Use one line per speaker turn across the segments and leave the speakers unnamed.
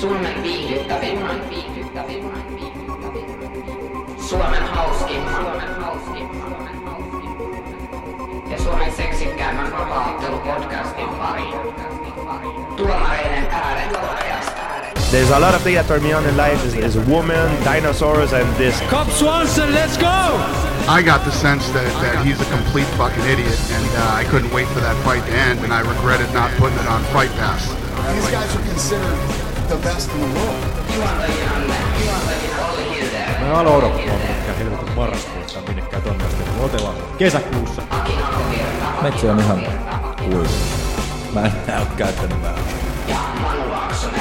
Suomen viihdyttävimmän, viihdyttävimmän, viihdyttävimmän. Suomen hauskimman, Suomen hauskimman, Suomen hauskimman. Ja Suomen seksikkäämmän vapaaottelupodcastin pariin. Tuomareiden ääret korjasta.
There's a lot of things that turn me on in life is, is women, dinosaurs, and this.
Cop Swanson, let's go!
I got the sense that, that he's a complete fucking idiot, and uh, I couldn't wait for that fight to end, and I regretted not putting it on Fight Pass.
These guys are considered the best in the world.
Mä aloin odottaa mitkään helvetin marraskuussa minnekään tonne asti. Me otellaan kesäkuussa.
Metsi on ihan kuivu. Mä en nää oo käyttänyt vähän.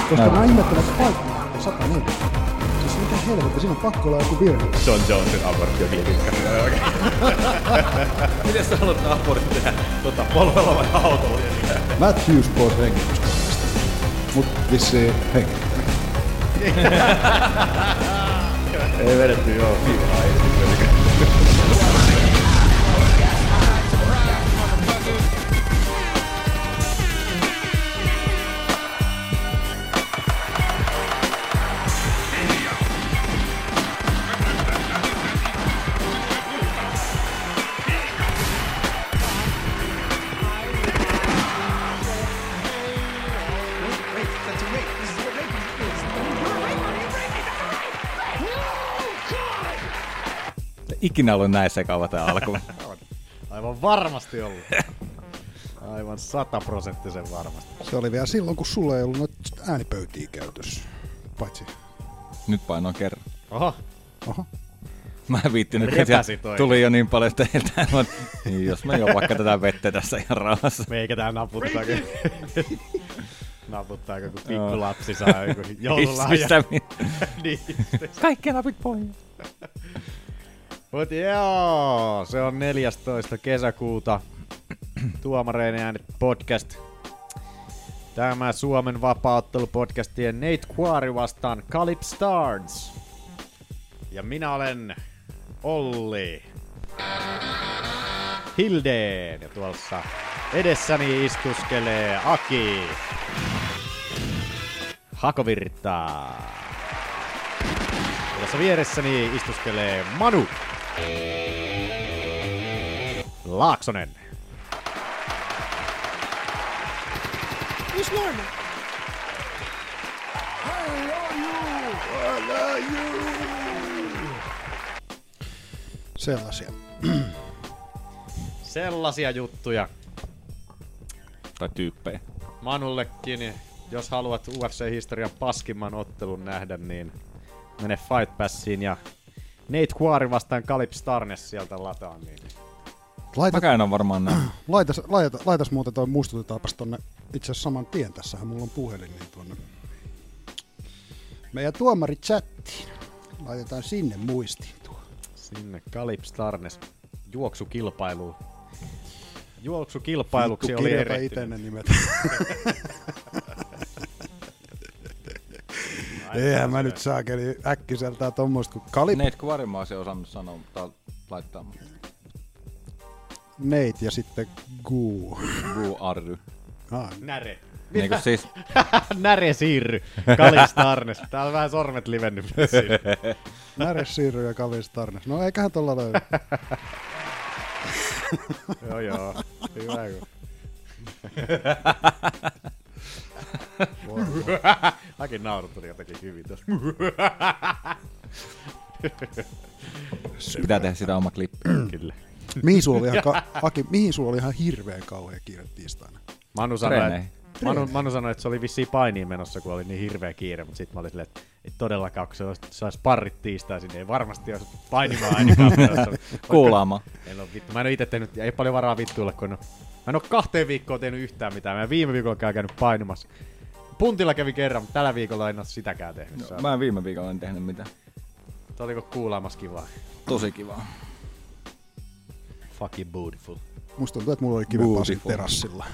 Koska mä ihmettelen, että paikka on 104. Siis mitä helvettiä, siinä on pakko olla joku virhe.
John Jonesin abortti on vietitkään. Miten sä haluat tää abortti tehdä? Tota, polvella vai autolla?
Matthews pois hengityskoneesta. Mut vissiin hengittää.
Ei vedetty, joo.
Ikinä ollut näin sekava tää alku.
Aivan varmasti ollut. Aivan sataprosenttisen varmasti.
Se oli vielä silloin, kun sulla ei ollut noita äänipöytiä käytössä. Paitsi,
Nyt painoin kerran.
Oho,
aha,
Mä en viittinyt, kun
Repäsi
siellä
toi.
tuli jo niin paljon teiltä. Mä, oon, niin jos mä jo vaikka tätä vettä tässä ihan rauhassa.
meikä tää naputtaa, kun... naputtaa, kun pikku lapsi saa joku joululahja.
Mistä mi-
niin.
Kaikki napit pois.
Mut joo, se on 14. kesäkuuta. Tuomareiden äänet podcast. Tämä Suomen vapauttelupodcastien Nate Quarry vastaan Calip Starnes. Ja minä olen Olli. Hildeen. Ja tuossa edessäni istuskelee Aki. Hakovirtaa. Ja Tässä vieressäni istuskelee Manu. Laaksonen.
sellaisia.
Sellaisia juttuja
Tai tyyppejä.
Manullekin. Jos haluat UFC-historian paskimman ottelun nähdä, niin mene Fight Passiin ja Nate Quarry vastaan Kalip Starnes sieltä lataa. Niin.
Laita,
Mäkään on varmaan näin.
laitas, laita, laitas muuten toi muistutetaanpas tonne, itse asiassa saman tien, tässähän mulla on puhelin, niin tuonne meidän tuomarichattiin. Laitetaan sinne muistiin tuo.
Sinne Kalip Starnes juoksukilpailuun. Juoksukilpailuksi oli
kirjoita itse
erehtynyt.
ne nimet. Eihän mä nyt saakeli äkkiseltään tommoista kuin Kalip,
Nate Quarry mä olisin osannut sanoa, mutta laittaa mun.
Nate ja sitten Guu.
Buu Arry.
Ah,
Näre.
Niin kuin siis
Näre siirry. Kalip Starnes. Täällä on vähän sormet livennyt. siinä.
Näre Siirry ja Kavis Tarnes. No eiköhän tuolla löydy.
joo joo. Hyvä kun. Akin nauru tuli jotenkin hyvin tässä.
pitää tehdä sitä oma klippi.
Kyllä.
Mihin sulla oli ihan, ka- Aki, mihin sulla oli ihan hirveän kauhea kiire tiistaina?
Manu sanoi,
Treeneihin.
että, Manu, Manu sanoi, että se oli vissiin painiin menossa, kun oli niin hirveä kiire, mutta sitten mä olin silleen, että ei todellakaan, kun se olisi- saisi parrit tiistaisin, niin ei varmasti olisi painimaan ainakaan menossa.
Kuulaamaan.
En ole vittu. Mä en ole itse tehnyt, ei paljon varaa vittuilla, kun en ole- mä en ole kahteen viikkoon tehnyt yhtään mitään. Mä en viime viikolla käynyt painimassa. Puntilla kävi kerran, mutta tällä viikolla en ole sitäkään tehnyt. No, mä...
Mä en viime viikolla en tehnyt mitään.
Oliko kuulaamassa kivaa?
Tosi kivaa.
Fucking beautiful.
Musta tuntuu, että mulla oli kivempaa siinä
Beautiful.
terassilla.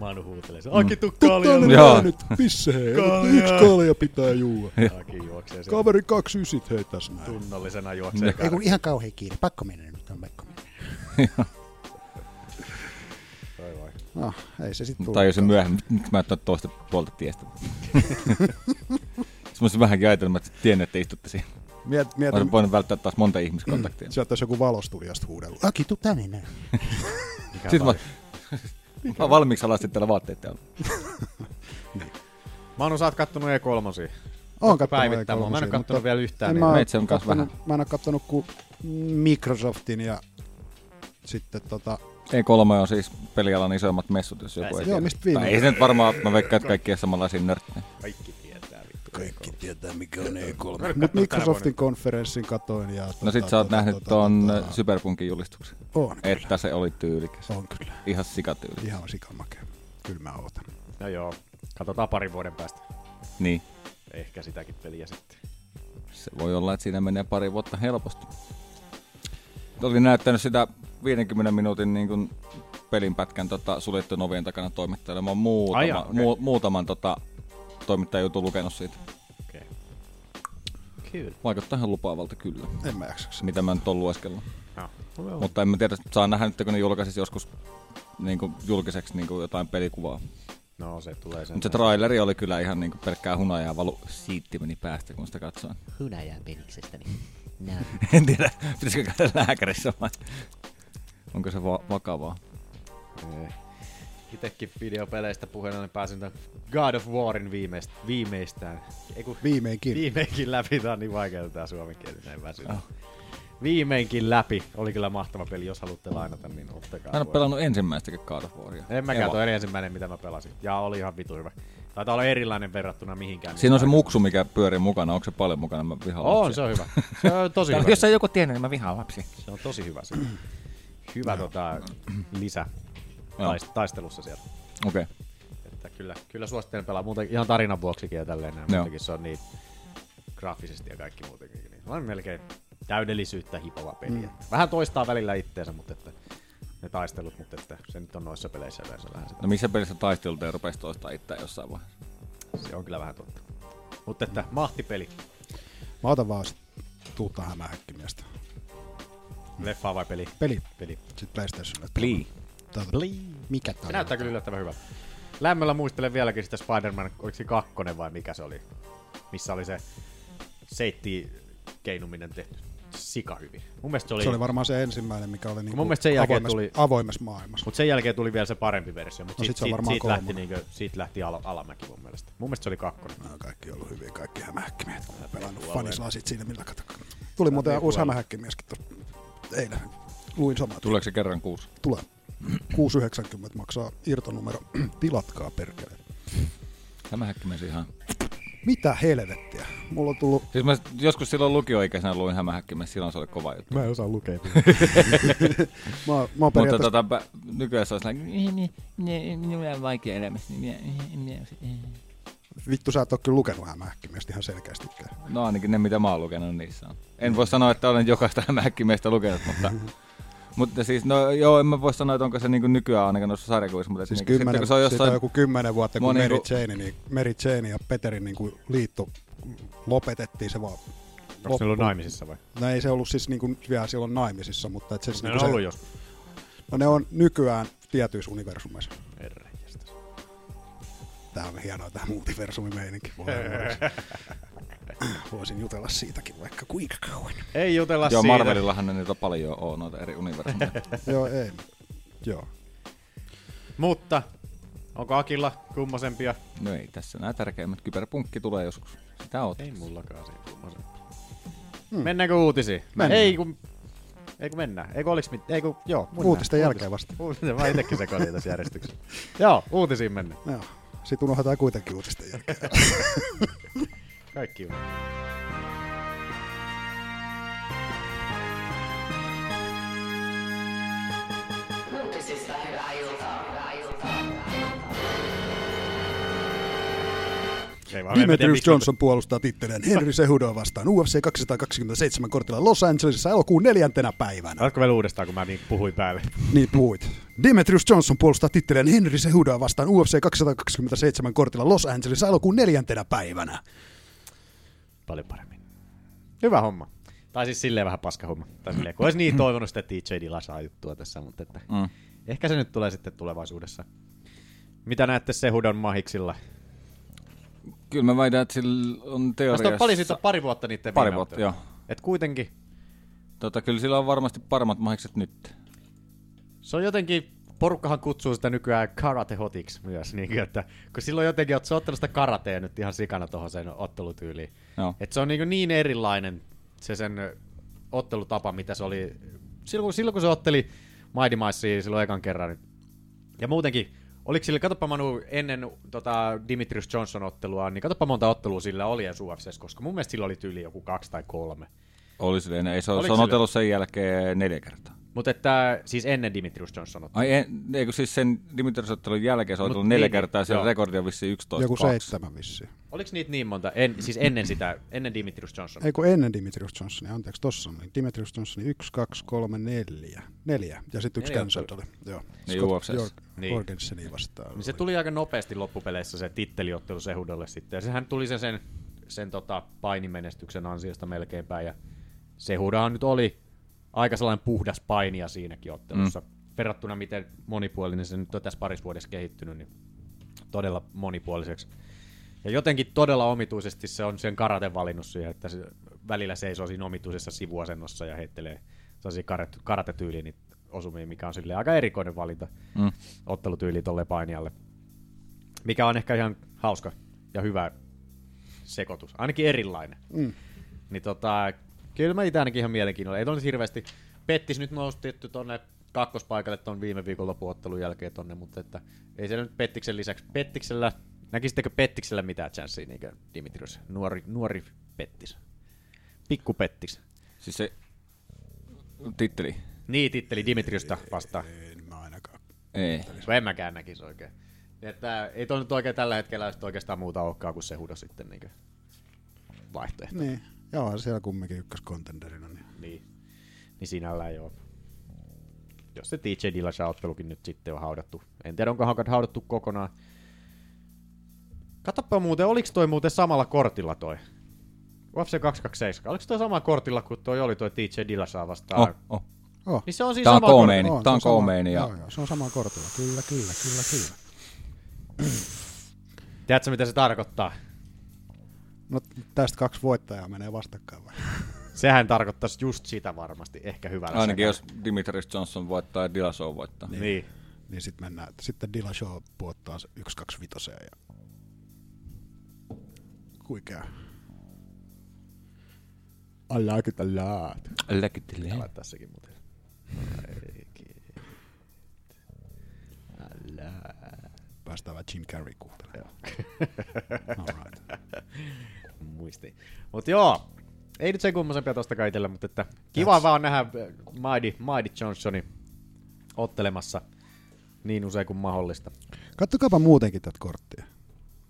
Manu huutelee
Mm.
sen. Aki tuu
Tuli
kaljalle.
Joo.
Joo. nyt pisse hei. Nyt kalja pitää juua.
Aki juoksee sen
Kaveri 29 hei tässä näin.
tunnollisena juoksee.
Ei kun ihan kauhea kiire. Pakko mennä nyt on pakko mennä.
Toi vai.
No, ei se sitten
Mutta
tule.
tajusin myöhemmin, mik- miksi mä et ole tuosta tuolta tiestä. Sitten mä olisin vähänkin ajatellut, että tiennyt, että istutte siinä.
Miet,
Mä
mietin,
olisin voinut välttää taas monta
Mm.
ihmiskontaktia.
sieltä olisi joku valostudiosta huudellut. Aki, tuu tänne näin.
Sitten Siis mä, mä oon valmiiksi alasti täällä vaatteet täällä.
Manu, sä oot kattonut E3.
Oon kattonut
päivittää mua. Mä en oo
E3:sia,
kattonut
mutta
vielä yhtään
en
niin- niitä.
mä oo
Meitsi on kans
kattonut- Mä en oo kattonut kuin Microsoftin ja sitten tota...
E3 on siis pelialan isoimmat messut, jos joku ei
Joo,
tiedä.
mistä viime-
Tai Ei se nyt varmaan, mä veikkaan, että kaikki on samanlaisia nörttejä.
Kaikki tietää, mikä on E E3. Mut Microsoftin konferenssin katoin ja...
No sit sä
Tota,
oot nähnyt ton äh, Cyberpunkin julistuksen.
On kyllä,
Että se oli tyylikäs.
on kyllä.
Ihan sikatyyli.
Ihan sikamakea. Kyllä mä ootan.
No joo, katsotaan parin vuoden päästä.
Niin.
Ehkä sitäkin peliä sitten.
Se voi olla, että siinä menee pari vuotta helposti. Oli näyttänyt sitä 50 minuutin niin kuin pelinpätkän tota, suljettujen ovien takana toimittajalle. Mä oon muutama,
Ai jaa, okei.
mu- muutaman tota, toimittajan jutun lukenut siitä.
Okei. Okay. Kyllä.
Vaikuttaa ihan lupaavalta kyllä,
En mä jaksa.
mitä mä nyt oon lueskellut.
No. Well.
Mutta en mä tiedä, saa nähdä nyt, kun ne julkaisisi joskus niin kuin julkiseksi niin kuin jotain pelikuvaa.
no se tulee sen.
Mutta se traileri oli kyllä ihan niin kuin pelkkää hunajaa valu siitti meni päästä, kun sitä katsoin.
hunajaa peniksestäni. No.
En tiedä, pitäisikö käydä lääkärissä vai onko se va- vakavaa.
Niin. Itekin videopeleistä puheena, niin pääsin tämän God of Warin viimeist, viimeistään. Ei kun
Viimeinkin.
viimeinkin läpi, tämä on niin vaikea tämä suomenkielinen väsy.
Ah.
Viimeinkin läpi. Oli kyllä mahtava peli, jos haluatte lainata, niin ottakaa.
Mä en ole
voi.
pelannut ensimmäistäkään God of Waria.
En mäkään,
Eva.
toi oli ensimmäinen, mitä mä pelasin. Ja oli ihan vitu hyvä. Taitaa olla erilainen verrattuna mihinkään.
Siinä on se
mitä
muksu, mikä pyörii mukana. Onko se paljon mukana? Mä vihaan
On,
lapsia.
se on hyvä. Se on tosi hyvä.
Jos ei joku tiennyt, niin mä vihaan lapsi.
Se on tosi hyvä se. Hyvä tota, lisä
Joo.
Taist, taistelussa siellä.
Okei. Okay.
Että kyllä, kyllä suosittelen pelaa muuten ihan tarinan vuoksikin ja tälleen näin.
Joo.
Muutenkin se on niin graafisesti ja kaikki muutenkin. Niin on melkein täydellisyyttä hipova peli. Mm. Vähän toistaa välillä itteensä, mutta että ne taistelut, mutta että se nyt on noissa peleissä yleensä vähän sitä.
No missä pelissä taistelulta ja rupesi toistaa itseään jossain vaiheessa?
Se on kyllä vähän totta. Mutta että mahtipeli.
Mä otan vaan sit Tuutta Hämähäkkimiestä.
Leffaa vai peli?
Peli.
Peli.
Sitten PlayStationille.
Plii.
Tää- Mikä tää
Se
on?
näyttää kyllä yllättävän hyvältä. Lämmöllä muistelen vieläkin sitä Spider-Man, oliko se kakkonen vai mikä se oli, missä oli se seitti keinuminen tehty sika hyvin. Mun mielestä se oli,
Se oli varmaan se ensimmäinen, mikä oli niinku
mielestä sen jälkeen
avoimessa,
tuli-
avoimessa maailmassa.
mutta sen jälkeen tuli vielä se parempi versio, mutta
No
no
sit
sit,
se on
sit,
varmaan
siitä, lähti,
kolmonen.
niinkö, siitä lähti al- alamäki mun mielestä. Mun mielestä se oli kakkonen.
Nämä on kaikki ollut hyviä, kaikki hämähäkkimiehet, kun on pelannut fanislasit siinä, millä katokaa. Tuli muuten
niin
uusi hämähäkkimieskin tuossa eilen. Luin samaa.
Tuleeko se kerran kuusi?
Tulee. 6,90 maksaa irtonumero. Tilatkaa perkele.
Tämä häkkimäsi ihan.
Mitä helvettiä? Mulla on tullut...
Siis mä joskus silloin lukioikäisenä luin hämähäkkimässä, silloin se oli kova juttu.
Mä en osaa lukea. mä, oon- mä oon
Mutta
periaatteessa...
tota, pä- nykyään se olisi niin, niin, niin, minulla on vaikea elämässä.
Vittu, sä et oo kyllä lukenut hämähäkkimiestä ihan selkeästikään.
No ainakin ne, mitä mä oon lukenut niissä on. En voi sanoa, että olen jokaista hämähäkkimeistä lukenut, mutta... mutta siis, no joo, en mä voi sanoa, että onko se niin nykyään ainakaan noissa sarjakuvissa, mutta
Siis
niinku, sitten
kymmenen,
kun se on
siitä
jossain...
on joku kymmenen vuotta, kun
Mua
Meri,
niinku-
Jane, niin, Meri Jane ja Peterin niin kuin liitto lopetettiin se vaan.
Onko se ollut naimisissa vai?
No ei se ollut siis niin kuin vielä silloin naimisissa, mutta et se,
Ne
niinku
on
se,
ollut joskus.
No ne on nykyään tietyissä universumeissa.
Herranjestas.
Tää on hienoa tää multiversumimeininki. Voi herra. Voisin jutella siitäkin vaikka kuinka kauan.
Ei jutella
Joo,
siitä.
Marvelillahan ne niitä on paljon on noita eri universumeja.
Joo, ei. Joo.
Mutta onko Akilla kummosempia?
no ei tässä nämä tärkeimmät. Kyberpunkki tulee joskus. Sitä oot.
Ei mullakaan se kummosempia. Hmm. Mennäänkö uutisiin? Mennään. Ei kun... Ei kun mennään. Eikö oliks mit... Ei kun... Joo. mennään.
Uutisten jälkeen vasta.
Uutinen, mä itekin sekoitin tässä järjestyksessä. Joo, uutisiin mennään.
Joo. Sitten unohdetaan kuitenkin uutisten jälkeen.
Kaikki on.
Uutisista hyvää iltaa, hyvää iltaa.
Se ei vaan
Demetrius Johnson puolustaa titteleen Henry Sehudoa vastaan UFC 227 kortilla Los Angelesissa elokuun neljäntenä päivänä.
Oletko vielä uudestaan, kun mä niin puhuin päälle?
Niin puhuit. Demetrius Johnson puolustaa titteleen Henry Sehudoa vastaan UFC 227 kortilla Los Angelesissa elokuun neljäntenä päivänä.
Paljon paremmin. Hyvä homma. Tai siis silleen vähän paska homma. Tai silleen,
Mm.
kun olisi niin toivonut sitä TJ Dilla saa juttua tässä, mutta että mm. ehkä se nyt tulee sitten tulevaisuudessa. Mitä näette Sehudon mahiksilla?
Kyllä mä väitän, että sillä on
Tästä on
teoriassa...
paljon siitä on pari vuotta niiden
Pari
viime
vuotta,
ottelusta.
joo.
Et kuitenkin
Tota, kyllä sillä on varmasti paremmat mahikset nyt.
Se on jotenkin, porukkahan kutsuu sitä nykyään karatehotiksi myös, niin kuin, että, kun silloin jotenkin oot, sä ottanut sitä karatea nyt ihan sikana tuohon sen ottelutyyliin.
Joo.
Et se on niin, kuin niin erilainen se sen ö, ottelutapa, mitä se oli silloin, kun- silloin kun se otteli Maidimaisia silloin ekan kerran. niin- Ja muutenkin, oliko sillä, katoppa Manu, ennen tota, Dimitrius Johnson-ottelua, niin katoppa monta ottelua sillä oli ensi UFCs, koska mun mielestä sillä oli tyyli joku kaksi tai kolme.
Oli sillä enää. Ei, se, on- se
Oliko
on
sillä-
otellut sen jälkeen neljä kertaa.
Mutta että siis ennen Dimitrius Johnson
Ai en, eikö siis sen Dimitrios ottelun jälkeen se on
Mut
otellut neljä
niin,
kertaa ja sen
joo.
rekordi on vissiin 11
Joku
kaksi.
seitsemän vissiin.
Oliko niitä niin monta? En, siis ennen sitä, ennen Dimitrius Johnson.
Ei kun ennen Dimitrius Johnsonia, anteeksi, tossa on. niin. Dimitrius Johnson 1, 2, 3, 4. Neljä. Ja sitten yksi
Neljä
cancelled oli. Joo.
Niin, UFCs.
Niin.
niin. Jorgenseni vastaan.
Niin se tuli aika nopeasti loppupeleissä se titteliottelu Sehudolle sitten. Ja sehän tuli sen, sen, sen tota, painimenestyksen ansiosta melkeinpä. Ja Sehudahan nyt oli aika sellainen puhdas painija siinäkin ottelussa. Mm. Verrattuna miten monipuolinen se nyt on tässä parissa vuodessa kehittynyt, niin todella monipuoliseksi. Ja jotenkin todella omituisesti se on sen karaten valinnut siihen, että se välillä seisoo siinä omituisessa sivuasennossa ja heittelee sellaisia karate- karatetyyliin niitä osumia, mikä on silleen aika erikoinen valinta mm. ottelutyyli tolle painijalle. Mikä on ehkä ihan hauska ja hyvä sekoitus, ainakin erilainen. Mm. Niin tota, kyllä mä itse ainakin ihan mielenkiinnolla. Ei tosi hirveästi. Pettis nyt nostettu tonne kakkospaikalle ton viime viikonlopun ottelun jälkeen tonne, mutta että ei se nyt Pettiksen lisäksi. Pettiksellä, näkisittekö Pettiksellä mitään chanssiä, niinkö Dimitrios? Nuori, nuori Pettis. Pikku Pettis.
Siis se titteli.
Niin titteli Dimitriusta vastaan.
En mä niin ainakaan.
Ei.
Kun en mäkään näkisi oikein. Että ei toi nyt oikein tällä hetkellä sit oikeastaan muuta olekaan kuin se hudo sitten niin vaihtoehto.
Niin. Ja on siellä kumminkin ykköskontenderina. Niin.
Niin, niin sinällään joo. Jos se TJ Dillashaw-ottelukin nyt sitten on haudattu. En tiedä, onko hankat haudattu kokonaan. Katoppa muuten, oliko toi muuten samalla kortilla toi? UFC 227. Oliko toi samalla kortilla kuin toi oli toi TJ Dillashaw vastaan?
Oh, oh.
Oh.
Niin se on siinä
Tää on
samalla kortilla.
koomeeni. Tää on
sama-
koomeeni. Ja...
Joo, joo, se on sama kortilla. Kyllä, kyllä, kyllä, kyllä.
Tiedätkö, mitä se tarkoittaa?
No tästä kaksi voittajaa menee vastakkain vai?
Sehän tarkoittaisi just sitä varmasti, ehkä hyvällä
Ainakin
sekalla.
jos Dimitris Johnson voittaa ja Dillashaw voittaa. Niin.
Niin.
Niin sitten mennään. Sitten Dillashaw puottaa se 1-2-5 ja... Kuikea. I like it a lot.
Älä tässäkin muuten.
Päästään vähän Jim Carrey kuuntelemaan. All right.
Muisti. Mut joo, ei nyt sen kummosempia tosta kaikille, mutta että kiva vaan nähdä äh, Maidi, Maidi Johnsoni ottelemassa niin usein kuin mahdollista.
Kattokaapa muutenkin tätä korttia.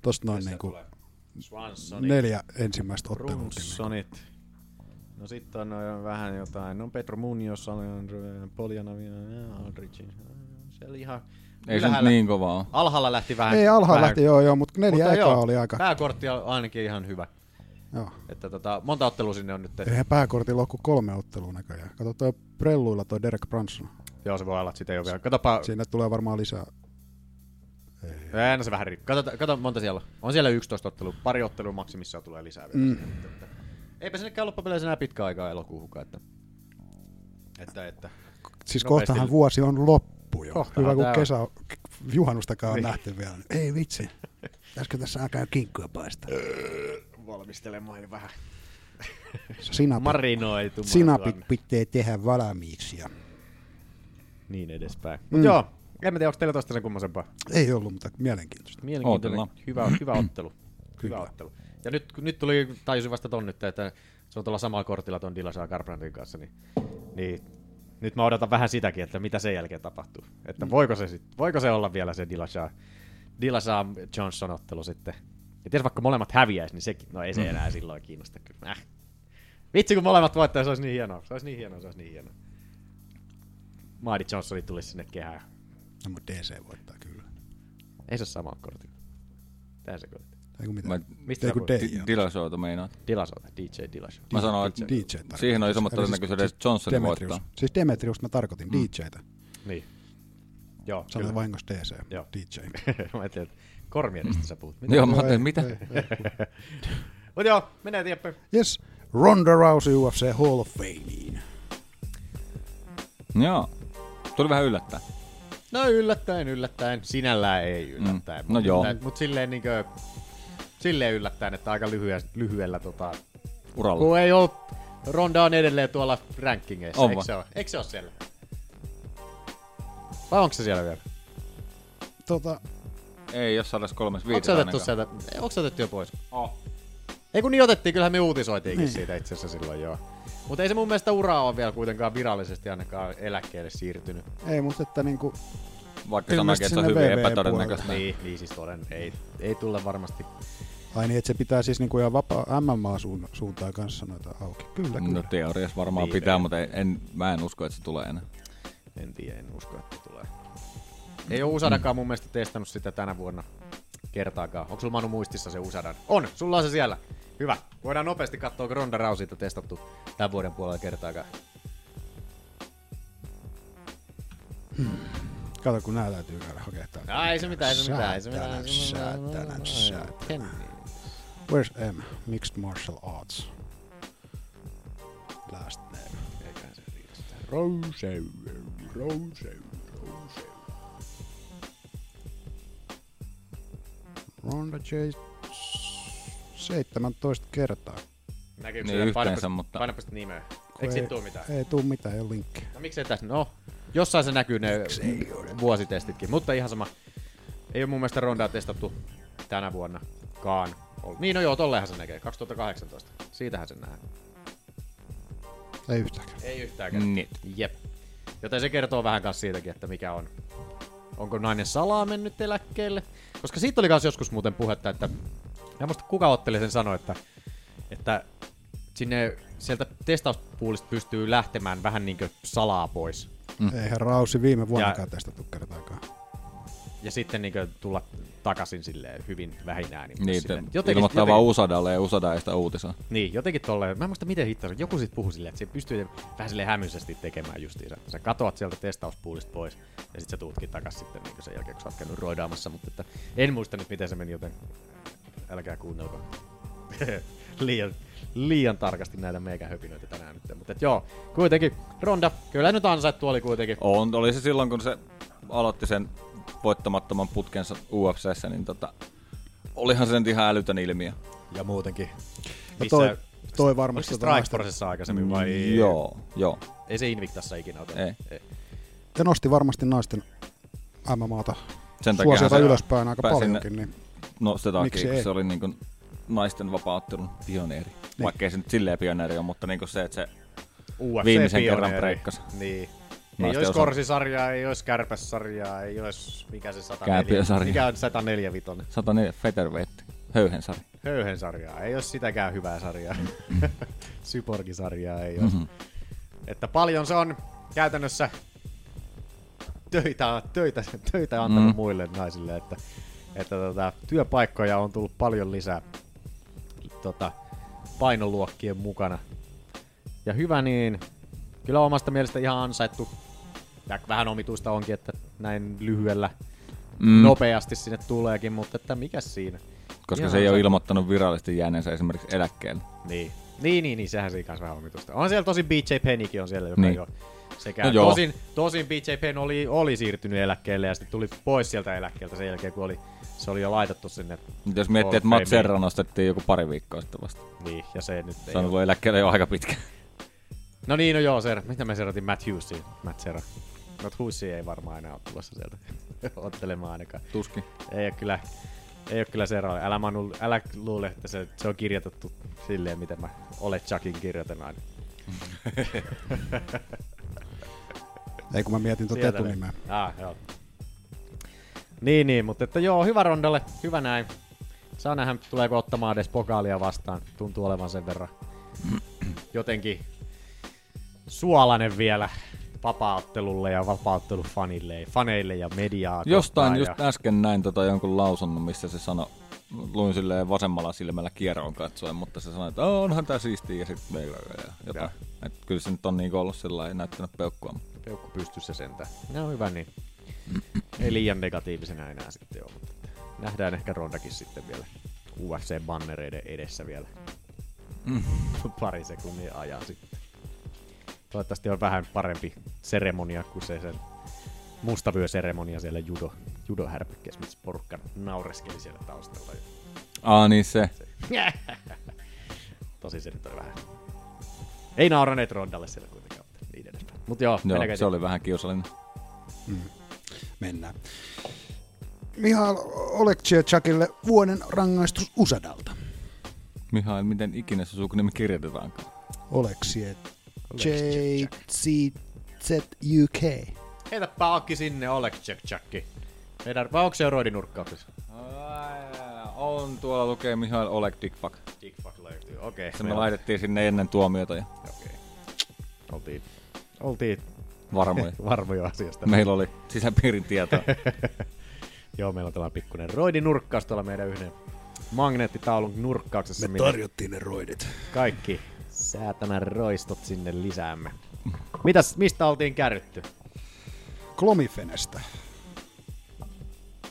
Tosta noin niinku
Swansonit,
neljä ensimmäistä ottelua.
Brunsonit. No sitten on noin vähän jotain. No Petro Munoz, Alejandro Poljanavia, Aldrich. Äh, Se oli ihan
Ei se nyt
ylhäällä.
niin kovaa ole.
Alhaalla lähti vähän.
Ei alhaalla
vähän-
lähti, joo joo, mutta neljä
Mutta
ekaa
joo,
oli aika.
Pääkortti on ainakin ihan hyvä.
Joo.
Että tota, monta ottelua sinne on nyt.
Eihän pääkortilla ole kuin kolme ottelua näköjään. Kato toi prelluilla toi Derek Branson.
Joo, se voi olla, että sitä ei ole vielä. Katsopa,
Siinä tulee varmaan lisää.
Ei, no se vähän riippuu. Kato, kato, monta siellä on. On siellä 11 ottelua, pari ottelua maksimissaan tulee lisää vielä. Mm. Sinne, että, eipä sinnekään loppupeleissä enää pitkä aikaa elokuuhunkaan. Että, että, että.
Siis
Nopeasti-
kohtahan vuosi on loppu jo.
Kohtahan
Hyvä kun
tää on. Niin.
kesä juhannustakaan on nähty vielä. Ei vitsi. Pitäisikö tässä alkaa jo kinkkua paistaa?
Valmistelemaan jo vähän.
Sinapit,
Marinoitu.
sinapit pitää tehdä valmiiksi. Ja...
Niin edespäin. Mut mm. joo, en mä tiedä, onko teillä tosta sen kummasempaa.
Ei ollut, mutta mielenkiintoista.
Mielenkiintoinen.
Ootellaan.
Hyvä, hyvä ottelu.
Kyllä.
hyvä ottelu. Ja nyt, kun nyt tuli, tajusin vasta ton nyt, että se on tuolla samalla kortilla ton Dilasaa Garbrandin kanssa, niin, niin nyt mä odotan vähän sitäkin, että mitä sen jälkeen tapahtuu. Että voiko se, sit, voiko se olla vielä se Dilasaa, Dilasaa Johnson-ottelu sitten. Ja ties vaikka molemmat häviäisi, niin sekin, no ei se enää silloin kiinnosta kyllä. Äh. Vitsi, kun molemmat voittaa, se olisi niin hienoa. Se olisi niin hienoa, se olisi niin hienoa. Maadi Johnsoni tulisi sinne kehään.
No, mutta DC voittaa kyllä.
Ei se ole samaa kortilla. Tää se kortti.
Ei kun mitä.
Mä,
Mistä
Ei
sä
kun
puhut?
DJ.
Dillashawta meinaat.
Dilasota, DJ Dilasota.
Mä sanoin, että
DJ tarkoitus.
siihen on isommat
Eli siis
todennäköisyydet, että Johnson
Demetrius.
voittaa.
Siis Demetrius mä tarkoitin mm. DJtä.
Niin. Joo,
Sanoin vahingossa DC,
Joo.
DJ.
mä ajattelin, että kormiedestä sä puhut.
Joo, mä ajattelin, mitä?
Mut joo, mennään eteenpäin.
Yes, Ronda Rousey UFC Hall of Fameen.
Joo. Tuli vähän yllättää.
No yllättäen, yllättäen. Sinällään ei yllättäen.
Mm. No joo.
Mutta silleen, niinkö, silleen yllättäen, että aika lyhyä, lyhyellä tota...
Uralla.
Kun ei ollut... Ronda on edelleen tuolla rankingeissa,
On
eikö
vai?
se ole? Eikö se ole siellä? Vai onko se siellä vielä?
Tota,
Ei, jos saadaan kolmes
Onko
viides
se otettu
ainakaan.
sieltä? Onko se otettu jo pois? Oh. Ei kun niin otettiin, kyllähän me uutisoitiinkin siitä itse asiassa silloin joo. Mutta ei se mun mielestä uraa ole vielä kuitenkaan virallisesti ainakaan eläkkeelle siirtynyt.
ei, mutta että niinku,
Vaikka sanakin, että se
Ilmeisesti
on hyvin
sinne VV
epätodennäköistä.
Niin, niin siis toden, ei, ei tulla varmasti.
ai niin, että se pitää siis niinku ihan vapaa MMA-suuntaan kanssa noita auki. Kyllä, kyllä.
No teoriassa varmaan
Viimeinen.
pitää, mutta en, en, mä en usko, että se tulee enää.
En tiedä, en usko, että tulee. Ei ole Usadakaan mun mielestä testannut sitä tänä vuonna kertaakaan. Onko sulla Manu muistissa se Usadan? On, sulla on se siellä. Hyvä. Voidaan nopeasti katsoa, onko Ronda Rouseyta testattu tämän vuoden puolella kertaakaan.
Kato, kun nää täytyy käydä hakemaan täältä.
Ai, ei se mitään, ei se mitään, ei se mitään. ei se mitään.
Säätänä, säätänä, säätänä. Where's M? Mixed Martial Arts. Last name.
Rousey, Rousey.
Ronda Chase 17 kertaa.
Näkyykö
Niin,
siellä
yhteensä,
painopiste-
mutta-
painopiste nimeä?
Kun
Eikö siitä tuu mitään?
Ei tuu mitään, ei ole linkkiä.
No miksei tässä? No, jossain se näkyy ne vuositestitkin, mutta ihan sama. Ei ole mun mielestä Rondaa testattu tänä vuonnakaan. ollut. Niin, no joo, tollehan se näkee. 2018. Siitähän se nähdään.
Ei yhtäkään.
Ei yhtäänkään.
Niin.
Jep. Joten se kertoo vähän kanssa siitäkin, että mikä on. Onko nainen salaa mennyt eläkkeelle? Koska siitä oli kanssa joskus muuten puhetta, että... En muista kuka otteli sen sanoa, että, että sinne sieltä testauspuulista pystyy lähtemään vähän niinkö salaa pois.
Eihän Rausi viime vuonnakaan testattu kertaakaan.
ja sitten niin tulla takaisin silleen hyvin vähin äänin.
Niin,
Silleen,
te-
jotenkin,
ilmoittaa
jotenkin,
vaan Usadalle ja Usada ei sitä uutisaa.
niin, jotenkin tolleen. Mä en muista miten hitto, se- joku sit puhui silleen, että se pystyy vähän silleen hämyisesti tekemään justiinsa. Sä katoat sieltä testauspuulista pois ja sitten sä tuutkin takaisin sitten niin sen jälkeen, kun sä oot käynyt roidaamassa. Mutta että, en muista nyt miten se meni, joten älkää kuunnelko. liian, liian tarkasti näitä meikä höpinöitä tänään nyt. Mutta et joo, kuitenkin Ronda, kyllä nyt ansaittu oli kuitenkin.
On, oli se silloin, kun se aloitti sen voittamattoman putkensa UFCssä, niin tota, olihan se nyt ihan älytön ilmiö.
Ja muutenkin.
No toi,
Missä-
toi
Onko
varmasti
se
tota
Strike
naisten- Mm,
Forcessa aikaisemmin vai?
Mm, Joo, joo.
Ei se Invictassa ikinä ota.
Ei.
ja nosti varmasti naisten MMAta
Sen takia
suosiota ylöspäin aika paljonkin. Niin.
No se
Miksi
takia, kun
ei?
se oli niin kuin naisten vapauttelun pioneeri. Niin. Vaikkei se nyt silleen pioneeri ole, mutta niin kuin se, että se
UFC
Viimeisen
pioneeri.
kerran breikkasi.
Niin. ei
Naisten
olisi
osalta.
korsisarjaa, ei olisi kärpässarjaa, ei olisi mikä se 104,
Kääpiösarja.
mikä on 145,
104 featherweight, höyhensari.
höyhensarjaa, ei olisi sitäkään hyvää sarjaa, syporgisarjaa ei olisi. Mm-hmm. Että paljon se on käytännössä töitä, töitä, töitä antanut mm. muille naisille, että, että tota, työpaikkoja on tullut paljon lisää tota, painoluokkien mukana. Ja hyvä niin, kyllä omasta mielestä ihan ansaittu. Ja vähän omituista onkin, että näin lyhyellä mm. nopeasti sinne tuleekin, mutta että mikä siinä.
Koska
Ihan
se ei ole
ansaittu.
ilmoittanut virallisesti jääneensä esimerkiksi eläkkeelle.
Niin. Niin, niin, niin, sehän siinä kanssa vähän omituista. On siellä tosin BJ Pennykin on siellä, joka
Niin.
niin. jo sekä...
No
No
joo.
tosin, tosin BJ Penn oli, oli siirtynyt eläkkeelle ja sitten tuli pois sieltä eläkkeeltä sen jälkeen, kun oli, se oli jo laitettu sinne.
Nyt Jos miettii, että
Hall of
Matt
Fameen.
Serra nostettiin joku pari viikkoa sitten vasta.
Niin, ja se nyt ei
Se on
ole.
ollut eläkkeellä jo aika pitkä.
No niin, no joo, Ser. Mitä me seratin Matt Hughesia? Matt Serra. Matt Hughesia ei varmaan enää ole tulossa sieltä ottelemaan ainakaan.
Tuskin.
Ei ole kyllä, ei ole kyllä Serra. Älä, Manu, älä luule, että se, se on kirjoitettu silleen, miten mä olet Chuckin kirjoitan aina.
Ei kun mä mietin tuota
Sieltä
etunimeä.
ne. Ah, joo. Niin, niin, mutta että joo, hyvä rondalle, hyvä näin. Saa nähdä, tuleeko ottamaan edes pokaalia vastaan. Tuntuu olevan sen verran jotenkin suolainen vielä vapauttelulle ja vapauttelufanille, ja faneille ja mediaa.
Jostain
kohtaan
just
ja...
äsken näin tota jonkun lausunnon, missä se sanoi, luin silleen vasemmalla silmällä kieroon katsoen, mutta se sanoi, että "Aa, onhan tää siistiä ja sitten meillä ja jotain. Et kyllä se nyt on niinku ollut sillä lailla näyttänyt peukkua.
Peukku pystyssä sentään. No hyvä niin. Ei liian negatiivisena enää sitten ole, mutta nähdään ehkä Rondakin sitten vielä UFC-bannereiden edessä vielä
Mm.
pari sekunnin ajan sitten. Toivottavasti on vähän parempi seremonia kuin se sen mustavyöseremonia siellä judo, judohärpäkkeessä, missä porukka naureskeli siellä taustalla.
Aa, niin se.
Tosi se nyt oli vähän. Ei nauraneet Rondalle siellä kuitenkaan, mutta niin edespäin. Mut joo,
Joo,
meneekö
se
eteenpäin?
oli vähän kiusallinen.
Mennään. Mihail Olekchiakille vuoden rangaistus Usadalta.
Mihail, miten ikinä se sukunimi kirjoitetaankaan?
Oleksie JCZUK.
Heitäpä Akki sinne, Oleg Tsekchakki. Meidän, vai onko se jo roidinurkkauksessa?
On tuolla lukee Mihail Oleg Dikpak.
Dick fuck löytyy, okei.
Se me laitettiin sinne ennen tuomiota ja
Okei. Oltiin, oltiin
varmoja.
varmoja asiasta.
Meillä oli sisäpiirin tietoa.
Joo, meillä on tämä pikkuinen roidinurkkaus tuolla meidän yhden magneettitaulun nurkkauksessa. Me
Tarjottiin ne roidit.
kaikki säätämän roistot sinne lisäämme. Mitäs, mistä oltiin kärrytty?
Klomifenestä.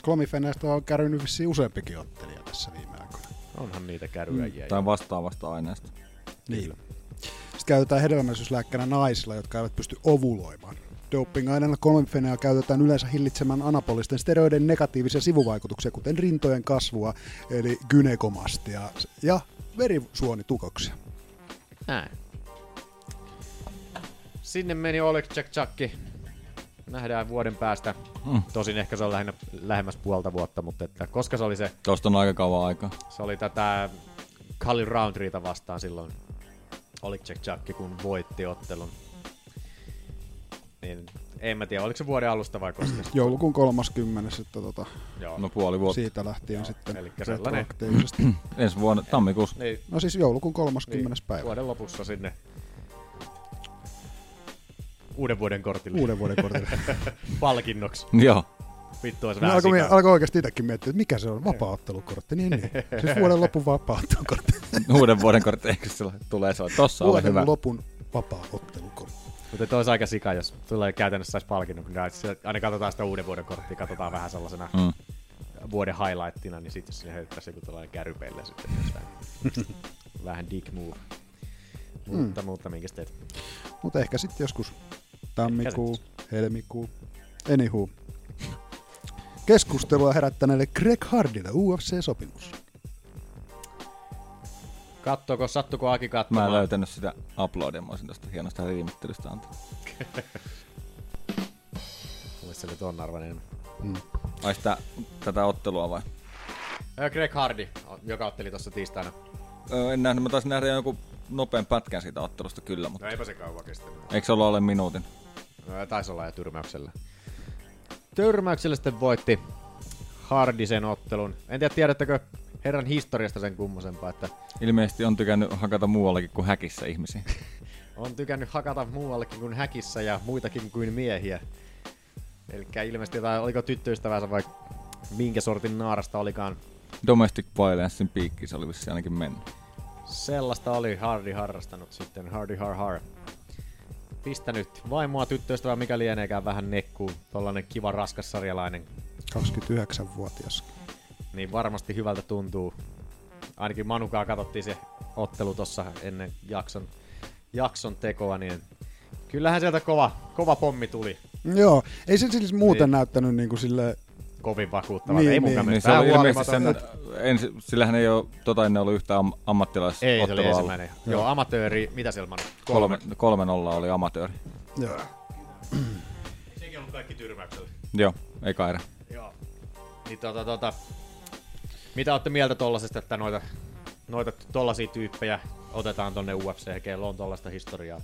Klomifenestä on käynyt vissiin useampikin ottelija tässä viime aikoina.
Onhan niitä kärryäjiä.
tai vastaavasta aineesta.
Niin. Sitten käytetään hedelmällisyyslääkkeenä naisilla, jotka eivät pysty ovuloimaan. Doping-aineena klomifenea käytetään yleensä hillitsemään anabolisten steroiden negatiivisia sivuvaikutuksia, kuten rintojen kasvua, eli gynekomastia ja verisuonitukoksia.
Näin. Sinne meni Oleg Tsekchakki. Nähdään vuoden päästä. Mm. Tosin ehkä se on lähinnä, lähemmäs puolta vuotta, mutta että, koska se oli, se,
Tuosta on aika kauan aikaa.
se oli tätä Kalli Roundtreeta vastaan silloin Oleg Tsekchakki, kun voitti ottelun. Niin, en mä tiedä, oliko se vuoden alusta vai koska.
Joulukuun 30. Että tota,
Joo.
No puoli vuotta. Si-
siitä lähtien sitten
elikkä sellainen.
retroaktiivisesti.
Ensi vuonna tammikuussa.
Niin,
No siis joulukuun 30. Niin. päivä.
Vuoden lopussa sinne uuden vuoden kortille.
Uuden vuoden kortilla.
Palkinnoksi.
Joo.
Vittu olisi
No,
vähän
alkoi,
sikaa.
mie- alkoi oikeasti itsekin miettiä, että mikä se on vapaaottelukortti. Niin, niin. Siis vuoden lopun vapaaottelukortti.
Uuden vuoden kortti. Eikö sillä tulee sellainen? Tossa ole
Vuoden
hyvä.
lopun vapaaottelukortti.
Mutta toi olisi aika sika, jos tulee käytännössä saisi palkinnon, kun näet- aina katsotaan sitä uuden vuoden korttia, katsotaan vähän sellaisena mm. vuoden highlightina, niin sitten jos sinne höyttäisi joku tällainen kärrypeillä sitten. jostain. vähän dick move. Mutta, mm. mutta minkä teet?
Mutta ehkä sitten joskus tammikuu, helmikuu, anywho. Keskustelua herättäneelle Greg Hardille UFC-sopimus.
Kattoiko, sattuko Aki
Mä
katsomaan?
en löytänyt sitä uploadia. Mä olisin tosta hienosta riimittelystä antaa.
Mielestäni se nyt on arvainen.
Ai sitä, tätä ottelua vai?
Ö, Greg Hardy, joka otteli tuossa tiistaina.
Öö, en nähnyt. Mä taisin nähdä jonkun nopean pätkän siitä ottelusta kyllä, mutta
No eipä se kauan kestänyt.
eikö se olla alle minuutin?
Öö, Taisi olla jo tyrmäyksellä. Tyrmäyksellä sitten voitti Hardi sen ottelun. En tiedä, tiedättekö herran historiasta sen kummosempaa, että
Ilmeisesti on tykännyt hakata muuallakin kuin häkissä ihmisiä.
on tykännyt hakata muuallekin kuin häkissä ja muitakin kuin miehiä. Eli ilmeisesti jotain, oliko tyttöystävänsä vai minkä sortin naarasta olikaan.
Domestic violencein piikki se oli vissiin ainakin mennyt.
Sellaista oli Hardi harrastanut sitten, Hardi har har. Pistänyt vaimoa tyttöystävää, mikä lieneekään vähän nekkuun. Tollanen kiva raskas sarjalainen
29-vuotias.
niin varmasti hyvältä tuntuu. Ainakin Manukaa katsottiin se ottelu tuossa ennen jakson, jakson tekoa, niin kyllähän sieltä kova, kova pommi tuli.
Joo, ei se siis muuten
Niin.
niin. näyttänyt niin kuin sille,
Kovin vakuuttava.
Niin,
ei
niin.
Niin
mukaan mennyt.
se oli
Tää on
ilmeisesti sen,
huolimaton.
ensi, sillähän ei ole tota ennen ollut yhtään am-
Ei, se oli
ammattilaisottelua.
ensimmäinen. Joo, Joo amatööri, mitä siellä Manu?
Kolme, kolme nolla oli amatööri.
joo,
Sekin on kaikki tyrmäyksellä.
Joo, ei kaira.
Joo. Niin tota, tota, mitä olette mieltä tollasesta, että noita, noita tollasia tyyppejä otetaan tonne UFC, kello on tollasta historiaa?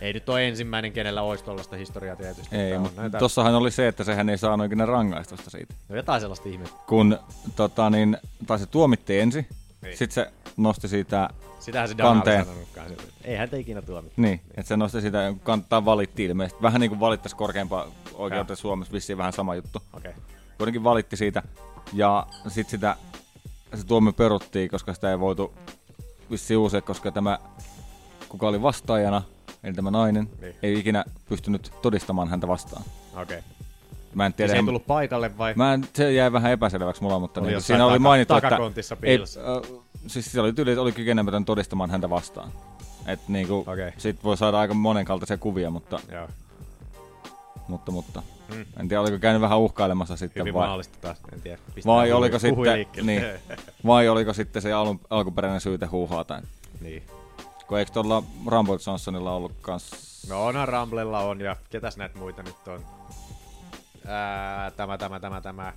Ei nyt ole ensimmäinen, kenellä olisi tollasta historiaa tietysti.
Ei,
Tää on
mutta
näitä-
tossahan oli se, että sehän ei saanut ikinä rangaistusta siitä.
No jotain sellaista ihmettä.
Kun, tota niin, tai se tuomitti ensin,
Niin.
sitten se nosti siitä,
Sitähän se
Kanteen.
Kanteen. sanonutkaan. Ei häntä ikinä tuomi.
niin, että se nosti sitä, kantaa valitti ilmeisesti. Vähän niin kuin valittaisi korkeimpaan oikeuteen Suomessa, vissiin vähän sama juttu.
Okei. Okay.
kuitenkin valitti siitä. Ja sitten sitä se tuomio peruttiin, koska sitä ei voitu vissiin uusia, koska tämä, kuka oli vastaajana, eli tämä nainen,
Niin.
niin. ei ikinä pystynyt todistamaan häntä vastaan.
Okei. Okay.
Mä en tiedä.
Se ei tullut paikalle vai?
Mä en, se jäi vähän epäselväksi mulla, mutta
Oli
niin,
jossain
siinä oli
taka-
mainittu, että...
takakontissa piilossa.
äh, siis siellä oli tyyli, että oli kykenemätön todistamaan häntä vastaan. Et niinku, okay.
Okei.
sit voi saada aika monenkaltaisia kuvia, mutta,
Joo,
mutta, mutta mm. en tiedä, oliko käynyt vähän uhkailemassa sitten
hyvin
vai,
mahdollista taas, en tiedä. Pistää
vai,
puhuja-
oliko
puhuja
sitten,
liikkeelle.
niin, vai oliko sitten se alun, alkuperäinen syyte huuhaata.
niin.
Kun eikö tuolla Rambo Johnsonilla ollut kans...
No onhan Ramblella on ja ketäs näitä muita nyt on? Ää, tämä, tämä, tämä, tämä.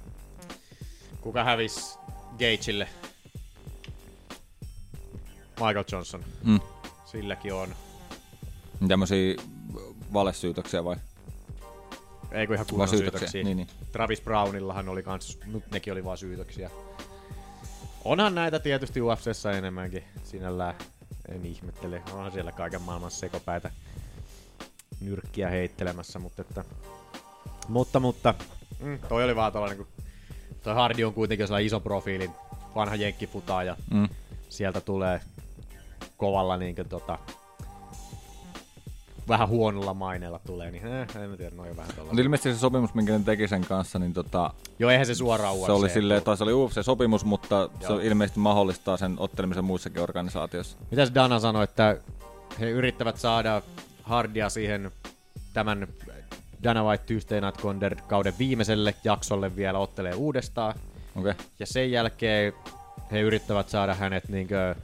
Kuka hävis Gageille? Michael Johnson.
Mm.
Silläkin on.
Tämmöisiä valesyytöksiä vai?
Ei kun ihan kunnon
syytöksiä,
syytöksiä.
niin, niin.
Travis Brownillahan oli kans, nyt nekin oli vaan syytöksiä. Onhan näitä tietysti UFCssä enemmänkin sinällään. En ihmettele, onhan siellä kaiken maailman sekopäitä nyrkkiä heittelemässä, mutta että... Mutta, mutta, mm, toi oli vaan tollanen, kun toi Hardi on kuitenkin sellainen ison profiilin vanha jenkkifutaaja.
Mm.
Sieltä tulee kovalla niinkö tota, vähän huonolla maineella tulee, niin eh, en mä tiedä, noin vähän
Mutta
tollanen.
ilmeisesti se sopimus, minkä ne teki sen kanssa, niin tota,
Joo, eihän se suoraan UFC.
se oli sille, tai se oli UFC-sopimus, mutta
Joo.
se ilmeisesti mahdollistaa sen ottelemisen muissakin organisaatioissa.
Mitäs Dana sanoi, että he yrittävät saada Hardia siihen tämän Dana White Tuesday Night Condor kauden viimeiselle jaksolle vielä ottelee uudestaan.
Okei. Okay.
Ja sen jälkeen he yrittävät saada hänet niinkö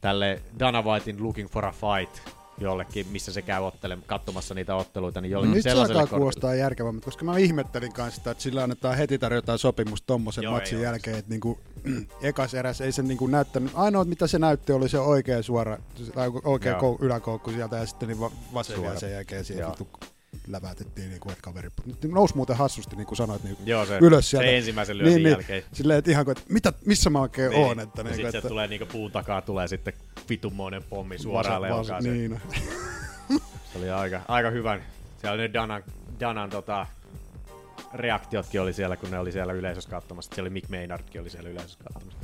tälle Dana Whitein Looking for a Fight jollekin, missä se käy ottele, katsomassa niitä otteluita, niin jollekin
Mm. Nyt se
sellaiselle
alkaa
korkeudelle.
kuulostaa järkevämmät, koska mä ihmettelin kanssa sitä, että sillä annetaan heti tarjotaan sopimus tommosen
Joo,
matsin
ei ole.
jälkeen, että niinku, ekas eräs ei se niinku näyttänyt, ainoa mitä se näytti oli se oikea suora, tai oikea
Joo.
kou, yläkoukku sieltä ja sitten niin va- vasen vielä
Suora.
sen jälkeen siihen
Joo.
vittu lävätettiin niinku, että kaveri. Nyt nousi muuten hassusti, niin kuin sanoit, niin
Joo, se-
ylös
se
sieltä. Niin,
ensimmäisen lyönnin jälkeen.
Silleen, että ihan kuin, että mitä, missä mä oikein niin. oon, että,
niin,
niinku,
sitten
että
se tulee niinku puun takaa tulee sitten vitunmoinen pommi suoraan
vasen-
leukaan.
vasen-
se-
Niin,
Se oli aika, aika hyvän. Siellä oli ne Danan, Danan tota, reaktiotkin oli siellä, kun ne oli siellä yleisössä katsomassa. Siellä oli Mick Maynardkin oli siellä yleisössä katsomassa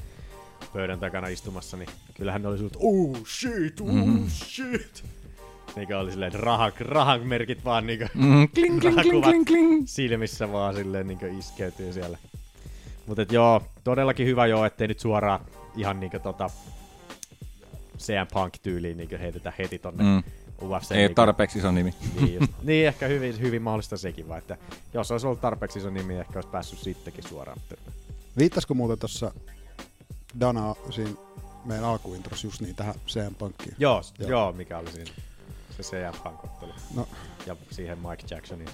pöydän takana istumassa, niin kyllähän ne oli siltä, oh shit, oh
Mhm.
mm-hmm. shit. Niinkö oli silleen, että rahak, rahakmerkit vaan niinkö
Mhm.
mm, kling, kling, kling, kling, kling. silmissä vaan silleen niinkö iskeytyy siellä. Mutta joo, todellakin hyvä joo, ettei nyt suoraan ihan niinkö tota CM Punk-tyyliin niinkö heitetä heti tonne
Mm.
mm. UFC.
Ei
niinkö-
tarpeeksi iso nimi.
niin, just, niin, ehkä hyvin, hyvin mahdollista sekin vaan, että jos olisi ollut tarpeeksi iso nimi, ehkä olisi päässyt sittenkin suoraan. Mutta
Viittasko muuten tuossa Dana siinä meidän alkuintrossa just niin tähän CM Pankkiin?
joo, joo.
Joo.
joo, mikä oli siinä se CM Pankottelu.
No.
Ja siihen Mike Jacksonin.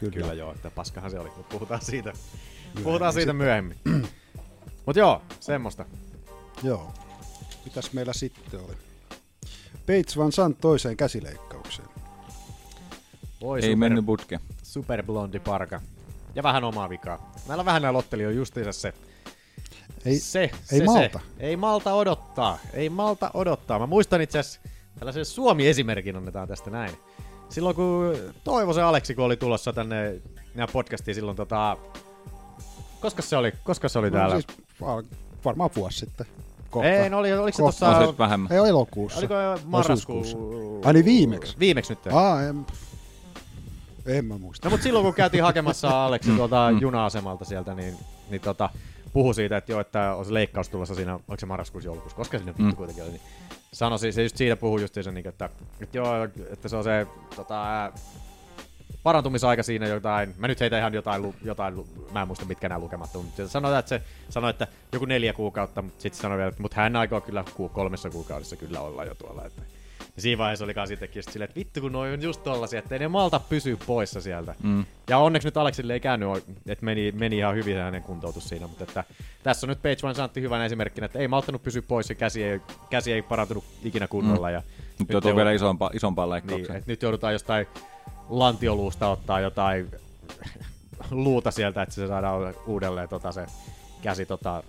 Kyllä.
Kyllä joo, että paskahan se oli, mutta puhutaan siitä, puhutaan siitä myöhemmin. Mut joo, semmoista.
Joo. Mitäs meillä sitten oli? Page Van Sant toiseen käsileikkaukseen.
Voi
Ei
super-
mennyt putke.
superblondi parka. Ja vähän omaa vikaa. Näillä on vähän näillä ottelijoilla justiinsa se,
Ei,
se,
ei
se,
malta.
Se. Ei malta odottaa. Ei malta odottaa. Mä muistan itse asiassa, tällaisen Suomi-esimerkin annetaan tästä näin. Silloin kun Toivosen Aleksi, kun oli tulossa tänne nämä podcastiin silloin tota... Koska se oli, koska se oli
No
täällä?
siis var- varmaan vuosi sitten. Kohta.
ei, no oli, oliko se
Kohta.
No
tossa...
siis vähemmän.
Ei, elokuussa.
Oliko
Vai
marraskuussa?
syyskuussa? Ai niin viimeksi.
Viimeksi nyt.
Aa, en, en mä muista.
No mut silloin kun käytiin hakemassa Aleksi tuolta juna-asemalta sieltä, niin, niin tota, puhu siitä, että joo, että on se leikkaus tulossa siinä, oliko se marraskuussa joulukuussa, koska siinä vittu kuitenkin oli, niin sano, se, se just siitä puhuu just se, niin, että, että joo, että se on se tota, ää, parantumisaika siinä jotain, mä nyt heitän ihan jotain, lu- jotain lu- mä en muista mitkä nämä lukemat on, mutta sanotaan, että se sanoi, että joku neljä kuukautta, mutta sitten sanoi vielä, että mut hän aikoo kyllä ku- kolmessa kuukaudessa kyllä olla jo tuolla, että ja siinä vaiheessa oli kans itsekin just silleen, että vittu kun noi on just tollasia, ettei ne malta pysyä poissa sieltä. Mm. Ja onneksi nyt Aleksille ei käynyt, o- että meni, meni ihan hyvin se hänen kuntoutus siinä, mutta että tässä on nyt Page Van Santti hyvänä esimerkkinä, että ei malttanut pysyä pois ja käsi ei, käsi ei parantunut ikinä kunnolla. Ja
Nyt joutuu
ei-
vielä isompaan, isompaan
niin,
leikkaukseen.
et nyt joudutaan jostain lantioluusta ottaa jotain luuta sieltä, että se saadaan uudelleen tota, se käsi tota,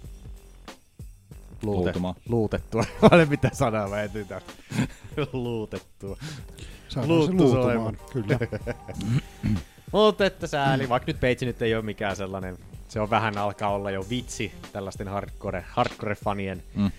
luute,
Luutumaan.
luutettua. Olen mitä sanaa mä etin tästä. luutettua.
Saadaan se
luuttu soimaan.
luutumaan. Kyllä.
Mutta että sääli, vaikka nyt Peitsi nyt ei ole mikään sellainen, se on vähän alkaa olla jo vitsi tällaisten hardcore, hardcore-fanien mm.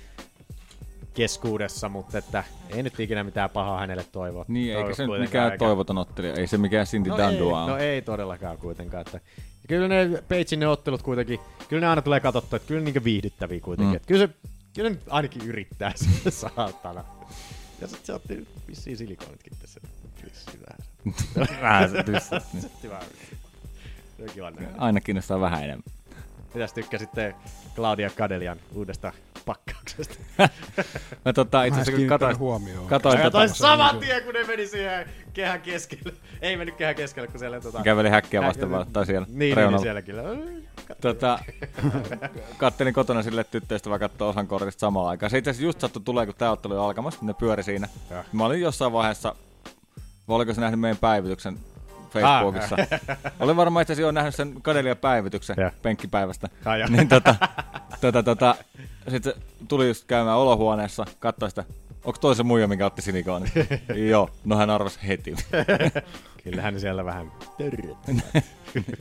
keskuudessa, mutta että ei nyt ikinä mitään pahaa hänelle toivo.
Niin, eikä
toivo
se nyt
kuitenkaan,
mikään
eikä-
toivoton ottelija. Ei se mikään Cindy
No
no
ei,
Dandua
no
ole.
ei todellakaan kuitenkaan. Että. Ja kyllä ne Peitsin ne ottelut kuitenkin, kyllä ne aina tulee katsottua, että kyllä ne niinku viihdyttäviä kuitenkin. Mm. Että kyllä, se, kyllä ne nyt ainakin yrittää se saatana. Ja sit se otti vissiin silikonitkin tässä. Vissi vähän.
Vähän se tyssäs, niin.
Sitten vähän. Se on kiva nähdä.
Aina kiinnostaa vähän enemmän.
Mitäs tykkäsitte Claudia Kadelian uudesta pakkauksesta?
No tota, itse asiassa kun
kiinnittänyt
katoin,
huomioon.
katoin
Mä
tota,
toin saman tien, kun ne meni siihen kehän keskelle. Ei mennyt kehän keskelle, kun siellä tota...
käveli häkkiä
Häkki-
vastaan vaan, tai siellä
Niin, niin, niin
reunalla.
siellä kyllä.
Tota, kattelin kotona sille että tyttöystävä katsoa osan kortista samaan aikaan. Se itse asiassa just sattui tulee, kun tämä ottelu oli alkamassa, niin ne pyöri siinä.
Joo.
Mä olin jossain vaiheessa, vai oliko se nähnyt meidän päivityksen Facebookissa. Olin varmaan itse asiassa jo nähnyt sen Kadelia päivityksen
Ah. Joo.
penkkipäivästä.
Ai joo.
niin tota, tota, tota, sitten se tuli just käymään olohuoneessa, katsoi sitä, onko toisen muija, minkä otti sinikoonin? Joo, no hän arvasi heti.
Kyllähän siellä vähän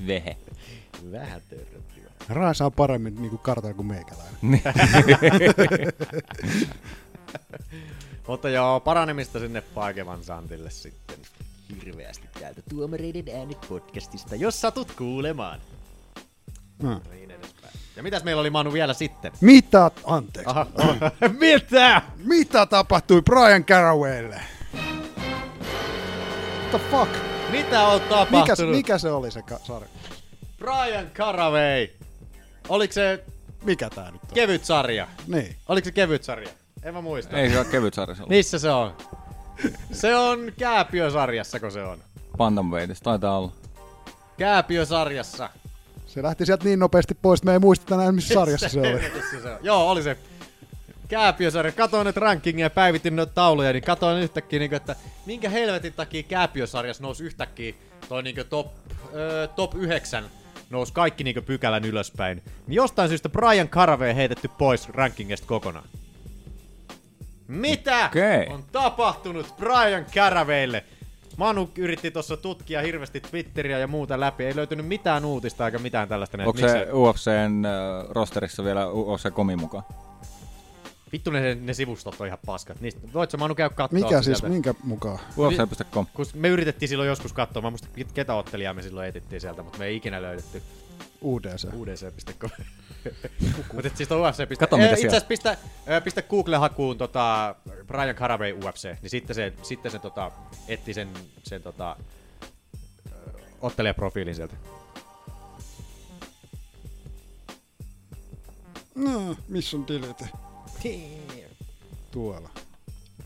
Vehe.
Vähän törröttyä.
Raisa on paremmin niin kuin kartalla kuin meikäläinen.
Mutta joo, paranemista sinne Paikevan Santille sitten.
Hirveästi täältä tuomareiden äänet podcastista.
Jos satut kuulemaan.
Mm.
Niin edespäin. Ja mitäs meillä oli Manu vielä sitten?
Mitä? Anteeksi.
Aha. Mitä?
Mitä tapahtui Brian Carawaylle? What the fuck?
Mitä on
Mikä,
tapahtunut?
mikä se oli se ka- sarja?
Brian Caraway. Oliko se
Mikä tää nyt on?
kevyt sarja?
Niin.
Oliko se kevyt sarja? En mä muista.
Ei se ole kevyt sarja, se on
Missä se on? Se on Kääpiösarjassako se on?
Bantamweightissa, taitaa olla.
Kääpiösarjassa.
Se lähti sieltä niin nopeasti pois, että me ei muisteta enää, missä sarjassa se oli.
Helvetissä se on. Joo, oli se. Kääpiösarja. Katoin nyt rankingia ja päivitin noita tauluja, niin katoin yhtäkkiä, niin että minkä helvetin takia Kääpiösarjassa nousi yhtäkkiä toi niin top, ö, top 9 nousi kaikki niin pykälän ylöspäin. Niin jostain syystä Brian Carvey heitetty pois rankingista kokonaan. Mitä
Okei.
on tapahtunut Brian Caravelle? Manu yritti tuossa tutkia hirveästi Twitteriä ja muuta läpi. Ei löytynyt mitään uutista eikä mitään tällaista. näin,
Onko
että
se
miksei-
UFCn äh, rosterissa vielä UFC komi mukaan?
Vittu ne, ne sivustot on ihan paskat. Niistä, voit sä Manu käy kattoo
Mikä siis,
sieltä.
minkä mukaan?
UFC.com.
Kun me yritettiin silloin joskus katsoa, mä en muista ket- ketä ottelijaa me silloin etittiin sieltä, mutta me ei ikinä löydetty
UDC.
udc.com. mutta siis on UFC.
Kato, mitä
Eh, Itse
siellä-
asiassa pistä, eh, pistä Google-hakuun tota Brian Caraway UFC, niin sitten se, sitten se tota, etti sen, sen tota, ö, ottelijaprofiilin sieltä.
No, missä on delete? Tuolla.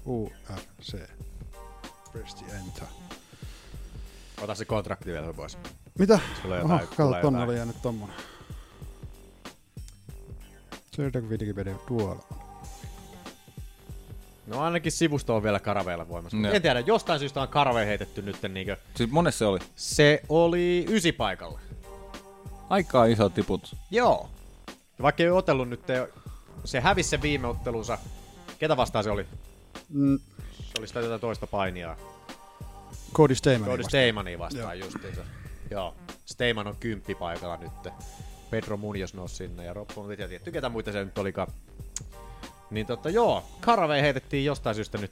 UFC. Press the enter.
Ota se kontrakti vielä pois.
Mitä?
Tulee
Oho,
jotain-
kato,
tulee
tonne
jotain.
oli jäänyt tommonen. Sieltäkö Wikipedia tuolla?
No ainakin sivusto on vielä Caraveilla voimassa.
Joo.
En tiedä, jostain syystä on Caraway heitetty nyt niinkö
Siis monessa se oli.
Se oli ysi paikalla.
Aika iso tiputus.
Joo. Vaikka ei otellut nyt, eh, se hävisi sen viime ottelunsa. Ketä vastaan se oli?
Mm,
Se oli sitä tätä toista painijaa.
Cody Stamen.
Cody
vasta.
Steimania vastaan justiinsa. Joo. Steiman on kymppi paikalla nyt. Pedro Munoz nousi sinne ja Roppo on tietysti tietty, ketä muita se nyt olikaan. Niin totta, joo. Karve heitettiin jostain syystä nyt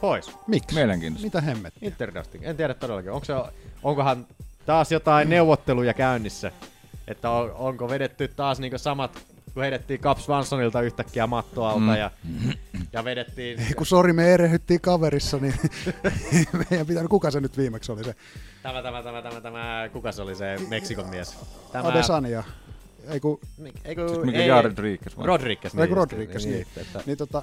pois.
Miksi?
Mielenkiintoista.
Mitä hemmettiä?
Interesting. En tiedä todellakin. Onko se, onkohan taas jotain neuvotteluja käynnissä? Että on, onko vedetty taas niinku samat, kun heidettiin Cap Swansonilta yhtäkkiä mattoa alta
Mm.
ja, ja vedettiin...
Ei kun sori, me erehyttiin kaverissa, niin meidän pitää, no, kuka se nyt viimeksi oli se?
Tämä, tämä, tämä, tämä, tämä, kuka se oli se Meksikon mies? Tämä...
Adesania. Ei kun,
Mik- Eikö,
Siis mikä
ei-
Jared Rodriguez vai?
Rodriguez.
ei kun
just,
Rodriguez, niin.
Niin, että,
Niin tota,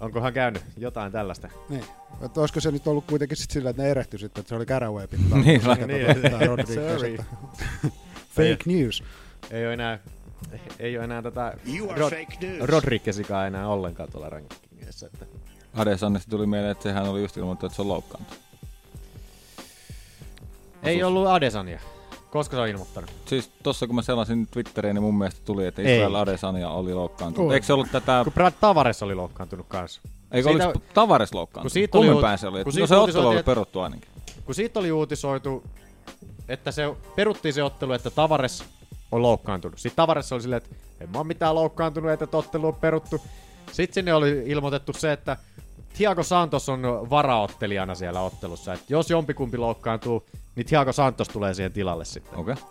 onkohan käynyt jotain tällaista?
niin. Että olisiko se nyt ollut kuitenkin sit sillä, että ne erehtyi sitten, että se oli Caraway pitää.
Niin,
Sorry.
Fake news.
Ei ole enää, ei ole enää tätä Rod- Rodriguezikaan enää ollenkaan tuolla rankingissa. Että...
Adesannesta tuli mieleen, että sehän oli just ilmoittanut, että se on loukkaantunut.
Ei ollut Adesania. Koska se on ilmoittanut?
Siis tossa kun mä selasin Twitteriin, niin mun mielestä tuli, että
Ei.
Israel Adesanya oli loukkaantunut.
Oi.
Eikö se ollut tätä...
Kun Brad Tavares oli loukkaantunut kanssa.
Eikö
siitä-
oliko Tavares
kun
loukkaantunut?
siitä
Kummin
oli uut-
päin se oli?
kun
Kun
siitä
no se ottelu
uutisoitiin,
oli
että-
peruttu ainakin.
Kun siitä oli uutisoitu, että se peruttiin se ottelu, että Tavares on loukkaantunut. Sitten tavarassa oli silleen, että en mä ole mitään loukkaantunut, että ottelu on peruttu. Sitten sinne oli ilmoitettu se, että Thiago Santos on varaottelijana siellä ottelussa. Että jos jompikumpi loukkaantuu, niin Thiago Santos tulee siihen tilalle sitten.
Okei. Okay.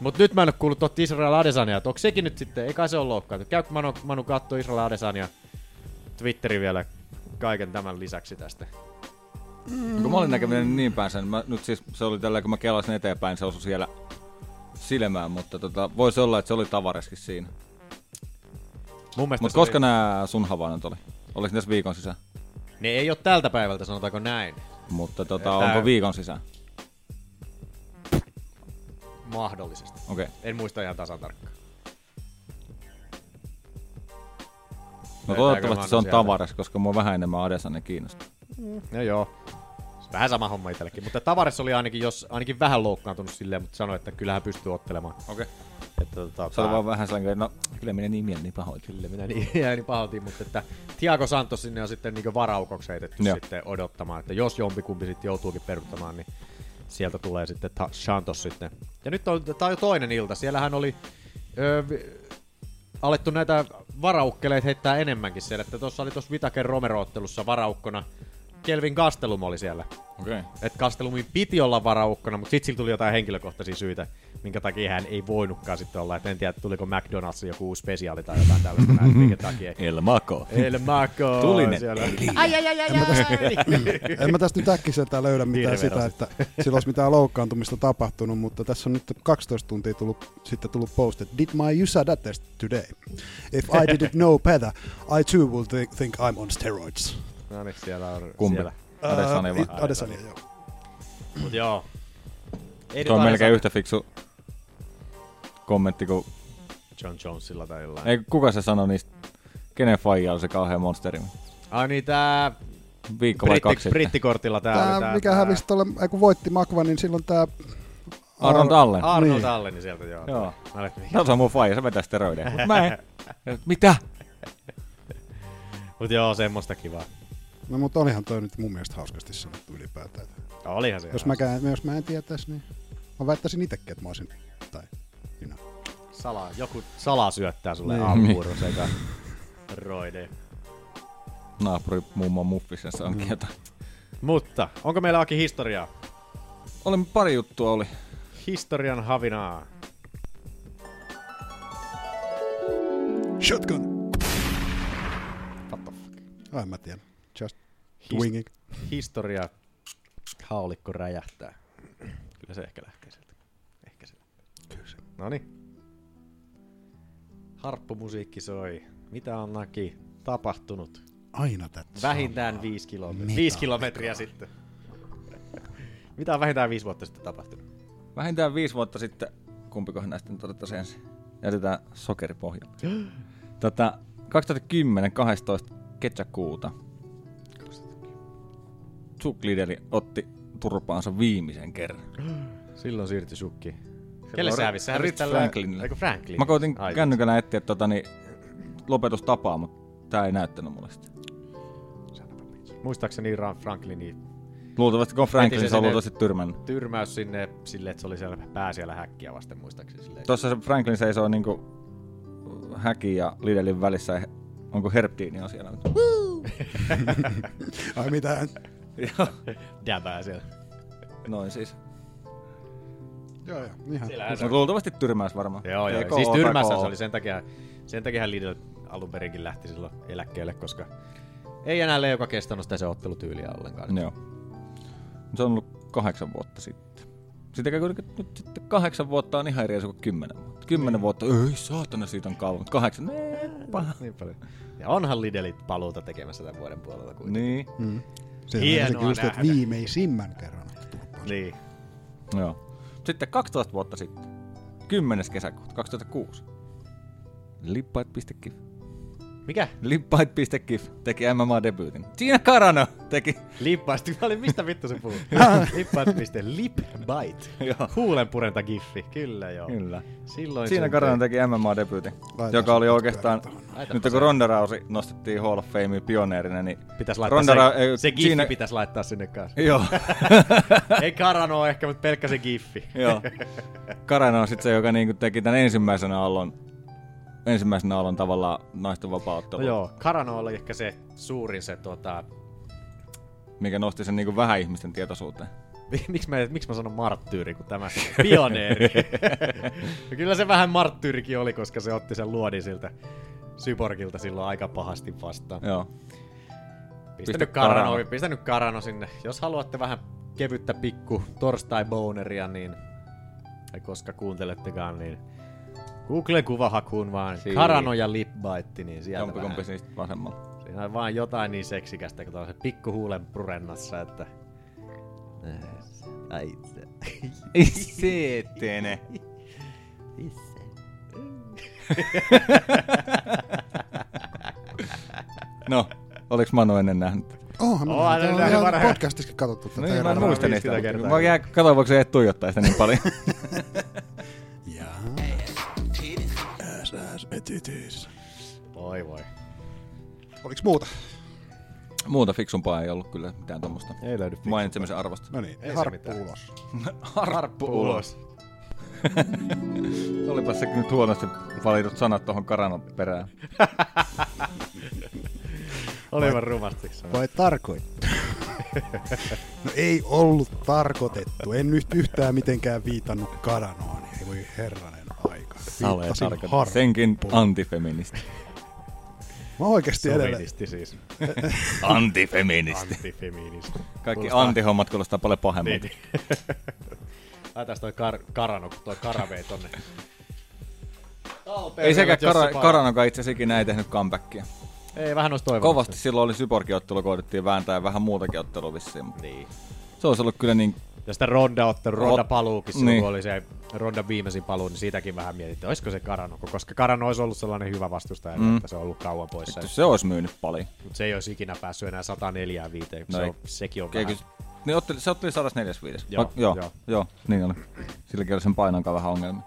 Mutta nyt mä en ole kuullut tuotta Israel Adesania, että onko sekin nyt sitten, eikä se ole loukkaantunut. Käykö Manu, Manu kattoo Israel Adesania Twitterin vielä kaiken tämän lisäksi tästä?
Kun mä olin näkeminen niin päänsä, niin mä, nyt siis se oli tällä, kun mä kelasin eteenpäin, se osui siellä silmään, mutta tota, voisi olla, että se oli tavareskin siinä.
Mun mielestä
Mutta
se oli-
koska nämä sun havainnot oli? Oliko ne tässä viikon sisään?
Ne ei ole tältä päivältä, sanotaanko näin.
Mutta tota,
Tää-
onko viikon sisään?
Mahdollisesti.
Okei. Okay.
En muista ihan tasan tarkkaan.
No
Löytääkö Manu
toivottavasti se on
sieltä?
tavares, koska mua vähän enemmän Adesanne kiinnostaa.
No joo. Vähän sama homma itsellekin, mutta Tavares oli ainakin, jos, ainakin vähän loukkaantunut silleen, mutta sanoi, että kyllähän pystyy ottelemaan.
Okei.
Että, tota,
Se oli
tää-
vaan vähän sellainen, no kyllä minä niin mieleni pahoin.
Kyllä minä niin, jäin pahoitin, mutta että Thiago Santos sinne on sitten niin varaukoksi heitetty
Joo.
sitten odottamaan, että jos jompikumpi sitten joutuukin peruuttamaan, niin sieltä tulee sitten Ta- Santos sitten. Ja nyt on, tämä on jo toinen ilta, siellähän oli ö, vi- alettu näitä varaukkeleita heittää enemmänkin siellä, että tuossa oli tuossa Vitaken Romero-ottelussa varaukkona, Kelvin Gastelum oli siellä.
Okei. Okay.
Että Kastelumin piti olla varaukkona, mutta sitten sillä tuli jotain henkilökohtaisia syitä, minkä takia hän ei voinutkaan sitten olla. Et en tiedä, tuliko McDonald's joku uusi spesiaali tai jotain tällaista, näin, minkä takia.
El Mako.
El Maco
Tulinen
siellä.
En mä tästä nyt äkkiseltään löydä
Niin,
mitään sitä, että sillä olisi mitään loukkaantumista tapahtunut, mutta tässä on nyt 12 tuntia tullut, sitten tullut post, että Did my USADA test today? If I didn't know better, I too would thi- think I'm on steroids.
No niin, siellä on.
Kumpi?
Siellä.
Adesanya vai?
Äh, Adesanya, joo.
Mut joo. Ei
Tuo on
nyt
melkein
Adesanya-
yhtä fiksu kommentti kuin...
John Jonesilla tai jollain.
Ei, kuka se sanoi niistä? Kenen faija oli se kauhean monsteri?
Ai niin, tää
Viikko vai kaksi
britti,
sitten?
brittikortilla tää, oli
Tämä,
tää,
mikä
tää
hävisi tuolle, ei kun voitti Makva, niin silloin tämä
Aron Dallen.
Arnold
Niin.
niin. Alleni sieltä, joo.
Joo.
Mä olet, mikä?
No se on mun faija, se vetää steroideja. Mut Mä en. Mitä?
Mut joo, semmoista kivaa.
No mutta olihan toi nyt mun mielestä hauskasti sanottu ylipäätään.
Olihan se.
Jos,
ihan
mäkään, jos mä en tietäisi, niin mä väittäisin itsekin, että mä olisin. Tai, you know.
Salaa, joku salaa syöttää sulle
Niin.
niin. aamupuuro sekä roide.
Naapuri mummo muffisensa
Mm.
onkin jotain.
Mutta onko meillä Aki historiaa?
Oli pari juttua oli.
Historian havinaa.
Shotgun! Ai mä tiedän. Just doing it.
Historia haulikko räjähtää. Kyllä se ehkä lähtee sieltä. Ehkä se lähtee. Kyllä se. Noniin. Harppumusiikki soi. Mitä on Aki tapahtunut?
Aina tätä.
Vähintään viisi kilometriä.
Mitä
Viisi kilometriä sitten. Mitä on vähintään viisi vuotta sitten tapahtunut?
Vähintään viisi vuotta sitten, kumpikohan näistä nyt otettaisiin ensin. Jätetään sokeripohja. Tätä 2010 12. kesäkuuta Zuklideri otti turpaansa viimeisen kerran.
Silloin siirtyi sukki. Kelle sä hävisi? Sä hävisit
Rich
tällä-
Franklinille.
Eiku Franklin.
Mä koitin
Ai,
kännykällä etsiä tota, niin, lopetustapaa, mutta tää ei näyttänyt mulle sitä.
Muistaakseni Ran Franklinin
Luultavasti kun on Franklin,
Veti
se
se
on
sinne-
luultavasti tyrmännyt.
tyrmäys sinne silleen, että se oli siellä pää siellä häkkiä vasten muistaakseni silleen.
Tuossa se Franklin seisoo niinku häki ja Lidelin välissä. ja he- Onko Herptiini on siellä?
Ai mitä?
Däbää siellä.
Noin siis.
joo joo, ihan.
Siellähän se
No, luultavasti tyrmäys varmaan.
Joo, joo.
Joko
Siis
oo tai
tyrmässä
koo.
se oli sen takia, sen takia hän Lidl alun perinkin lähti silloin eläkkeelle, koska ei enää Leuka kestänyt sitä se ottelutyyliä ollenkaan.
Joo. Se on ollut kahdeksan vuotta sitten. Sitä kun nyt sitten kahdeksan vuotta on ihan eri asia kuin kymmenen vuotta. Kymmenen vuotta, ei saatana siitä on kauan. Mut Kahdeksan, ei, paha.
Niin paljon. Ja onhan Lidelit paluuta tekemässä tämän vuoden puolella kuitenkin.
Niin,
Se on
Hienoa
jotenkin just, että
nähdä.
viimeisimmän kerran. otti turpaan.
Niin.
joo. Sitten 12 vuotta sitten. 10. kesäkuuta 2006. Lippaat.ki.
Mikä?
Lippait.gif teki MMA-debyytin. Gina Carano teki.
Lippaasti. Mä olin, mistä vittu se puhuu? Lippaasti. Lip bite.
Joo.
Huulenpurenta giffi. Kyllä joo.
Kyllä.
Silloin
Siinä Carano teki MMA-debyytin,
Laitetaan
joka oli
se
oikeastaan...
Laitapa
Nyt kun Ronda Rousey nostettiin Hall of Fameen pioneerina, niin...
Pitäis laittaa se,
Ra- ei,
se giffi
Gina-
pitäisi laittaa sinne kanssa.
Joo,
Ei karano ehkä, mutta pelkkä se giffi.
joo. Carano on sitten se, joka niinku teki tämän ensimmäisenä aallon ensimmäisenä aallon tavallaan naisten vapauttelu,
No joo, karano oli ehkä se suurin se tota...
mikä nosti sen niinku vähän ihmisten tietoisuuteen.
Miksi mä, miksi mä sanon marttyyri, kun tämä pioneeri? No kyllä se vähän marttyyrikin oli, koska se otti sen luodin siltä Syborgilta silloin aika pahasti vastaan.
Joo.
Pistä
Pistä
nyt Karano,
Karano.
pistä nyt Karano sinne. Jos haluatte vähän kevyttä pikku torstai-boneria, niin tai koska kuuntelettekaan, niin Googlen kuvahakuun vaan
Siinä.
Karano ja Lipbaitti, niin sieltä
Jompikumpi
vähän.
niistä vasemmalla.
Siinä on vaan jotain niin seksikästä, kun tuolla on se pikku huulen purennassa, että
Ai se.
Isetene.
Missä?
No, oliks Manu ennen nähnyt?
Onhan me
Onhan
nähnyt. Täällä
ne
on
nähnyt
ihan
varhain.
podcastissakin katsottu tätä.
No niin, mä en
eroa.
muista
50
niistä.
kertaa.
Mä jää katsoa, voiko se et tuijottaa sitä niin paljon.
Äs, äs, etitis.
voi voi.
Oliks muuta?
Muuta fiksumpaa ei ollut kyllä mitään tommosta
Ei löydy
mainitsemisen arvosta.
No niin,
se
harppu
mitään.
ulos.
Harppu Olipas sekin nyt huonosti valitut sanat tuohon karanon perään.
Olivan rumasti sanottu.
Vai tarkoittu? no ei ollut tarkoitettu. En nyt yhtään mitenkään viitannut Karanoon. Ei voi herranen aika. Viittasin harppuun.
Senkin antifeministi.
Mä oikeesti edelleen.
Feministi siis.
Antifeministi.
Antifeministi.
Kaikki
Kuulostaa-
antihommat kuulostaa paljon pahemmalta.
Niin. Laitas toi kar- karano, toi karavei tonne.
Ei sekään
Jossi
kara-
Paavo.
Karanokaan itse asiassa ikinä ei tehnyt comebackia.
Ei, vähän olisi toivonut.
Kovasti silloin oli Syborgi-ottelu, koitettiin vääntää ja vähän muutakin ottelua vissiin. mutta
Niin.
Se olisi ollut kyllä niin
Ja sitä Ronda ottelu,
Rot-
Ronda paluukin silloin,
niin.
kun oli se Ronda viimeisin paluu, niin siitäkin vähän mietittiin, olisiko se Karanoko, koska Karano olisi ollut sellainen hyvä vastustaja, mm. että se on ollut kauan poissa.
Vittu, se olisi myynyt paljon.
Mutta se ei olisi ikinä päässyt enää 104 viiteen, kun
No
se
ei.
on, sekin on
Eikö,
vähän.
niin otteli, se otteli 145.
Joo,
Ah, joo,
joo.
joo. joo, niin oli. Silläkin oli sen painonkaan vähän ongelmia.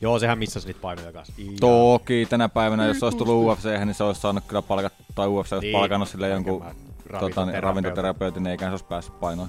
Joo, sehän missasi niitä painoja kanssa. Ihan.
Toki tänä päivänä, jos olisi tullut UFC, niin se olisi saanut kyllä palkat, tai UFC olisi
Niin.
palkannut sille jonkun
Ravintoterapeutin.
tota, niin, ravintoterapeutin, niin eikä se olisi päässyt painoon.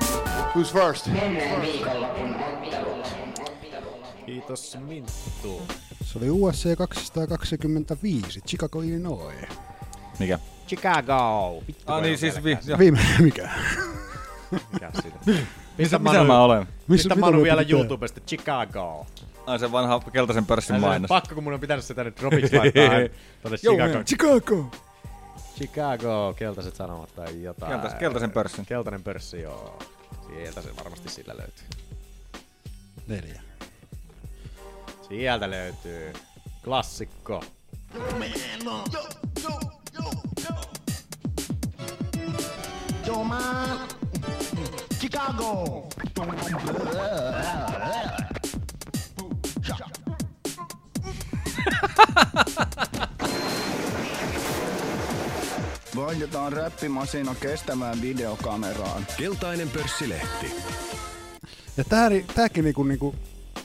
Who's first?
Menneen viikonlopun ottelut.
Kiitos Minttu.
Se oli USC 225, Chicago, Illinois.
Mikä?
Chicago. Vittu,
Ah niin, siis vi, joo.
Viime, mikä?
mikä siitä.
Missä,
Pistä
missä mä olen?
Missä-
Pistä
mitä
Manu
me
vielä
pitää?
YouTubesta. Chicago.
Ai se vanha keltaisen pörssin
Tää on
mainos.
pakko, kun mun on pitänyt sitä nyt Robiksi laittaa aina tuonne Chicago.
Chicago!
Chicago, keltaiset sanomat tai jotain.
Keltais- keltaisen pörssin.
Keltainen pörssi, joo. Sieltä se varmasti sillä löytyy.
Neljä.
Sieltä löytyy. Klassikko.
Vaihdetaan räppimasina kestämään videokameraan.
Keltainen pörssilehti.
Ja tää, tääkin niinku, niinku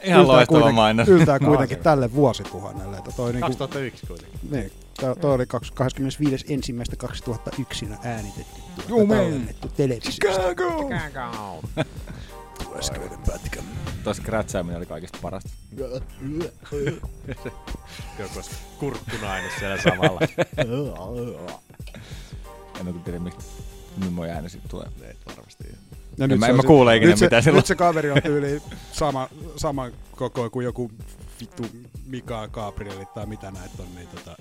Ihan
yltää
loistava
kuitenkin-
mainos.
Yltää kuitenkin tälle vuosituhannelle. Että toi niinku,
2001 kuitenkin.
niin, tää- toi oli 25.1.2001 äänitetty. tuota, tallennettu televisiosta.
Chicago.
Tuo scratchaaminen oli kaikista parasta.
No
Joku olisi kurkkunainen siellä samalla.
En oikein tiedä, miksi mimmoja ääni siitä tulee.
Ei varmasti.
Ja
mä-
se
en
on
mä
se-
kuule ikinä
nyt se-
mitään silloin.
Nyt se kaveri on tyyli sama, sama koko kuin joku vittu Mika Gabrielit tai mitä näitä on. Niin tota,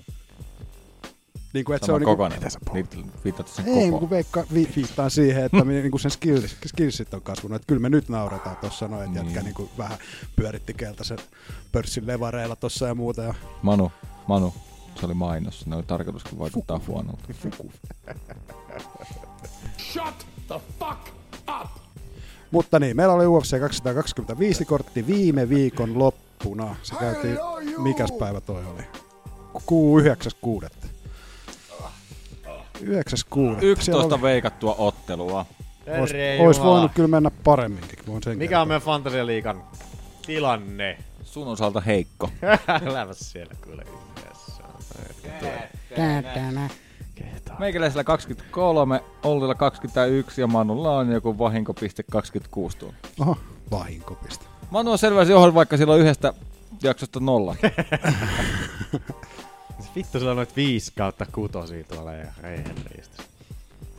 Niin kuin, että
Sama
se on
kokoinen.
Niin
Viit- Viittaat sen
kuin, ei,
kokoon.
kun veikka, vi, viittaan siihen, että mi, niin kuin sen skills, skillsit on kasvanut. Että kyllä me nyt naurataan tuossa noin, että
Niin.
jätkä niin kuin vähän pyöritti keltaisen pörssin levareilla tuossa ja muuta. Ja
Manu, Manu, se oli mainos. Ne oli tarkoituskin vaikuttaa huonolta.
Shut the fuck up!
Mutta niin, meillä oli UFC 225 kortti viime viikon loppuna. Se käytiin, mikäs päivä toi oli? Kuu 9.6. 9.6.
11 veikattua ottelua.
Herre
Olisi
Jumala.
voinut kyllä mennä paremminkin. Voin sen
Mikä
kertoa.
on meidän Fantasialiikan tilanne?
Sun osalta heikko.
Äläpä siellä kuule. Yes,
Meikäläisellä 23, Ollilla 21 ja Manulla on joku vahinkopiste 26 tuolla.
Oho, vahinkopiste.
Manu on selvästi johon vaikka silloin yhdestä jaksosta nolla.
Vittu, sillä on noit 5 kautta kutosia tuolla ja ei herristys.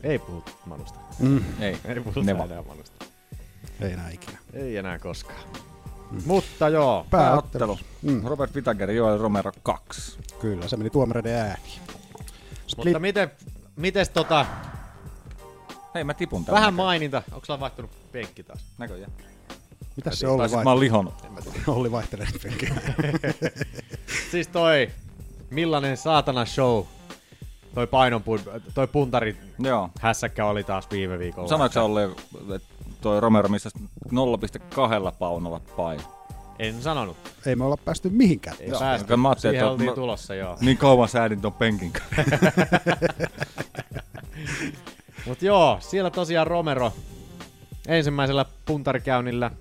Ei puhuta Manusta.
Mm.
Ei,
Ei puhuta
ne vaan.
enää Manusta.
Ei enää ikinä.
Ei enää koskaan. Mutta joo.
Pääottelu.
Mm.
Robert Vitager, Joel Romero 2.
Kyllä, se meni tuomareiden ääniin. Split.
Mutta miten, mites tota,
Hei, mä tipun tällä.
vähän maininta, onko sulla vaihtunut penkki taas?
näköjään.
Mitä se oli
Tai sit mä
vaihtelee?
oon lihonut.
Olli vaihtelee penkiä.
Siis toi, millainen saatana show, toi painon, pun- toi puntarin
Joo.
hässäkkä oli taas viime viikolla.
Sanoitko sä Olli, että toi Romero missä 0,2 paunalla paino?
En sanonut.
Ei me olla päästy mihinkään.
Ei päästy.
Mä ajattelin,
Siihen
että-
oltiin
mä-
tulossa, joo.
Niin kauan säädin ton penkin kanssa.
Mut joo, siellä tosiaan Romero ensimmäisellä puntarikäynnillä,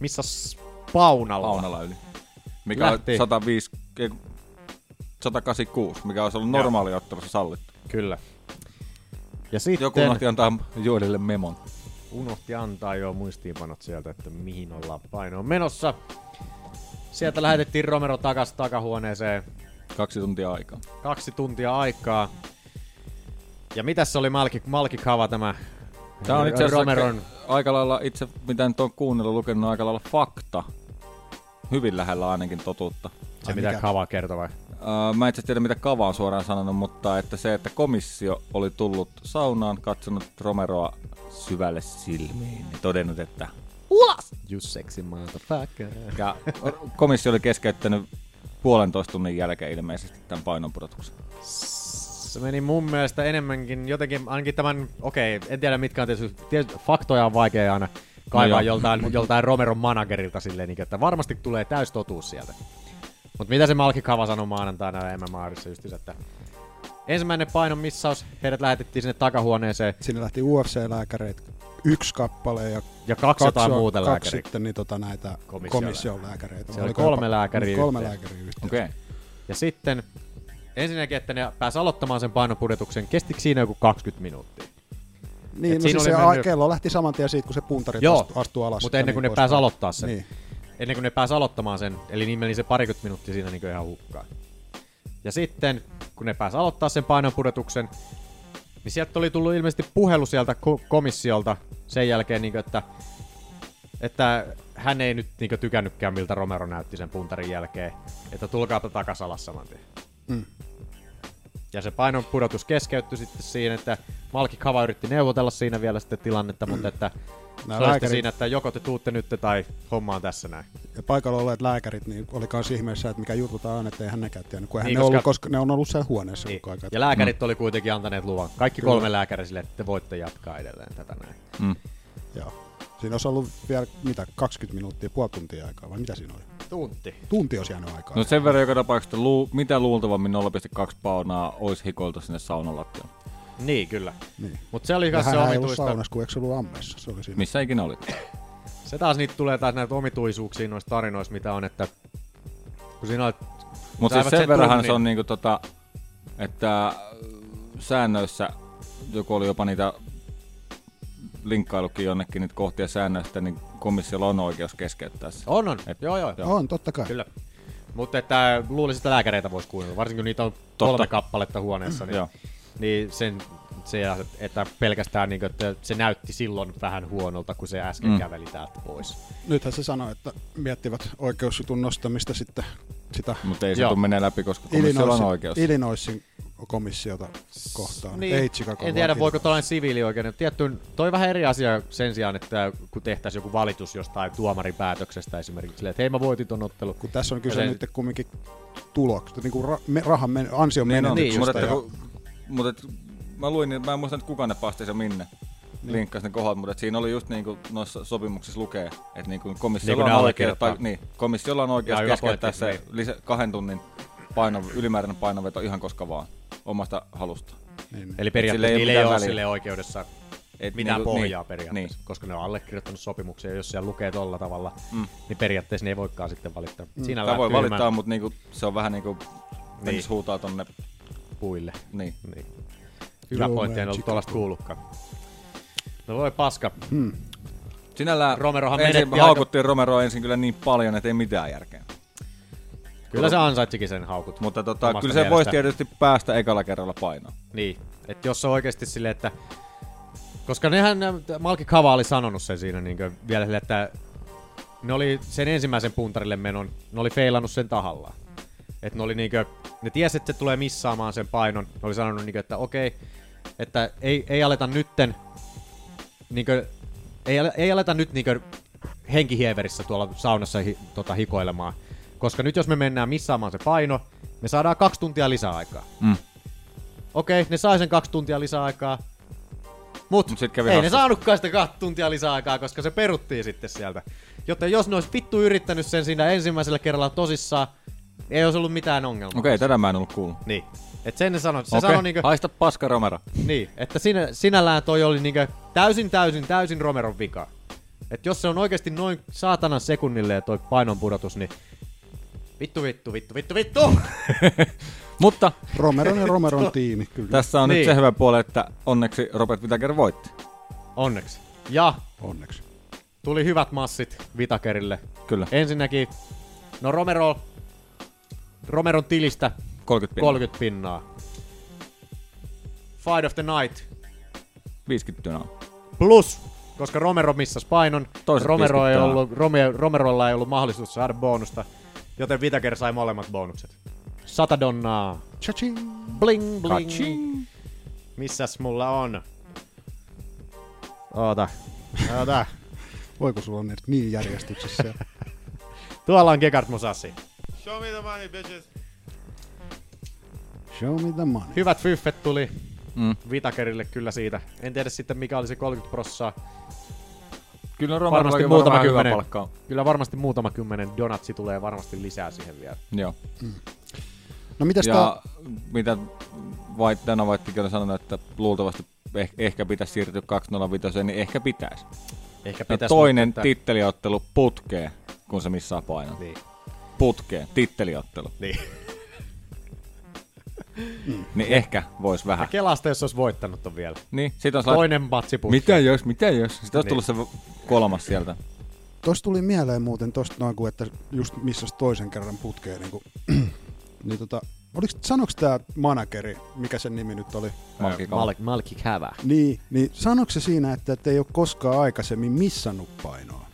missä s- paunalla.
paunalla yli. Mikä on
Lähti.
105, ei, 186, mikä olisi ollut normaali ottelussa sallittu.
Kyllä. Ja sitten
Joku unohti antaa Joelille memon.
unohti antaa jo muistiinpanot sieltä, että mihin ollaan painoon menossa. Sieltä lähetettiin Romero takas takahuoneeseen.
Kaksi tuntia aikaa.
Kaksi tuntia aikaa. Ja mitäs se oli Malki, Malki Kava tämä
Tämä on itse asiassa
Romeron
aika- aika lailla itse, mitä nyt on kuunnellut, lukenut aika lailla fakta. Hyvin lähellä ainakin totuutta.
se mitä
mikä?
Kava kertoi vai?
Öö, mä en itse tiedä, mitä Kava on suoraan sanonut, mutta että se, että komissio oli tullut saunaan, katsonut Romeroa syvälle silmiin ja todennut, että
You sexy motherfucker.
ja komissio oli keskeyttänyt puolentoista tunnin jälkeen ilmeisesti tämän painonpudotuksen.
Se meni mun mielestä enemmänkin jotenkin, ainakin tämän, okei, en tiedä mitkä on tietysti, tietysti faktoja on vaikea aina kaivaa
joo.
no joltain, joltain Romeron managerilta silleen, niin, että varmasti tulee täys totuus sieltä. Mutta mitä se Malki Kava sanoi maanantaina MMA-arissa just, että ensimmäinen painon missaus, heidät lähetettiin sinne takahuoneeseen
Sinne lähti UFC-lääkäreitä yksi kappale ja
ja kaksi jotain
kaksi-
muuta
kaksi
lääkäriä.
sitten niin tota näitä
Komission
komission lääkäreitä.
Siellä oli
Oliko
kolme
jopa-
lääkäriä
Kolme
yhteen.
lääkäriä yhteen.
Okei. Okay.
Ja sitten ensinnäkin, että ne pääsi aloittamaan sen painonpudotuksen, kestikö siinä joku 20 minuuttia?
Niin,
Et
no
siinä
siis
oli
se
mennyt-
a- kello lähti saman tien siitä, kun se puntari
Joo,
astu- astuu alas.
mutta
ja
ennen kuin
niin
ne pääsi
poispäin.
aloittaa sen.
Niin.
ennen kuin ne pääsi aloittamaan sen, eli niin meni se parikymmentä minuuttia siinä niin ihan hukkaan. Ja sitten, kun ne pääsi aloittaa sen painonpudotuksen, niin sieltä oli tullut ilmeisesti puhelu sieltä ko- komissiolta sen jälkeen, niin kuin, että, että hän ei nyt niin kuin, tykännytkään, miltä Romero näytti sen puntarin jälkeen, että tulkaapa takas alas saman tien.
Mm.
Ja se painonpudotus keskeyttyi sitten siinä, että Malki Kava yritti neuvotella siinä vielä sitten tilannetta, mutta että
Nää
se oli sitten
Mm. lääkärit-
siinä, että joko te tuutte nyt tai homma on tässä näin.
Ja paikalla olleet lääkärit, niin oli kans ihmeessä, että mikä juttu tää on, ettei hännekään tiennyt, kun eihän
Niin,
ne, ollut,
koska-
koska ne on ollut siellä huoneessa
Niin.
koko aikaa.
Ja lääkärit oli kuitenkin antaneet luvan. Kaikki
Kyllä.
kolme lääkäriä sille, että te voitte jatkaa edelleen tätä näin.
Mm.
Joo. Siinä olisi ollut vielä, mitä, 20 minuuttia, puoli tuntia aikaa, vai mitä siinä oli?
Tunti.
Tunti olisi jäänyt aikaa.
No sen verran joka tapauksessa, että luu, mitä luultavammin 0,2 paunaa olisi hikoilta sinne saunalattialle.
Niin, kyllä.
niin.
Mutta se oli
Ja
myös se
hän ei ollut
omituista. Niin,
saunassa, kun eikö se ollut ammeessa? Se oli siinä.
Missä ikinä oli.
Se taas niitä tulee taas näitä omituisuuksia noissa tarinoissa, mitä on, että kun siinä on,
Mutta siis
Saivat
sen
sen
verranhan
tunnin.
se on niinku tota, että äh, säännöissä, joku oli jopa niitä linkkailukin jonnekin niitä kohtia säännöistä, niin komissiolla on oikeus keskeyttää se.
on, on.
Et-
joo, joo, joo.
On, totta kai.
Kyllä. Mutta että luulisin, että lääkäreitä voisi kuunnella, varsinkin kun niitä on kolme kappaletta huoneessa, niin,
Joo.
niin sen, se, että pelkästään niin kuin, että se näytti silloin vähän huonolta, kun se äsken
Mm.
käveli täältä pois.
Nythän se sanoi, että miettivät oikeusjutun nostamista sitten sitä
Mutta ei se
Joo.
tule menee läpi, koska Mm. komissiolla on
Illinoisin,
oikeus.
Illinoisin komissiota kohtaan.
Niin,
Ei Chicago.
en tiedä, voiko tällainen siviilioikeuden. Tiettyyn, toi on vähän eri asia sen sijaan, että kun tehtäisiin joku valitus jostain tuomarin päätöksestä esimerkiksi, silleen, että hei mä voitin ton ottelun.
Kun tässä on kyse nyt kumminkin tuloksesta, niin kuin ra- me, rahan men- ansion
Niin on,
menetyksestä.
mutta, että,
ja-
kun, mutta että, mä luin, niin mä en muista nyt kuka ne pasti se minne niin. linkkasi ne kohdat, mutta että siinä oli just niin kuin noissa sopimuksissa lukee, että niin kuin
Niin
komissiolla
kuin ne
on oikeus,
allekirjoittaa.
tai, niin, komissiolla on oikeus
Ihan hyvä
keskeyttää
pointti, niin.
se lisä, kahden tunnin paino, ylimääräinen painoveto ihan koska vaan, omasta halusta.
Niin.
Eli periaatteessa niillä ei ole sille oikeudessa Et mitään
niinku-
pohjaa
niin,
periaatteessa, niin. koska ne on allekirjoittanut sopimuksen, ja jos siellä lukee tolla tavalla,
Mm.
mm. niin periaatteessa ne ei voikaan sitten valittaa. Mm. Siinä
Tämä
on vähän
voi
tyhmä-
valittaa, mutta niinku, se on vähän niin kuin niin. huutaa tonne
puille.
Niin.
niin. Hyvä
Joo,
pointti, en
man,
ollut tuollaista kuullutkaan. No voi paska.
Mm.
Hmm.
Sinällään
Romerohan
ensin
menetti
haukuttiin Romeroa ensin kyllä niin paljon, että ei mitään järkeä.
Kyllä se ansaitsikin sen haukut.
Mutta tota,
omasta
kyllä se voisi
mielestä.
tietysti päästä ekalla kerralla painoon.
Niin, että jos se on oikeasti silleen, että... Koska nehän, nämä- Malki Kava oli sanonut sen siinä niin vielä silleen, että ne oli sen ensimmäisen puntarille menon, ne oli feilannut sen tahallaan. Että ne oli niinkö, ne tiesi, että se tulee missaamaan sen painon. Ne oli sanonut niinkö, että okei, että ei, ei aleta nytten, niinkö, ei, ale- ei aleta nyt niinkö henkihieverissä tuolla saunassa hi, tota, hikoilemaan. Koska nyt jos me mennään missaamaan se paino, me saadaan kaksi tuntia lisää aikaa
Mm.
okei, ne sai sen kaksi tuntia lisäaikaa. Mut, Mut
sit
ei
kävi
ne
hassusti.
saanutkaan sitä kahta tuntia lisäaikaa, koska se peruttiin sitten sieltä. Joten jos ne olisi vittu yrittänyt sen siinä ensimmäisellä kerralla tosissaan, ei olisi ollut mitään ongelmaa.
Okei, tätä mä en ollut kuullut.
Niin. Et sen ne sanoi. Se
Okei,
sanoi niinkö,
haista paska Romero.
niin, että sinä, sinällään toi oli niinkö täysin, täysin, täysin Romeron vika. Et jos se on oikeasti noin saatanan sekunnille toi painon pudotus, niin vittu, vittu, vittu, vittu, vittu!
Mutta
Romeron ja Romeron tiimi, kyllä.
tässä on nyt
Niin.
se hyvä puoli, että onneksi Robert Whittaker voitti.
Onneksi. Ja
Onneksi.
tuli hyvät massit Vitakerille.
Kyllä.
Ensinnäkin, no Romero, Romeron tilistä
30 pinnaa.
30 pinnaa. Fight of the night
50 pinnaa.
plus, koska Romero missasi painon.
Toiset
Romero ei
50
ollut, Rome, Romerolla ei ollut mahdollisuutta saada bonusta, joten Vitaker sai molemmat bonukset. Sata donnaa.
Cha-ching.
Bling, bling.
Ka-ching.
Missäs mulla on? Oota. Oota.
Voiko sulla on niin järjestyksessä? siellä?
Tuolla on Gegard Musassi.
Show me the money, bitches.
Show me the money.
Hyvät fyffet tuli
Mm.
Vitakerille kyllä siitä. En tiedä sitten mikä oli se 30 prossaa.
Kyllä Romerollakin
varmasti
varmaan
muutama
hyvä
kymmenen.
palkka on.
Kyllä varmasti muutama kymmenen donatsi tulee varmasti lisää siihen vielä.
Joo.
No mitäs
ja mitä White, Dana Whitekin on sanonut, että luultavasti eh, ehkä pitäisi siirtyä 205, niin ehkä pitäisi.
Ehkä
Ja
pitäisi,
toinen
mutta-
titteliottelu putkeen, kun se missaa painaa.
Niin.
Putkeen, titteliottelu.
Niin.
niin ehkä vois vähän.
Ja Kelasta, jos olisi voittanut ton vielä.
Niin, sit on sellainen-
Toinen matsi putkeen.
Mitä jos, mitä jos? Sitten olisi
Niin.
tullut se v- kolmas sieltä.
Tuossa tuli mieleen muuten tosta noin kuin, että just missä toisen kerran putkeen. Niin, kuin, niin tota, oliks, sanoks tää manageri, mikä sen nimi nyt oli?
Malki Kava. Mal-
Malki Kävä.
Niin, niin sanoiko se siinä, että, että ei ole koskaan aikaisemmin missannut painoa?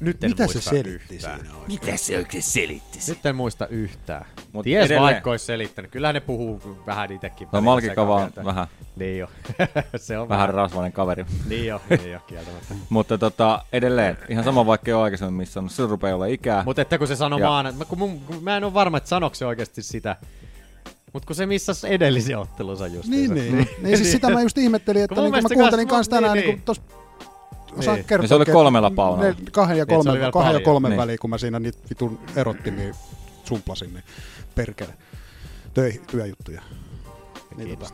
Nyt
Mitä se selitti siis? siinä oikein?
Mitä se oikein selitti Nyt en muista yhtään.
Mut
Mut Ties
edelleen-
vaikka olisi selittänyt. Kyllähän ne puhuu vähän itsekin.
No
välillä
Malki Kava on
sekakieltä.
vähän,
Niin jo. se on
vähän rasvainen kaveri.
Niin jo, niin jo, kieltämättä.
Mutta tota, edelleen, ihan sama vaikka ei ole aikaisemmin missannut, se rupeaa olla ikää.
Mutta että kun se sanoi
Ja-
maana, mä, kun mun, kun mä en ole varma, että sanoiko se oikeasti sitä. Mutta kun se missasi edellisen ottelunsa just.
Niin, niin. niin siis sitä mä just ihmettelin, että
Kun mun
niin, kun mä
mielestä
kuuntelin
kans-
kanssa tänään,
niin,
niin, niin. tuossa osaan
Niin.
kertoa.
No se oli kolmella paunalla.
Ne, kahden ja
Niin, se oli
kolmen,
vielä
kahden ja
paljon.
kolmen
Niin.
väliin, kun mä siinä niitä vitun erottimiin sumplasin, niin perkele. Töi, työjuttuja. Niin, tota.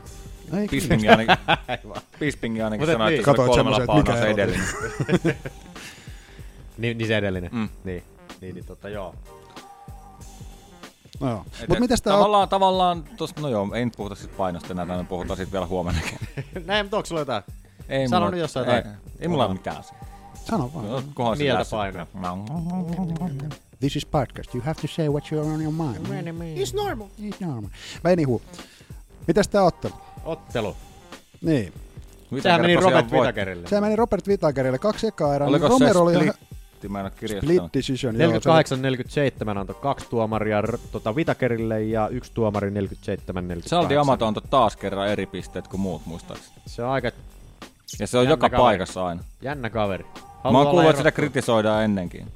Ei
Bispingi
kiinnosta.
ainakin, Bispingi ainakin
Mut et
sanoi,
niin.
että se oli
Katoit
kolmella
semmoisen, että
paunalla se
mikä
edellinen.
niin, niin se edellinen.
Mm.
Mm. Niin. Niin, niin tota, joo.
No joo.
Et-
Mut mitäs tää on?
tavallaan, tavallaan tosta, no joo, ei nyt puhuta sit painosta enää, tänään puhutaan sit vielä huomennakin.
Näin, mutta onko sulla jotain?
Ei
Sano
mulla-
nyt jossain
ei,
jotain.
ei mulla ole mitään asiaa. No,
Sano vaan.
Kunhan se
Mieltä
lässyttää.
painaa.
This is podcast. You have to say what you're on your mind.
It's normal.
It's normal. Vai anywho. Mitäs tää ottelu?
Ottelu.
Niin.
Whittaker
Sehän meni
tosiaan
Robert
voitti.
Vitakerille.
Se meni Robert Vitakerille kaksi ekaa erää.
Oliko
niin Romero
se
oli ihan-
splitti, mä en ole kirjoittanut.
Split decision, joo. se oli-
48-47 antoi kaksi tuomaria r- tota, Vitakerille ja yksi tuomari 47-48.
Saldi Amato antoi taas kerran eri pisteet kuin muut, muistaakseni.
Se on aika
Ja se on
Jännä
joka
kaveri.
paikassa aina.
jännä kaveri.
mä oon
olla
kuullut, että sitä
erottu-
kritisoidaan ennenkin.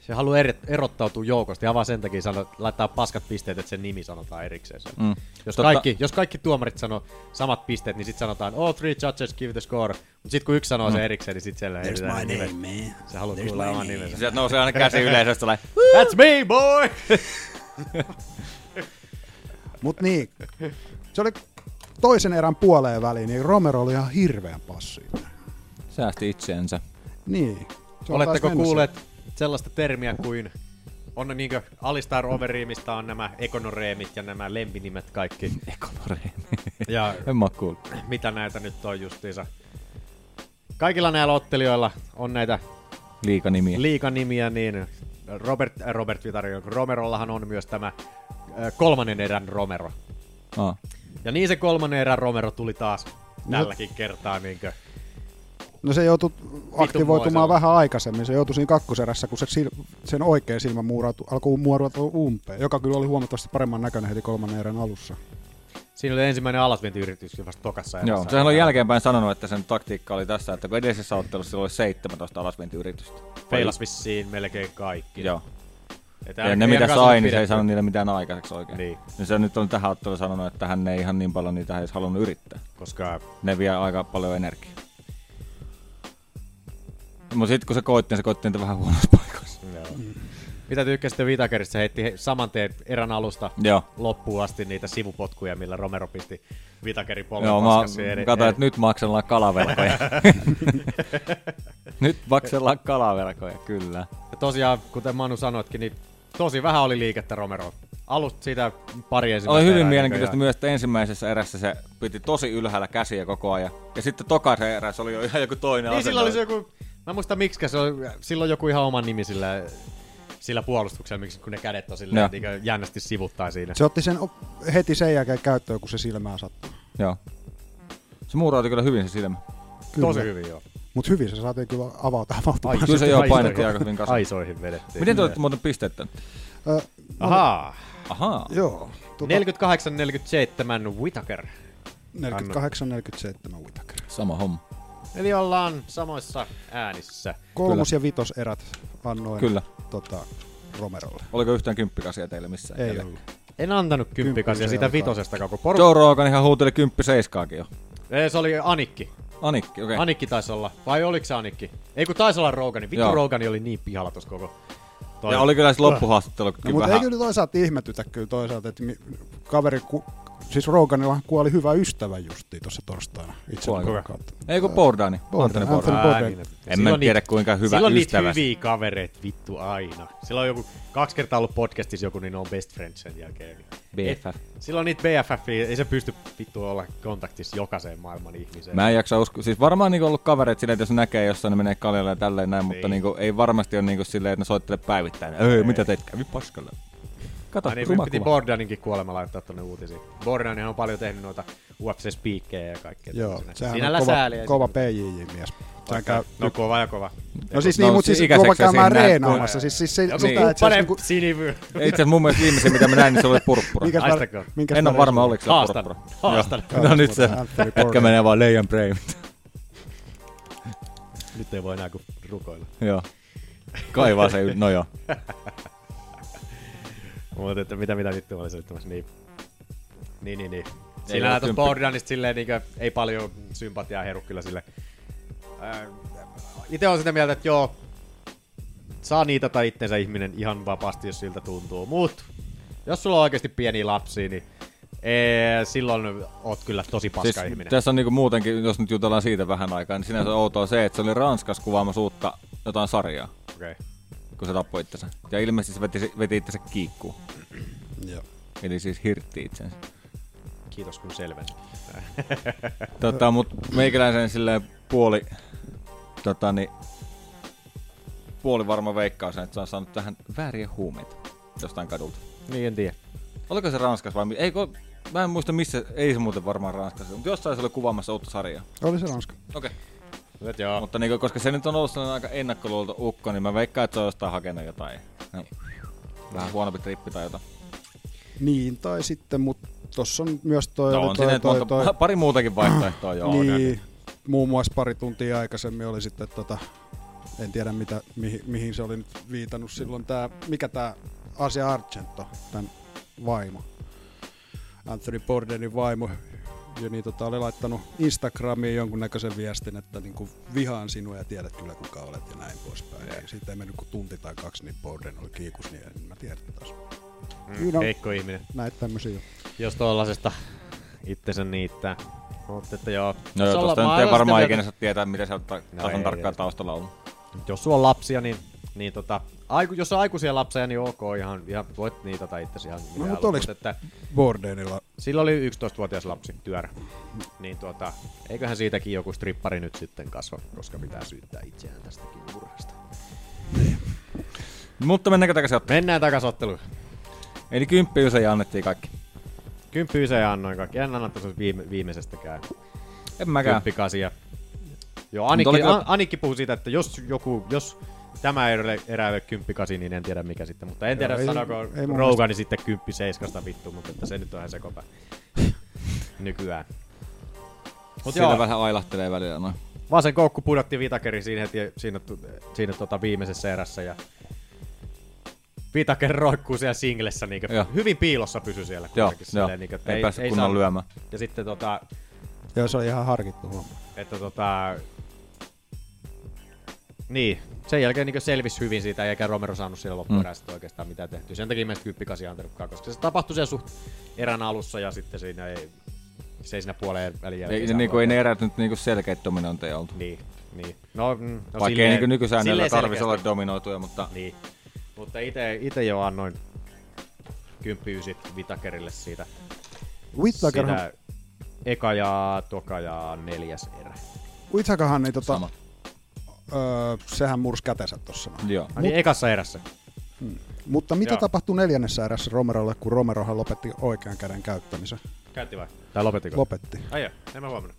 Se haluaa er- erottautua joukosta ja vaan sen takia sano, laittaa paskat pisteet, että sen nimi sanotaan erikseen. sieltä.
Mm.
Jos,
Totta-
kaikki, jos kaikki tuomarit sanoo samat pisteet, niin sitten sanotaan all three judges give the score. Mutta sitten kun yksi sanoo sen erikseen, niin sitten siellä heitetään nimet.
man.
Se haluaa kuulla oman nimensä.
Sieltä nousee aina käsi yleisöstä lai,
That's me, boy!
Mut niin, se oli toisen erän puoleen väliin, niin Romero oli ihan hirveän passiivinen.
säästi itseensä.
Niin. Se on
Oletteko
taas mennä
kuulleet sellaista termiä kuin on niinkö Alistar Overi, mistä on nämä ekonoreemit ja nämä lempinimet kaikki.
Ekonoreemi.
Ja
en mä oo kuullut.
mitä näitä nyt on justiinsa. Kaikilla näillä ottelijoilla on näitä
Liikanimiä.
liikanimiä, niin Robert, äh, Robert Vitario, Romerollahan on myös tämä äh, kolmannen erän Romero.
Aa.
Ja niin se kolmannen erän Romero tuli taas
No.
tälläkin kertaa. Niinkö.
sen. No se joutui aktivoitumaan
Vitun
vähän aikaisemmin. Se joutui siinä kakkoserässä, kun se sil- sen oikea silmä muurautu, alkoi muurautua umpeen, joka kyllä oli huomattavasti paremman näköinen heti kolmannen erän alussa.
Siinä oli ensimmäinen alasvientiyritys ja vasta tokassa erässä.
Joo, sehän on jälkeenpäin sanonut, että sen taktiikka oli tässä, että kun edellisessä ottelussa sillä oli 17 alasvientiyritystä.
Feilas vissiin melkein kaikki.
Joo.
Et
Ja
älkää-
ne mitä sai,
älkää saanut
niin se ei
pidettyä.
saanut niille mitään aikaiseksi oikein.
Niin.
Ja se nyt on tähän otteluun sanonut, että hän ei ihan niin paljon niitä edes halunnut yrittää.
Koska
Ne vie aika paljon energiaa. Mutta sitten kun se koitti, niin se koitti niitä vähän huonossa paikassa.
Mm. mitä tykkäsitte Vitakerista, se heitti he- saman tien erän alusta
Joo.
loppuun asti niitä sivupotkuja, millä Romero pisti Vitakerin polven
Joo, mä
paskassi eri-
katsoin,
eri-
että nyt maksellaan kalavelkoja. nyt maksellaan kalavelkoja, kyllä.
Ja tosiaan, kuten Manu sanoitkin, niin tosi vähän oli liikettä Romero. Alusta siitä pari ensimmäistä.
Oli hyvin
erää
mielenkiintoista
näköjään.
myös, että ensimmäisessä erässä se piti tosi ylhäällä käsiä koko ajan. Ja sitten tokaisen erässä oli jo ihan joku toinen
Niin sillä oli se
asento.
joku, mä en muista miksikä se oli, silloin joku ihan oman nimi sillä, sillä puolustuksella, miksi kun ne kädet on silleen,
Joo.
niin jännästi sivuttaa siinä.
Se otti sen o- heti sen jälkeen käyttöön, kun se silmään sattui.
Joo. Se muurauti kyllä hyvin se silmä.
Kyllä.
Tosi hyvin joo.
Mutta hyvin se saatiin kyllä avauta avautumaan.
Kyllä se
Ai-
joo
ai-
painettiin aika hyvin kasaan.
Aisoihin vedettiin.
Miten te olette muuten pisteet tän?
Ö,
Ahaa.
Ahaa.
joo. Tuota,
48-47 Whitaker.
48-47 Whittaker.
Sama homma.
Eli ollaan samoissa äänissä.
Kolmos- ja vitoserät annoin
Kyllä.
Tota, Romerolle.
Oliko yhtään kymppikasia teille missään?
Ei
Teille?
ollut.
En antanut kymppikasia
Kymppisen
siitä
alkaa.
vitosesta, kun poru...
Joe Rogan ihan huuteli kymppiseiskaakin jo.
Ei, Se oli Anikki.
Anikki, okei. Okay.
Anikki taisi olla. Vai oliko se Anikki? Ei kun taisi olla Rogani. Vittu
Joo.
Rogani oli niin pihalla tossa koko. Toi.
Ja oli kyllä se loppuhaastattelu
No,
kyllä
mutta
vähän.
ei kyllä toisaalta ihmetytä kyllä toisaalta, että mi- kaveri, ku, siis Roganillahan kuoli hyvä ystävä justiin tuossa torstaina. Itse
Kuoliko?
asiassa kautta.
Ei kun Bordani.
Bordan,
Anthony Bordani.
Anthony-
Ää,
Borden.
niin.
En
Sillä
mä
on
tiedä,
niitä-
kuinka hyvä
Sillä on niitä
ystävä se-
hyviä kavereita vittu aina. Sillä on joku kaksi kertaa ollut podcastissa joku, niin ne on best friends sen jälkeen.
BFF.
Ei- Sillä on niitä BFF, niin ei se pysty vittu olla kontaktissa jokaiseen maailman ihmiseen.
Mä en jaksa uskoa. Siis varmaan niinku ollut kavereita silleen, että jos näkee jossain, ne menee kaljalle ja tälleen näin, mutta
Niin.
niinku, ei varmasti ole niinku silleen, että ne soittelee päivittäin. Ei, mitä teit? Kävi paskalle. Kato,
Ai niin,
ruma
me piti
kuva.
Bordaninkin kuolema laittaa tonne uutisiin. Bordanin on paljon tehnyt noita UFC-spiikkejä ja kaikkea.
Joo,
tämmöisenä.
sehän
Sinällä
on kova,
sääliä.
kova PJJ-mies. Sehän käy,
No kova ja kova.
no siis
No,
niin, mutta
siis
siis kova
ikäiseksi se No
käymään
siinä näet,
reenaamassa.
kun-
Siis, siis se,
Joku
niin.
sitä, että se olisi
kumppanen
niinku-
sinivy.
Ei itse asiassa mun mielestä viimeisin, mitä mä näin, niin se oli purppura.
Minkäs väri-
Haistakoon.
minkäs
en ole
väri
varma,
sulla-
oliko se
Haastan.
purppura.
Haastan.
No nyt se,
Anthony
jätkä
Gordon.
menee vaan leijan brain.
Nyt ei voi enää kuin rukoilla.
Joo. Kaivaa se, yl- no joo.
Mutta että mitä mitä vittua mä olin selittämässä, niin... Niin, niin, niin.
ole
Siinä näytös
kymppi-
Bordanista silleen niinkö, ei paljon sympatiaa heru kyllä sille. Ää, Itse on sitä mieltä, että joo, saa niitä tai itsensä ihminen ihan vapaasti, jos siltä tuntuu. Mut, jos sulla on oikeasti pieniä lapsia, niin ee, silloin oot kyllä tosi paska
Siis,
siis ihminen.
tässä on niinku muutenkin, jos nyt jutellaan siitä vähän aikaa, niin sinänsä outoa se, että se oli Ranskas kuvaamassa uutta jotain sarjaa,
Okay.
kun se tappoi itsensä. Ja ilmeisesti se veti, veti itsensä kiikkuun.
Joo.
Eli siis hirtti itsensä.
Kiitos kun selvensit.
Tota, mut meikäläisen silleen puoli, tota niin, puoli varma veikkaus, että se on saanut tähän vääriä huumeita jostain kadulta.
Niin en tiedä.
Oliko se Ranskas vai mi- Eikö, mä en muista missä, ei se muuten varmaan Ranskassa, mutta jossain se oli kuvaamassa uutta sarjaa.
Oli se Ranska.
Okei.
Nyt joo.
Mutta niin, koska se nyt on ollut sellainen aika ennakkoluulto ukko, niin mä veikkaan, että se on jostain hakenut jotain. No. Vähän huonompi trippi tai jotain.
Niin, tai sitten, mutta tossa on myös toi...
Tää
oli
No, on
toi,
siinä, että
toi,
monta-
toi,
pari muutakin vaihtoehtoa joo. on
niin, muun muassa pari tuntia aikaisemmin oli sitten tota, en tiedä mitä, mihin, mihin se oli nyt viitannut silloin tää, mikä tää Asia Argento, tän vaimo. Anthony Bordenin vaimo, ja niin tota, oli laittanut Instagramiin jonkunnäköisen viestin, että niinku vihaan sinua ja tiedät kyllä kuka olet ja näin poispäin. Ja siitä ei mennyt kuin tunti tai kaksi, niin Borden oli kiikus, niin en mä tiedä taas.
Mm,
You know,
Heikko ihminen.
näitä tämmöisiä juttuja.
Jos tollasesta itsensä niittää. Mutta että joo.
No
Jos
joo,
ollaan-
tosta
mä
nyt ei
olen
varmaan
sitä
ikinä
mieltä-
saa tietää, mitä se on ta-
No
tasan
ei,
tarkkaan
ei.
taustalla ollut.
Jos sulla on lapsia, niin, niin tota, aiku, jos on aikuisia lapsia, niin ok, ihan, ihan voit niitata itsesi ihan mitä
No, mut
haluat,
oliks-
että
Bordenilla
Sillä oli 11-vuotias lapsi, työrä. Niin tuota, eiköhän siitäkin joku strippari nyt sitten kasva, koska pitää syyttää itseään tästäkin murhasta.
Mutta mennäänkö takaisin otteluun?
Mennään takas otteluun.
Eli kymppi ja annettiin kaikki.
Kymppi ja annoin kaikki. En anna tuosta viime, viimeisestäkään.
En mäkään.
Kymppi kasia. Joo,
oli
Anikki,
kyllä-
kyllä... Anikki puhui siitä, että jos joku, jos tämä ei ole erä ole kymppi kasi, niin en tiedä mikä sitten. Mutta en tiedä,
ei-
sanooko
ei mun mielestä-
Rougani sitten kymppi seiskasta vittu, mutta että se nyt on ihan sekopä nykyään. Mut
Siellä
joo.
vähän ailahtelee välillä no. noin.
Vasen koukku pudotti Vitakeri siinä, heti, siinä, tu- siinä tota viimeisessä erässä ja Vitaker roikkuu siellä singlessä, niin
Joo.
hyvin piilossa pysy siellä
Joo,
kuitenkin.
joo.
silleen, niinkö, että
Ei päässyt kunnon
saa-
lyömään.
Ja sitten tota,
Joo, se oli ihan harkittu homma.
että tota, niin, sen jälkeen niin selvisi hyvin siitä, eikä Romero saanut siellä loppuerästä mm. oikeastaan mitään tehtyä. Sen takia meistä kyppikasi antanutkaan, koska se tapahtui siellä suht erän alussa ja sitten siinä ei, se ei siinä puoleen väliin
Ei,
jälkeen
ne,
saanut
niinku, ei ne erät nyt niinku selkeät dominointeja oltu.
niin, niin. No, mm, no
Vaikka ei
silleen-
niinku nykysäännöillä
silleen
tarvitsisi olla
selkeästi.
dominoituja, mutta
Niin. Mutta ite, ite jo annoin kymppiysit Vitakerille siitä,
Whittakerhan
sitä eka ja toka ja neljäs erä.
Whitakahan niin tota,
sama.
öö, sehän mursi kätensä tossa. noin.
Joo.
Ai niin, ekassa erässä.
Mutta mitä
Joo.
tapahtui neljännessä erässä Romerolle, kun Romerohan lopetti oikean käden käyttämisen?
Käytti vai? Tai lopettiko?
Lopetti.
Ai joo, en mä huomannut.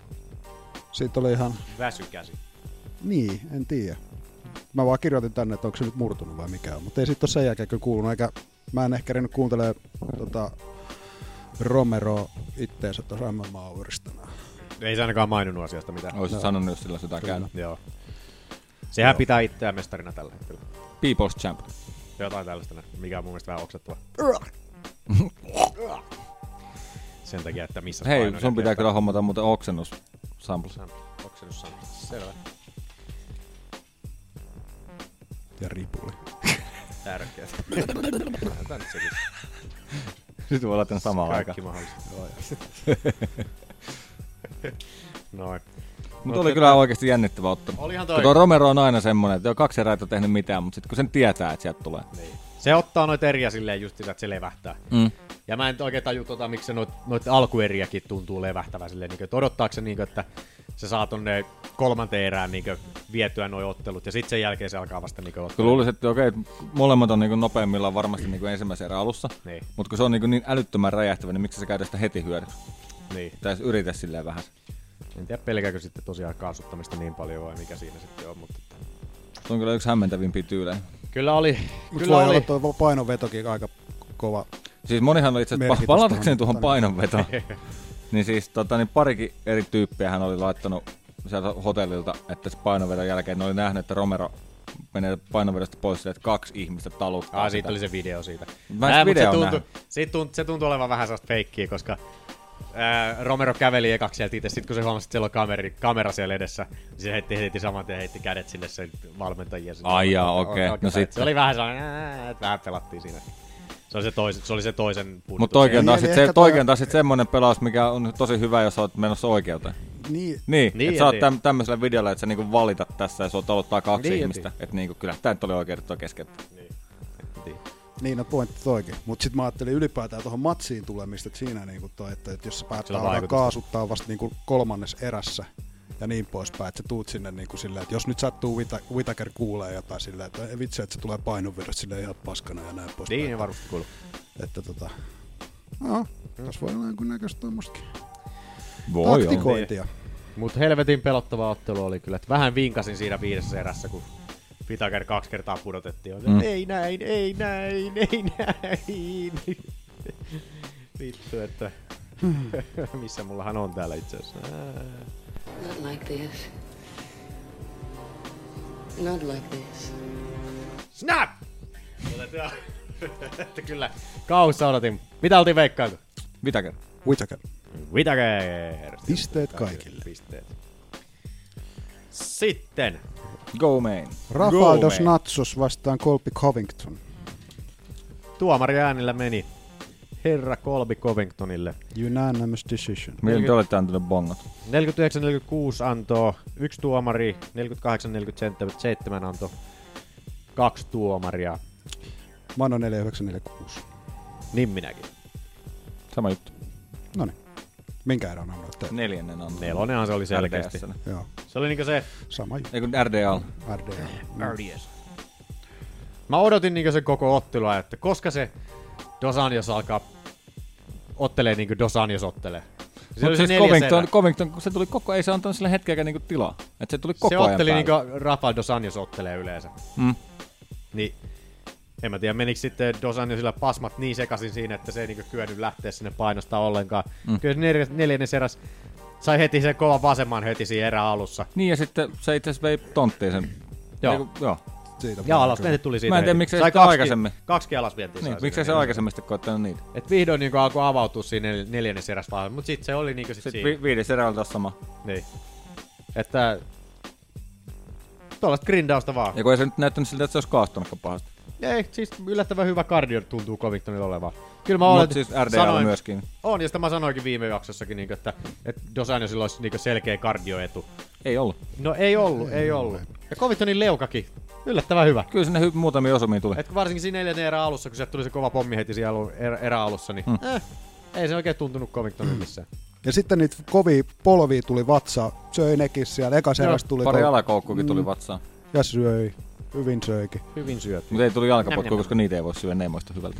Siitä oli ihan,
Väsykäsi.
niin, en tiedä. Mä vaan kirjoitin tänne, että onko se nyt murtunut vai mikä on, mutta ei sitten ole sen jälkeen kyllä kuulunut, eikä mä en ehkä rennyt kuuntelemaan tota, Romero itteensä tuossa mma uuristana.
Ei se ainakaan maininnut asiasta mitään.
Oisit sanonut, jos sillä olisi jotain käynyt.
Joo. Sehän joo. pitää itseään mestarina tällä hetkellä.
People's Champ.
Jotain tällaista, näin, mikä on mun mielestä vähän oksettava. Sen takia, että missä
Hei,
painoja
sun pitää
tietää.
kyllä hommata muuten oksennus samples.
Sam- Oksennus Sam. Selvä.
Ja ripuli.
Tärkeä.
Nyt voi olla tämän samaan aikaan.
siis Kaikki mahdolliset. Noin.
Mutta oli kyllä oikeasti jännittävä ottelu.
Olihan
Kun
toi.
Tuo Romero on aina semmonen, että ei ole kaksi erää, että tehnyt mitään, mutta sitten kun sen tietää, että sieltä tulee.
Niin. Se ottaa noita eriä silleen just sitä, että se levähtää.
Mm.
Ja mä en oikein taju, tota, miksi se noit, noit alkueriäkin tuntuu levähtävän silleen, niin kuin, että odottaako se, niin kuin, että se saa tonne kolmanteen erään niin kuin, vietyä noi ottelut, ja sitten sen jälkeen se alkaa vasta niin kuin,
Kun luulisin, että okei, molemmat on niin nopeimmillaan varmasti niin ensimmäisen erän alussa,
Niin.
mutta kun se on niin, niin älyttömän räjähtävä, niin miksi se käydä sitä heti hyödyksi?
Niin.
Pitäisi yritä silleen vähän.
En tiedä, pelkääkö sitten tosiaan kaasuttamista niin paljon vai mikä siinä sitten on, mutta että-
Se on kyllä yksi hämmentävimpiä tyylejä.
kyllä oli.
Mutta
Kyllä
voi olla
oli.
tuo painovetokin aika kova.
Siis monihan oli itse asiassa,
Merkitystä
pa- palatakseni
on,
tuohon
mutta-
painonvetoon, niin siis tota, niin parikin eri tyyppiä hän oli laittanut sieltä hotellilta, että se painonvedon jälkeen ne oli nähnyt, että Romero menee painonvedosta pois silleen, että kaksi ihmistä taluttaa
Ah, siitä
sitä.
oli se video siitä.
Mä en sitä
mut se,
videoa
tuntui,
nähnyt.
siitä tuntui, se tuntui olevan vähän sellaista feikkiä, koska ää, Romero käveli ekaksi sieltä itse, sitten kun se huomasi, että siellä on kameri, kamera siellä edessä, niin se heitti heti saman tien heitti kädet sinne sen valmentajia. sinne.
Ai jaa,
Olkaa-
okei. No
olkaa päin.
sitten.
Se oli vähän sellainen, ää, että vähän pelattiin siinä. Se oli se, toisen, se, oli se toisen pudotus.
Mutta oikein
Niin,
taas,
eli
sit se,
ehkä
toi...
toi-
taas sit semmonen pelaus, mikä on tosi hyvä, jos olet menossa oikeuteen.
Niin,
Niin, niin
Niin,
että sä oot
et
täm, tämmöisellä videolla, että sä niinku valitat tässä ja sua taluttaa kaksi niin,
Niin, et
ihmistä. Että niinku, kyllä tää nyt oli oikein, että toi keskeyttää.
Niin, no pointti toikin. Mutta sitten mä ajattelin ylipäätään tuohon matsiin tulemista, että siinä niinku toi, että, että jos sä päättää alkaa
vaikutusta?
kaasuttaa vasta niinku kolmannes erässä ja niin poispäin, että sä tuut sinne niinku silleen, että jos nyt sattuu Whita- Whitaker kuulee jotain silleen, että ei vitsi, että se tulee painonvedot silleen ihan paskana ja näin poispäin.
Niin, ne varmasti kuuluu.
Että tota, no, tässä voi olla jonkunnäköistä tuommoistakin
Voi olla.
taktikointia.
Mutta helvetin pelottava ottelu oli kyllä. Et vähän vinkasin siinä viidessä erässä, kun Vitaker kaksi kertaa pudotettiin. Mm.
Mm.
Ei näin, ei näin, ei näin. Vittu, että missä mullahan on täällä itse asiassa. Ää.
Not like this. Not like this.
Snap! Otetaan. että kyllä, kaussa odotin. Mitä oltiin veikkailtu?
Vitaker.
Whittaker.
Whitaker.
Pisteet kaikille.
Pisteet. Sitten.
Go main.
Rafael
Go,
dos
man.
Natsos vastaan Colby Covington.
Tuomari äänillä meni herra Colby Covingtonille.
Unanimous decision.
Millä te olette antanut bongot?
49-46 antoi yksi tuomari, 48-47 antoi kaksi tuomaria,
Mä annan 4946.
niin minäkin.
Sama juttu.
Noniin. Minkä erään annoit te?
Neljännen on.
Nelonenhan se oli selkeästi.
RDS.
Joo,
Se oli niinkö se
sama juttu.
Ei kun RDA.
RDA.
RDS. Mä odotin niinkö sen koko ottelua, että koska se Dosanjos alkaa ottelee niinkö Dosanjos ottelee. Se oli
Mutta
se
siis
neljäs
Covington,
erä.
Covington, kun se tuli koko ei se antanut sille hetkeäkään niinku tilaa. Et se tuli koko
se
ajan
otteli
päälle.
niinku Rafael Dosanjos ottelee yleensä.
Mm.
Niin en mä tiedä, menikö sitten Dosanjosilla pasmat niin sekaisin siinä, että se ei niinku kyennyt lähteä sinne painosta ollenkaan. Mm.
Mm.
Kyllä se neljä- neljännes eräs sai heti sen kovan vasemman heti siinä erä alussa.
Niin ja sitten se itse asiassa vei tonttiin sen.
Joo.
Eiku, joo.
Siitä
Ja
vaan
alas
kyllä.
tuli siitä.
Mä en tiedä,
heti.
miksei
Sai
sitä
kaksi-
aikaisemmin.
Kaksi alas vietiin.
Niin,
sai
miksei se
siinä.
aikaisemmin sitten koittanut niitä?
Et vihdoin niinku alkoi avautua siinä nel- neljännes eräs vaiheessa, mutta sitten se oli niinku sit
Sitten
siinä.
vi- viides erä oli taas sama.
niin. Että tuollaista grindausta vaan.
Ja kun ei se nyt näyttänyt siltä, että se olisi kaastunutkaan pahasti.
Ei, siis yllättävän hyvä cardio tuntuu Covingtonilla olevan. Kyllä mä
Mut
olen,
siis RDA myöskin.
On, ja sitä mä sanoinkin viime jaksossakin, niin, että, että Dosanjo silloin olisi niin, selkeä kardioetu.
Ei ollut.
No ei ollut, ei, ei ollut. Ja Covingtonin leukakin, yllättävän hyvä.
Kyllä sinne hy- muutamia osumia tuli.
Et kun varsinkin siinä neljännen erän alussa, kun sieltä tuli se kova pommi heti siellä alu- erä, erä alussa, niin
Mm.
eh, ei se oikein tuntunut Covingtonin missään.
Ja sitten niitä kovia polvia tuli vatsa, söi nekin siellä. Eka
Joo,
seras tuli
Pari
kol-
alakoukkuukin
Mm.
tuli vatsaan.
ja söi. Hyvin söikin.
Hyvin syöty.
Mutta ei tuli
Näm, näm.
jalkapotkoa, koska niitä ei voi syödä, ne ei muista hyvältä.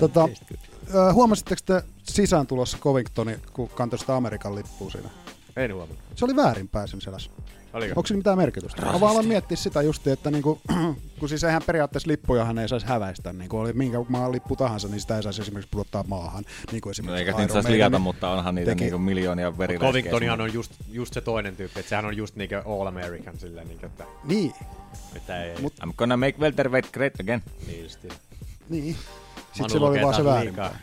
Tota, ö, huomasitteko te sisään tulossa Covingtoni, kun kantoi sitä Amerikan lippua siinä?
en huomannut.
Se oli väärinpäin sen selässä.
Oliko?
Onko sillä mitään merkitystä? Mä vaan aloin miettiä sitä just, että niinku, kun siis eihän periaatteessa lippujahan ei saisi häväistä, niinku oli minkä maan lippu tahansa, niin sitä ei saisi esimerkiksi pudottaa maahan. Niinku
No
esimerkiksi
eikä
Iron
niitä saisi
Maiden-
liata, mutta onhan niitä
teki-
niinku miljoonia veriläiskejä.
Covingtonihan on just, just se toinen tyyppi, että sehän on just niinkö All American sillä niinkö, että,
Niin,
että ei,
Mut-
I'm gonna make welterweight great again.
niin justiin.
niin. Sitten
Manu
sillä oli
lukee
vaan se
taas
väärin.
liikaa.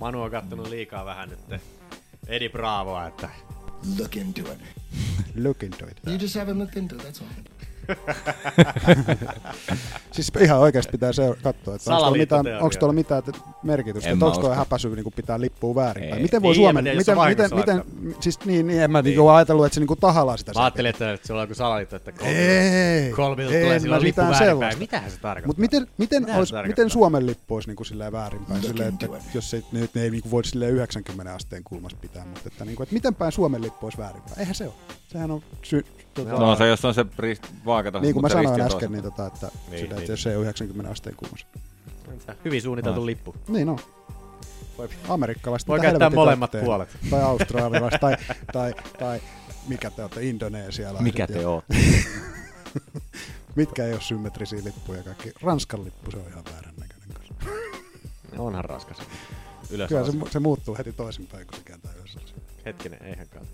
Manu on kattonut liikaa vähän nyt Edi Bravoa, että
Look into it.
Look into it.
You just haven't looked into it, that's all.
Siis ihan oikeasti pitää seura- katsoa, että onko tuolla, mitään,
Salaliittoteoria.
onko tuolla mitään te- merkitystä,
En
että
mä
onko tuo
usko.
häpäisy niin kuin pitää lippua väärinpäin.
Ei.
Miten voi
Niin, en mä
Suomen,
tiedä, jos
miten,
on
miten,
vahingossa
miten, siis niin, niin en mä niin. ajatellut, että se niin kuin tahallaan sitä
Mä ajattelin, että sulla on joku salaliitto, että
Ei,
kolmilta
en
tulee
mä
silloin lippu
mitään
väärinpäin.
sellaista.
Mitähän se tarkoittaa?
Mutta miten, miten,
Mitä se
olis,
tarkoittaa?
miten Suomen lippu olisi niinku silleen väärinpäin, silleen, että jos se, ne, ne ei niinku voi silleen 90 asteen kulmassa pitää, mutta että, niinku, että miten päin Suomen lippu olisi väärinpäin? Eihän se ole. Sehän on sy, tota,
No on se, jos on se rist- vaakata.
niin kuin mä
mutta se
sanoin
risti on
äsken,
toisella.
niin, tota, että,
Niin,
sitä,
niin.
että jos se ei ole 90 asteen kulmassa.
Hyvin suunniteltu
No.
lippu.
Niin on.
Voi-
Amerikkalaiset
Voi
mitä
käyttää
helvetin
molemmat
lähtee.
puolet.
Tai australialaiset, tai, tai, tai mikä te olette, indoneesialaiset.
Mikä
ja
te oot?
Mitkä ei ole symmetrisiä lippuja kaikki. Ranskan lippu, se on ihan väärän näköinen kanssa.
No Onhan raskas. Ylös
Kyllä se,
alas.
mu- se muuttuu heti toisinpäin, kun se kääntää ylös. alas.
Hetkinen, eihän kato.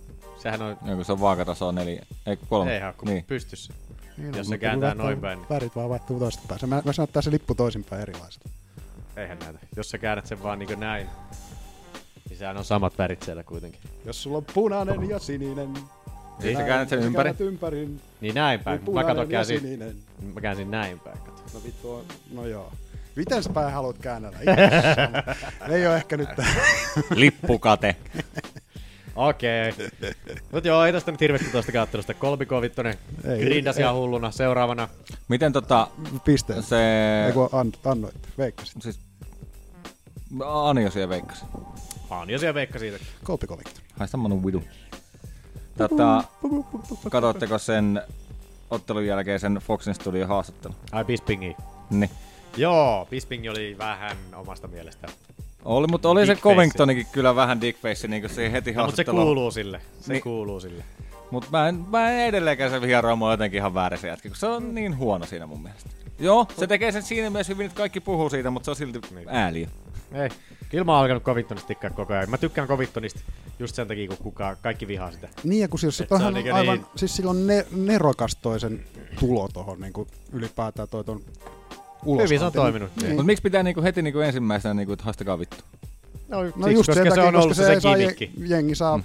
Sehän on...
Joku se on vaakataso on neljä, ei kolme.
Eihän, kun
niin.
pystyssä.
Niin,
Jos
mutta
se
kun
kääntää
vaihtuu-
noin päin, niin
Värit vaan vaihtuu toisinpäin. Se, mä, mä sanon, että se lippu toisinpäin erilaiselta.
niin eihän näitä. Jos sä käännät sen vaan niinku näin, niin sehän on samat värit siellä kuitenkin.
Jos sulla on punainen ja sininen,
Niin sä käännät sen
sä
ympäri.
käännät ympärin,
Niin näin päin.
niin
Mä katon
punainen ja
käsin.
sininen.
Mä käänsin näin päin. Kato.
No vittu on, no joo. Miten sä päin haluat käännellä? Itse sama. Ei ole ehkä nyt
Lippukate.
Okei. Mut joo, ei tästä nyt hirveästi tuosta kattelusta. Kolbi Kovittonen
Ei,
grindas
ei.
ihan hulluna. Seuraavana
Miten tota,
pisteet.
se...
Ei kun an, annoitte, veikkasit.
Siis... Aniosia veikkasi.
Anjas ja Veikka siitä.
Kolpi Covington.
Haista manu vidu. Tota, katsotteko sen ottelun jälkeen sen Foxin studion haastattelun?
Ai Bispingi.
Niin.
Joo, Bisping oli vähän omasta mielestä.
Oli, mutta oli se
Dickface.
Covingtonikin kyllä vähän dickface niin se heti
No, mutta se
haastattelua-
kuuluu sille. Se
Niin.
kuuluu sille.
Mutta mä en, mä en edelleenkään sen hieroimaa jotenkin ihan väärä se jätkä, kun se on niin huono siinä mun mielestä. Joo, se tekee sen siinä myös hyvin, että kaikki puhuu siitä, mutta se on silti niin. ääliö.
Ei. Kyllä mä oon alkanut Covingtonista tykkää koko ajan. Mä tykkään Covingtonista just sen takia, kun kukaan, kaikki vihaa sitä.
Niin, ja kun siis,
Et se on
toihan on
niinku
aivan,
niin-
siis sillä on ne, nerokas toi sen tulo tohon niin kuin ylipäätään toi ton ulos.
Hyvin se on toiminut,
Niin. Mutta miksi pitää niinku heti niinku ensimmäisenä, niinku, että haastakaa vittu?
No,
No just
koska
sen
se
takia,
on ollut se, se,
ei saa je-
gimmick.
jengi saa mm.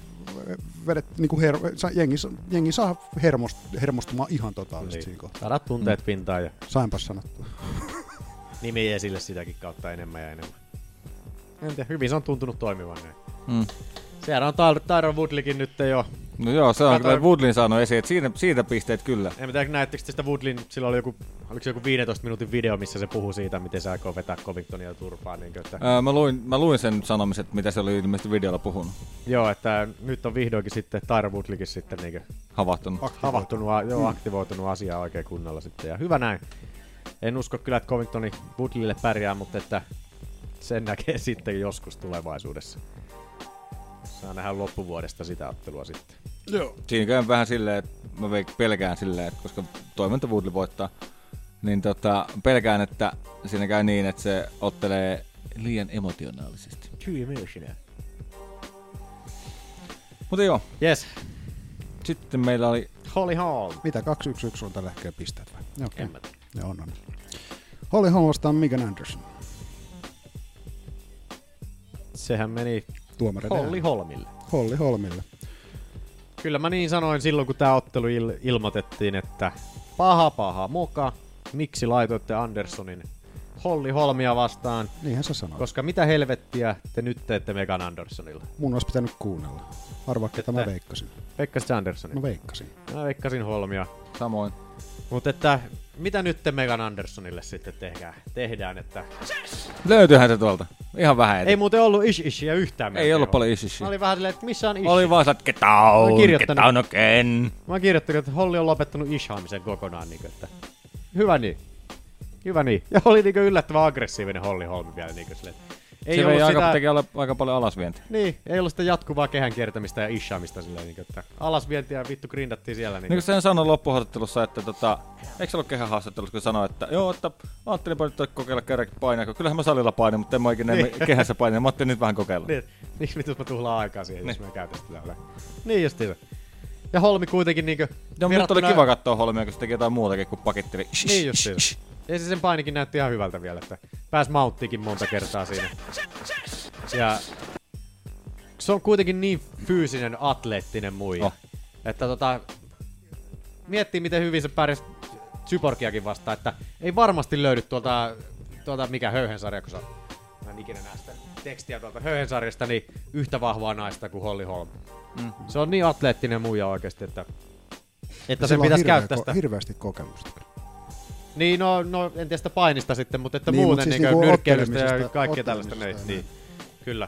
vedet, niin kuin her, saa, jengi, saa- jengi saa hermost, hermostumaan ihan totaalisesti niin. siinä kohtaa.
Saada tunteet mm. pintaan ja
Sainpas sanottua.
nimi esille sitäkin kautta enemmän ja enemmän. En tiedä, hyvin se on tuntunut toimivan näin.
Mm.
Sehän on Tyler, Tyron Woodlikin nyt jo.
No joo, se on
Kato-
kyllä Woodlin saanut esiin, että siinä, siitä pisteet kyllä.
En mä tiedä, näettekö tästä Woodlin, sillä oli joku, oliko se joku 15 minuutin video, missä se puhuu siitä, miten se aikoo vetää Covingtonia turpaan. Niin kuin, että,
Öö, mä, luin, mä luin sen sanomiset, mitä se oli ilmeisesti videolla puhunut,
Joo, että nyt on vihdoinkin sitten Tyron Woodlikin sitten niin kuin,
havahtunut.
havahtunut, a- joo, aktivoitunut asiaa oikein kunnolla sitten. Ja hyvä näin. En usko kyllä, että Covingtoni Woodlille pärjää, mutta että sen näkee sitten joskus tulevaisuudessa. Saa nähdä loppuvuodesta sitä ottelua sitten.
Siinä käy vähän silleen, että mä veik- pelkään silleen, että koska toiminta Woodley voittaa, niin tota, pelkään, että siinä käy niin, että se ottelee liian emotionaalisesti.
Too emotional.
Mutta joo,
Yes,
sitten meillä oli
Holly Holm.
Mitä 211 on tällä hetkellä pisteet vai? Joo,
En mä tiedä.
Ne on, on. Holly Holm vastaan Megan Anderson.
Sehän meni
Tuomareiden
Holly
ääni.
Holmille.
Holly Holmille.
Kyllä mä niin sanoin silloin, kun tämä ottelu il- ilmoitettiin, että paha paha moka, miksi laitoitte Andersonin Holly Holmia vastaan,
Niinhän sä sanoit.
koska mitä helvettiä te nyt teette Megan Andersonilla?
Mun olisi pitänyt kuunnella. Arvaa, ketä mä
Että-
veikkasin.
Veikkasit Andersonin.
Mä veikkasin.
Mä veikkasin Holmia.
samoin.
Mutta että mitä nyt te Megan Andersonille sitten tehdään? tehdään että...
Löytyyhän se tuolta. Ihan vähän
Ei
eteen.
muuten ollut ish ishia yhtään.
Ei,
melkein
ollut paljon
Mä
isisiä.
olin vähän silleen, että missä on ish?
Oli vaan sellaiset, get
Mä oon
down, get
kirjoittanut-
down again.
Mä oon kirjoittanut, että Holli on lopettanut ishaamisen kokonaan. Niin kuin, että... Hyvä niin. Hyvä niin. Ja oli niin kuin yllättävän aggressiivinen Holli Holmi vielä. Niin kuin, silleen, että ei
Ei
ollut
aika,
sitä,
teki ole aika paljon alasvientiä.
niin, ei ollut sitä jatkuvaa kehän kiertämistä ja ishaamista silleen, niin kuin, että alas vientiä ja vittu grindattiin siellä. Niin
Niin kuin
kuin,
sen sanoi loppuhaastattelussa, että tota, eikö se ollut kehän haastattelussa, kun sanoi, että joo, että mä ajattelinpa nyt kokeilla kerran painaa, kun kyllähän mä salilla painin, mutta en mä ikinä
Niin.
kehässä painaa, mä ajattelin nyt vähän kokeilla.
niin, että miksi vittu mä tuhlaan aikaa siihen, jos
Niin.
mä käytän sitä täällä. Niin just se. Ja Holmi kuitenkin niinku...
No, nyt oli
verrattuna-
kiva katsoa Holmia, kun se teki jotain muutakin kuin pakitteli.
Niin just se. Ja se sen painikin näytti ihan hyvältä vielä, että pääs mauttiikin monta kertaa siinä. Ja se on kuitenkin niin fyysinen, atleettinen muija.
Oh.
Oh. Että tota, miettii miten hyvin se pärjäs Cyborgiakin vastaan, että ei varmasti löydy tuolta, tuolta mikä höyhensarja, kun sä mä en ikinä näe sitä tekstiä tuolta höyhensarjasta, niin yhtä vahvaa naista kuin Holly Holm. Mm. Se on niin atleettinen muija oikeasti, että, että sen
Sillä on
pitäisi
hirveä
käyttää
ko-
sitä.
Hirveästi kokemusta.
Niin, no, no en tiedä sitä painista sitten, mutta että
Niin,
niin, muuten
mut siis
siis niin
niinku
nyrkkeilystä ja
ottelemisesta-
kaikkea tällaista. Niin,
ottelemisesta ja
niin. Kyllä.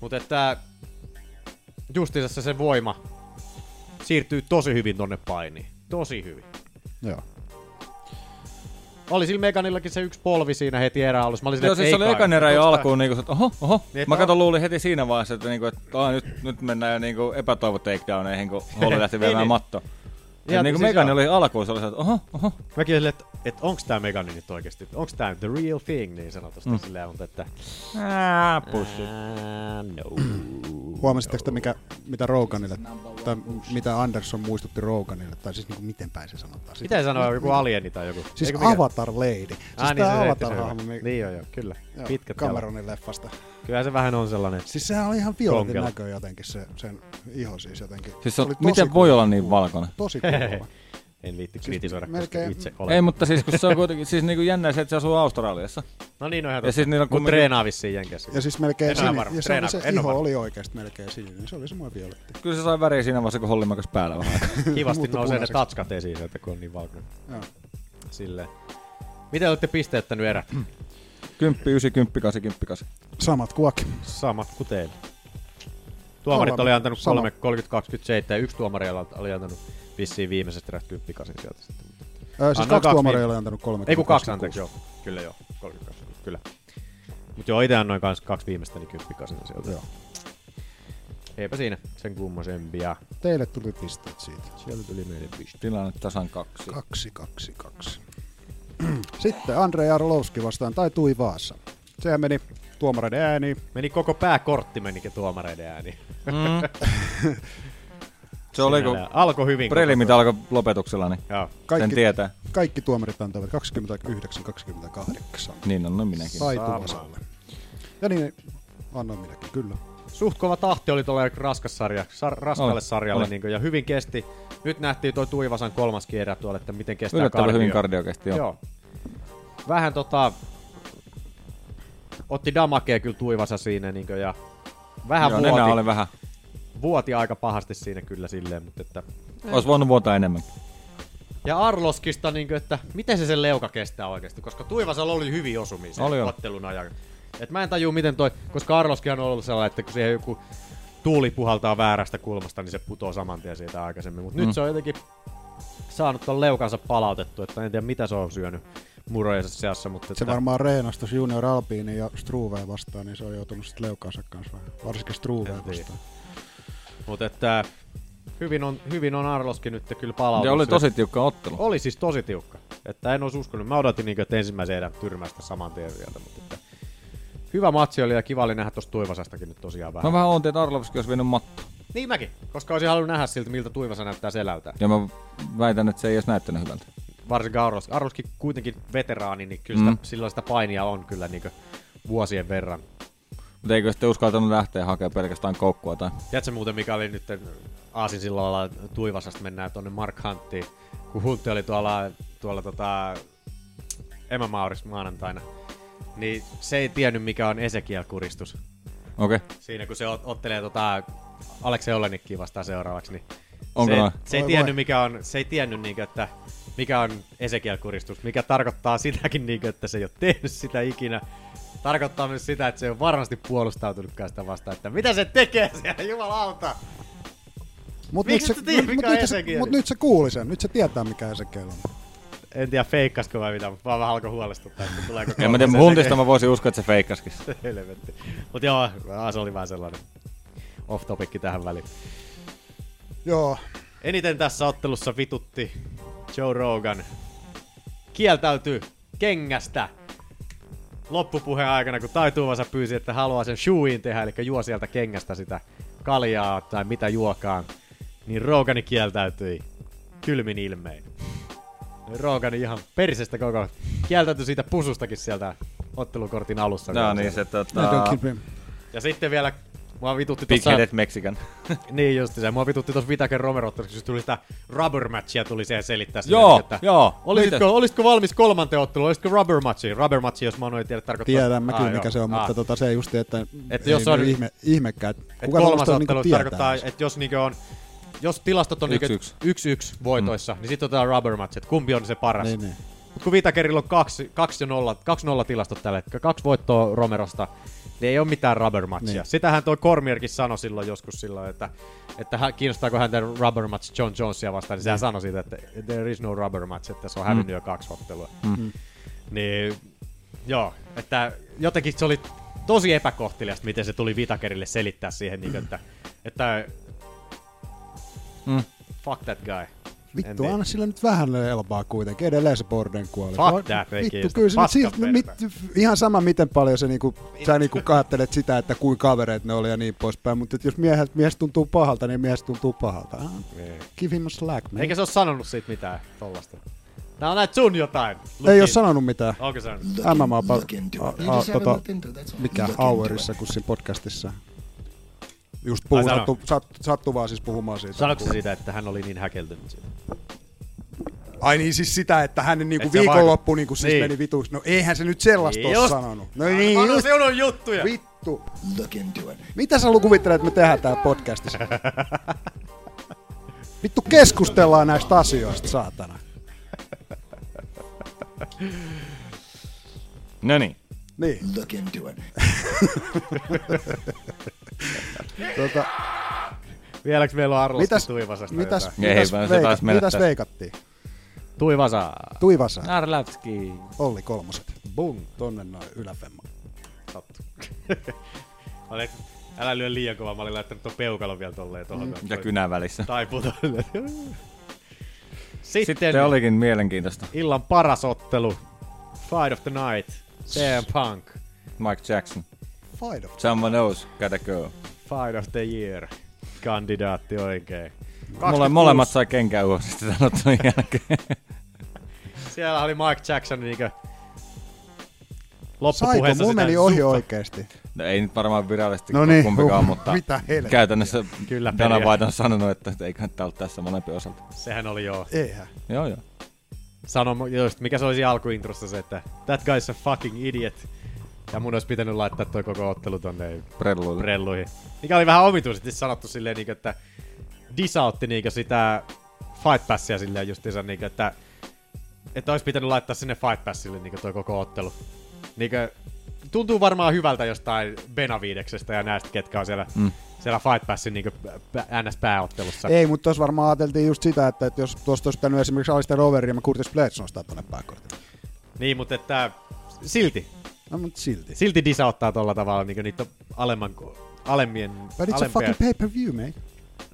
Mutta että justiinsa se- se voima siirtyy tosi hyvin tonne painiin. Tosi hyvin.
Joo.
Oli sillä Meganillakin se yksi polvi siinä heti eräalussa. Mä olin
Joo,
silleen,
siis
että
se
ei
oli
kai.
ekan erä jo
Tosta-
alkuun, niin kuin, että oho, oho.
Niin, että
Mä kato
on-
luulin heti siinä vaiheessa, että, niin kuin, että aah, nyt, nyt mennään jo niin kuin epätoivo takedowneihin, kun Holly lähti
Niin,
viemään
niin.
matto. Ja
Joo,
niin kuin
siis
Megan
joo.
oli alkuun, se oli se, että oho, oho.
Mäkin olin silleen, että, että onks tää Megani nyt oikeesti? Onks tää the real thing niin sanotusti mm. silleen, mutta että...
Ää, pussi.
Ää, no.
Huomasitteko te, mikä, mitä Roganille, tai mitä Anderson muistutti Roganille, tai siis niin kuin miten päin se sanotaan?
Mitä se sanoo? Joku alieni tai joku?
Siis
Eikö mikä?
Avatar Lady. Siis
Ah, niin,
tää
se
Avatar
se
hahmo,
on hyvä.
mikä-
Niin joo, joo, kyllä.
joo,
Pitkät jalat.
Cameronin leffasta.
Kyllä se vähän on sellainen.
Siis sehän oli ihan violetin
Konkelo.
näkö jotenkin, se, sen iho siis jotenkin.
Siis se on,
oli tosi
miten voi
kuva-
olla niin valkoinen?
Tosi kuva.
En viitti kritisoida, koska
Siis melkein-
itse
Ei,
olen.
mutta siis kun se on kuitenkin, siis niinku jännä se, että se asuu Australiassa.
No niin, on ihan
Ja siis niillä on
Kun
kumminkin-
treenaa vissiin jenkeissä.
Ja siis melkein
En ole
sini,
varma.
ja se, oli,
Treenaako?
se
En ole
iho
varma.
oli oikeasti melkein sininen, se oli semmoinen violetti.
Kyllä se sai väriä siinä vaiheessa, kun Holly makas päällä vähän. aikaa.
Kivasti
muuttuu
nousee ne
punaiseksi.
tatskat esiin sieltä, kun on niin valkoinen.
siis Joo.
Silleen. Miten olette pisteettänyt erät?
Kymppi, ysi, kymppi, kasi, kymppi, kasi.
Samat kuvakin.
Samat kuin teillä. Tuomarit
Kolme.
oli antanut
Sama.
3, 30, 27 ja yksi tuomari ala- oli antanut vissiin viimeiset erät 10 kasin sieltä sitten.
Ö, siis
Annoin
kaksi
kaksi
tuomaria
viime-
oli antanut kolme.
Ei kun kaksi, anteeksi, joo. Kyllä joo, 32, kyllä. Mut Mutta joo, itse annoin kanssa kaksi viimeistä, niin kymppikasina sieltä.
Joo.
Eipä siinä sen kummosempia.
Teille tuli pisteet siitä.
Sieltä tuli meille piste.
Tilanne tasan kaksi.
Kaksi, kaksi, kaksi. Sitten Andrei Arlovski vastaan tai Tui Vaasa. Sehän meni tuomareiden ääniin.
Meni koko pääkortti menikin tuomareiden ääni.
Mm. Se oli kun
Alkoi hyvin. koko
prelimit
tuo.
alkoi lopetuksella, niin
Joo.
sen tietää.
Kaikki tuomarit antoivat 29-28.
Niin on, no minäkin.
Tai Tuvasalle. Ja niin, annoin minäkin, kyllä.
Suht kova tahti oli tuolla raskas sarja, sar, raskaalle
Oli,
sarjalle
oli.
niin kuin, ja hyvin kesti. Nyt nähtiin toi Tuivasan kolmas kierrä tuolla, että miten kestää
Yllättävän
kardio.
hyvin kardio kesti, joo.
Joo. Vähän tota, otti damakea kyllä Tuivasa siinä niin kuin, ja vähän
Joo,
vuoti,
nenä oli vähän.
vuoti aika pahasti siinä kyllä silleen, mutta että
Olisi voinut vuotaa enemmän.
ja Arloskista, niin kuin, että miten se sen leuka kestää oikeasti, koska Tuivasalla oli hyvin osumia sen
Oli, oli.
ottelun ajan. Et mä en tajua, miten toi, koska Arloski on ollut sellainen, että kun siihen joku tuuli puhaltaa väärästä kulmasta, niin se putoaa saman tien siitä aikaisemmin. Mutta mm. nyt se on jotenkin saanut ton leukansa palautettu, että en tiedä mitä se on syönyt murojensa seassa, mutta
Se varmaan reenasi tuossa Junior Alpiini ja Struvea vastaan, niin se on joutunut sitten leukaansa kanssa vähän. Varsinkin
En
Struvea
tiedä.
vastaan.
mut että hyvin on, hyvin on Arloski nyt kyllä palautunut.
Ja oli
sille-
tosi tiukka ottelu.
Oli siis tosi tiukka. Että en olisi uskonut. Mä odotin niin että ensimmäisen erän tyrmästä saman tien sieltä, mutta että Hyvä matsi oli ja kiva oli nähdä tuosta Tuivasastakin nyt tosiaan vähän.
Mä vähän oon että Arlovski olisi vienyt matto.
Niin mäkin, koska olisin halunnut nähdä siltä, miltä Tuivasa näyttää selältä.
Ja mä väitän, että se ei edes näyttänyt hyvältä.
Varsinkin Arloski. Arloski kuitenkin veteraani, niin kyllä sitä,
Mm.
silloin sitä painia on kyllä niin vuosien verran.
Mutta eikö sitten uskaltanut lähteä hakemaan pelkästään koukkua tai...
Tiedätkö muuten, mikä oli nyt Aasin sillalla Tuivasasta mennään tuonne Mark Hunttiin, kun Huntti oli tuolla, tuolla tota, Emma Mauris maanantaina, niin se ei tiennyt, mikä on Ezekiel-kuristus.
Okei. Okay.
Siinä kun se ot- ottelee tota Aleksei Olenikkiin vastaan seuraavaksi, niin
Onko
se,
noin?
se, ei
Voi voi.
tiennyt, mikä on, se ei tiennyt, niin että mikä on Ezekiel-kuristus, mikä tarkoittaa sitäkin, niin että se ei ole tehnyt sitä ikinä. Tarkoittaa myös sitä, että se on varmasti puolustautunutkaan sitä vastaan, että mitä se tekee siellä, jumalauta!
Mut
Miksi
nyt
et
se-
sä tiedä,
mut-
mikä
mut nyt
on
se-
Ezekiel?
Mut nyt se kuuli sen, nyt se tietää mikä Ezekiel on.
En tiedä feikkasko vai mitä, mutta vaan vähän alkoi huolestuttaa, että tuleeko
En mä tiedä, Huntista mä voisin uskoa, että se feikkaskin.
Helvetti. Mut joo, aa, se oli vähän sellainen off-topikki tähän väliin.
Joo,
Eniten tässä ottelussa vitutti Joe Rogan. Kieltäytyy kengästä loppupuheen aikana, kun taituuvansa pyysi, että haluaa sen shoein tehdä, eli juo sieltä kengästä sitä kaljaa tai mitä juokaan, niin Rogani kieltäytyi kylmin ilmein. Rogani ihan persestä koko, kieltäytyi siitä pusustakin sieltä ottelukortin alussa.
Tää on niin se tota...
Don't kill me.
Ja sitten vielä mua vitutti
Big
tossa...
Headed Mexican.
Niin just se. Mua vitutti tuossa Vitaken Romero, kun se tuli sitä rubber matchia tuli siihen selittää. sille,
Joo, joo. Miten?
Olisitko, olisitko valmis kolmanteen otteluun? Olisitko rubber matchi? Rubber matchi, jos Manu ei tiedä tarkoittaa.
Tiedän mä
Aa,
kyllä
Ah, joo,
mikä se on,
aa.
mutta tota, se just, että
Et
ei
jos on-
nyt ihme, ihmekään. että
Et
Kuka
kolmas
tuollaista
ottelu
niinku tietää.
tarkoittaa, että jos niinku on jos tilastot on niinku
Yksi-yksi.
1-1 voitoissa, niin sitten otetaan rubber match, että kumpi on se paras.
Mm. Niin, niin.
Mut kun Vitakerilla on 2 2 0, 2 0 tilastot tällä hetkellä, kaksi voittoa Romerosta, niin ei ole mitään rubber matchia.
Niin.
Niin. Sitähän toi Cormierkin sanoi silloin joskus silloin, että, että hän, kiinnostaako häntä rubber match John Jonesia vastaan, niin sehän sanoi siitä, että there is no rubber match, että se on hävinnyt jo kaksi ottelua. Mm. Niin, joo, että jotenkin se oli tosi epäkohteliasta, miten se tuli Vitakerille selittää siihen, niin, että, että
Mm.
fuck that guy. En
Vittu,
tiedä.
anna sillä nyt vähän elpaa kuitenkin. Edelleen se Borden kuoli.
Fuck
Voi-
that, ei
Vittu,
kiinnosta.
kyllä se nyt
Paskan
silti, mit, ihan sama miten paljon se niinku, sä niinku kaattelet sitä, että kuin kavereet ne oli ja niin poispäin. Mutta jos miehet, mies tuntuu pahalta, niin mies tuntuu pahalta. Ah,
Niin.
Give him a slack, man.
Eikä se ole sanonut siitä mitään tollasta. Tää on näet sun jotain.
Ei ole sanonut mitään.
Onko sanonut?
Look
MMA
in- look into it. You
a, a,
just haven't
tota,
looked into it, that's all.
mikä
Look into
hourissa,
it.
kun siinä podcastissa. Just puhuu,
Ai, sano.
sattu, sattu, sattu vaan siis puhumaan siitä.
Sanoiko se siitä, että hän oli niin häkeltynyt siitä?
Ai niin siis sitä, että hänen niinku
Et se
viikonloppu
vaikuta.
niinku siis
Niin.
meni vituiksi. No eihän se nyt sellaista
Niin
ole
just.
sanonut. No niin
Anna
just.
sinun juttuja!
Vittu.
Look into it.
Mitä sä Lu, kuvittelet, että me tehdään tää podcastissa? Vittu keskustellaan näistä asioista, saatana.
No niin.
Niin,
Look into it.
tota,
Vieläks meillä on Arloski
mitäs,
Tuivasasta
mitäs,
jotain?
Ei,
mitäs,
vaan se taas
veika, mitäs
menettää.
veikattiin?
Tuivasa!
Tuivasa,
Arlavski.
Olli kolmoset. Bum, tonne noin yläfemma.
sattuu. Mä olin, älä lyö liian kovaa, mä olin laittanut tuon peukalon vielä tolleen tuohon.
Mm. Ja kynän välissä.
Taiputa.
Sitten, Sitten olikin mielenkiintoista.
Illan paras ottelu. Fight of the Night. CM Punk.
Mike Jackson.
Fight of
Someone else gotta go.
Fight of the Year. Kandidaatti oikein.
Mole,
26.
molemmat sai kenkää uusista tämän ottelun jälkeen.
Siellä oli Mike Jackson niinkö
Saiko
loppupuheessa
mun
sitä
meni ohi
suppa-
oikeesti?
No ei nyt varmaan virallisesti
No
no
niin,
niin, kumpikaan,
huh,
mutta
mitä helvettiä.
käytännössä
Kyllä
Dana
peliä.
White on sanonut, että eiköhän tää ollut tässä molempi osalta.
Sehän oli joo.
Eihän.
Joo, joo.
Sano, just, mikä se olisi alkuintrossa se, että that guy's a fucking idiot. Ja mun olisi pitänyt laittaa toi koko ottelu tonne
Prelluilla.
prelluihin. Mikä oli vähän omituisesti sanottu silleen, niinkö, että disautti niinkö sitä fight passia silleen justiinsa, niinkö, että, että olisi pitänyt laittaa sinne fight passille niinkö toi koko ottelu. Niinkö, tuntuu varmaan hyvältä jostain Benavideksesta ja näistä, ketkä on siellä, mm. siellä fight passin niinkö, pä- NS-pääottelussa.
Ei, mutta tuossa varmaan ajateltiin just sitä, että, että jos tuosta olisi pitänyt esimerkiksi Alistair Roveria, mä Curtis Blades nostaa tuonne pääkortille.
Niin, mutta että silti.
No, mutta silti.
Silti disauttaa tolla tavalla niinkö niitä alemman, alemmien,
But it's a
alempia.
fucking pay-per-view, mate.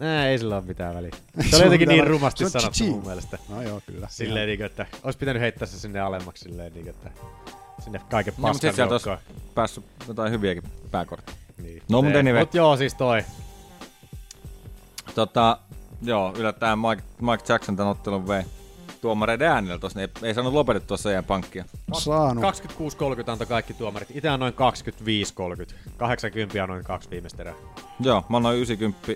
Nää, ei sillä ole mitään väliä. Se
sillä
oli
ole mitään
jotenkin niin
väliä.
rumasti
Se on
sanottu
chi-chi.
mun mielestä.
No joo, kyllä.
Silleen, niin kuin, että olisi pitänyt heittää se sinne alemmaksi silleen, niin kuin, että sinne kaiken
No, mutta
paskan
sit
no,
sieltä olisi päässyt jotain hyviäkin pääkortteja.
niin.
No, mut
Se-
anyway.
Mut joo, siis toi.
Tota, joo, yllättäen Mike, Mike Jackson tämän ottelun vei tuomareiden äänellä tossa. niin Ei, ei saanut lopetettua seidän pankkia. No.
Saanut.
26.30 antoi kaikki tuomarit. Itse on noin 25.30. 80 on noin kaksi viimeistä erää.
Joo, mä annoin 90,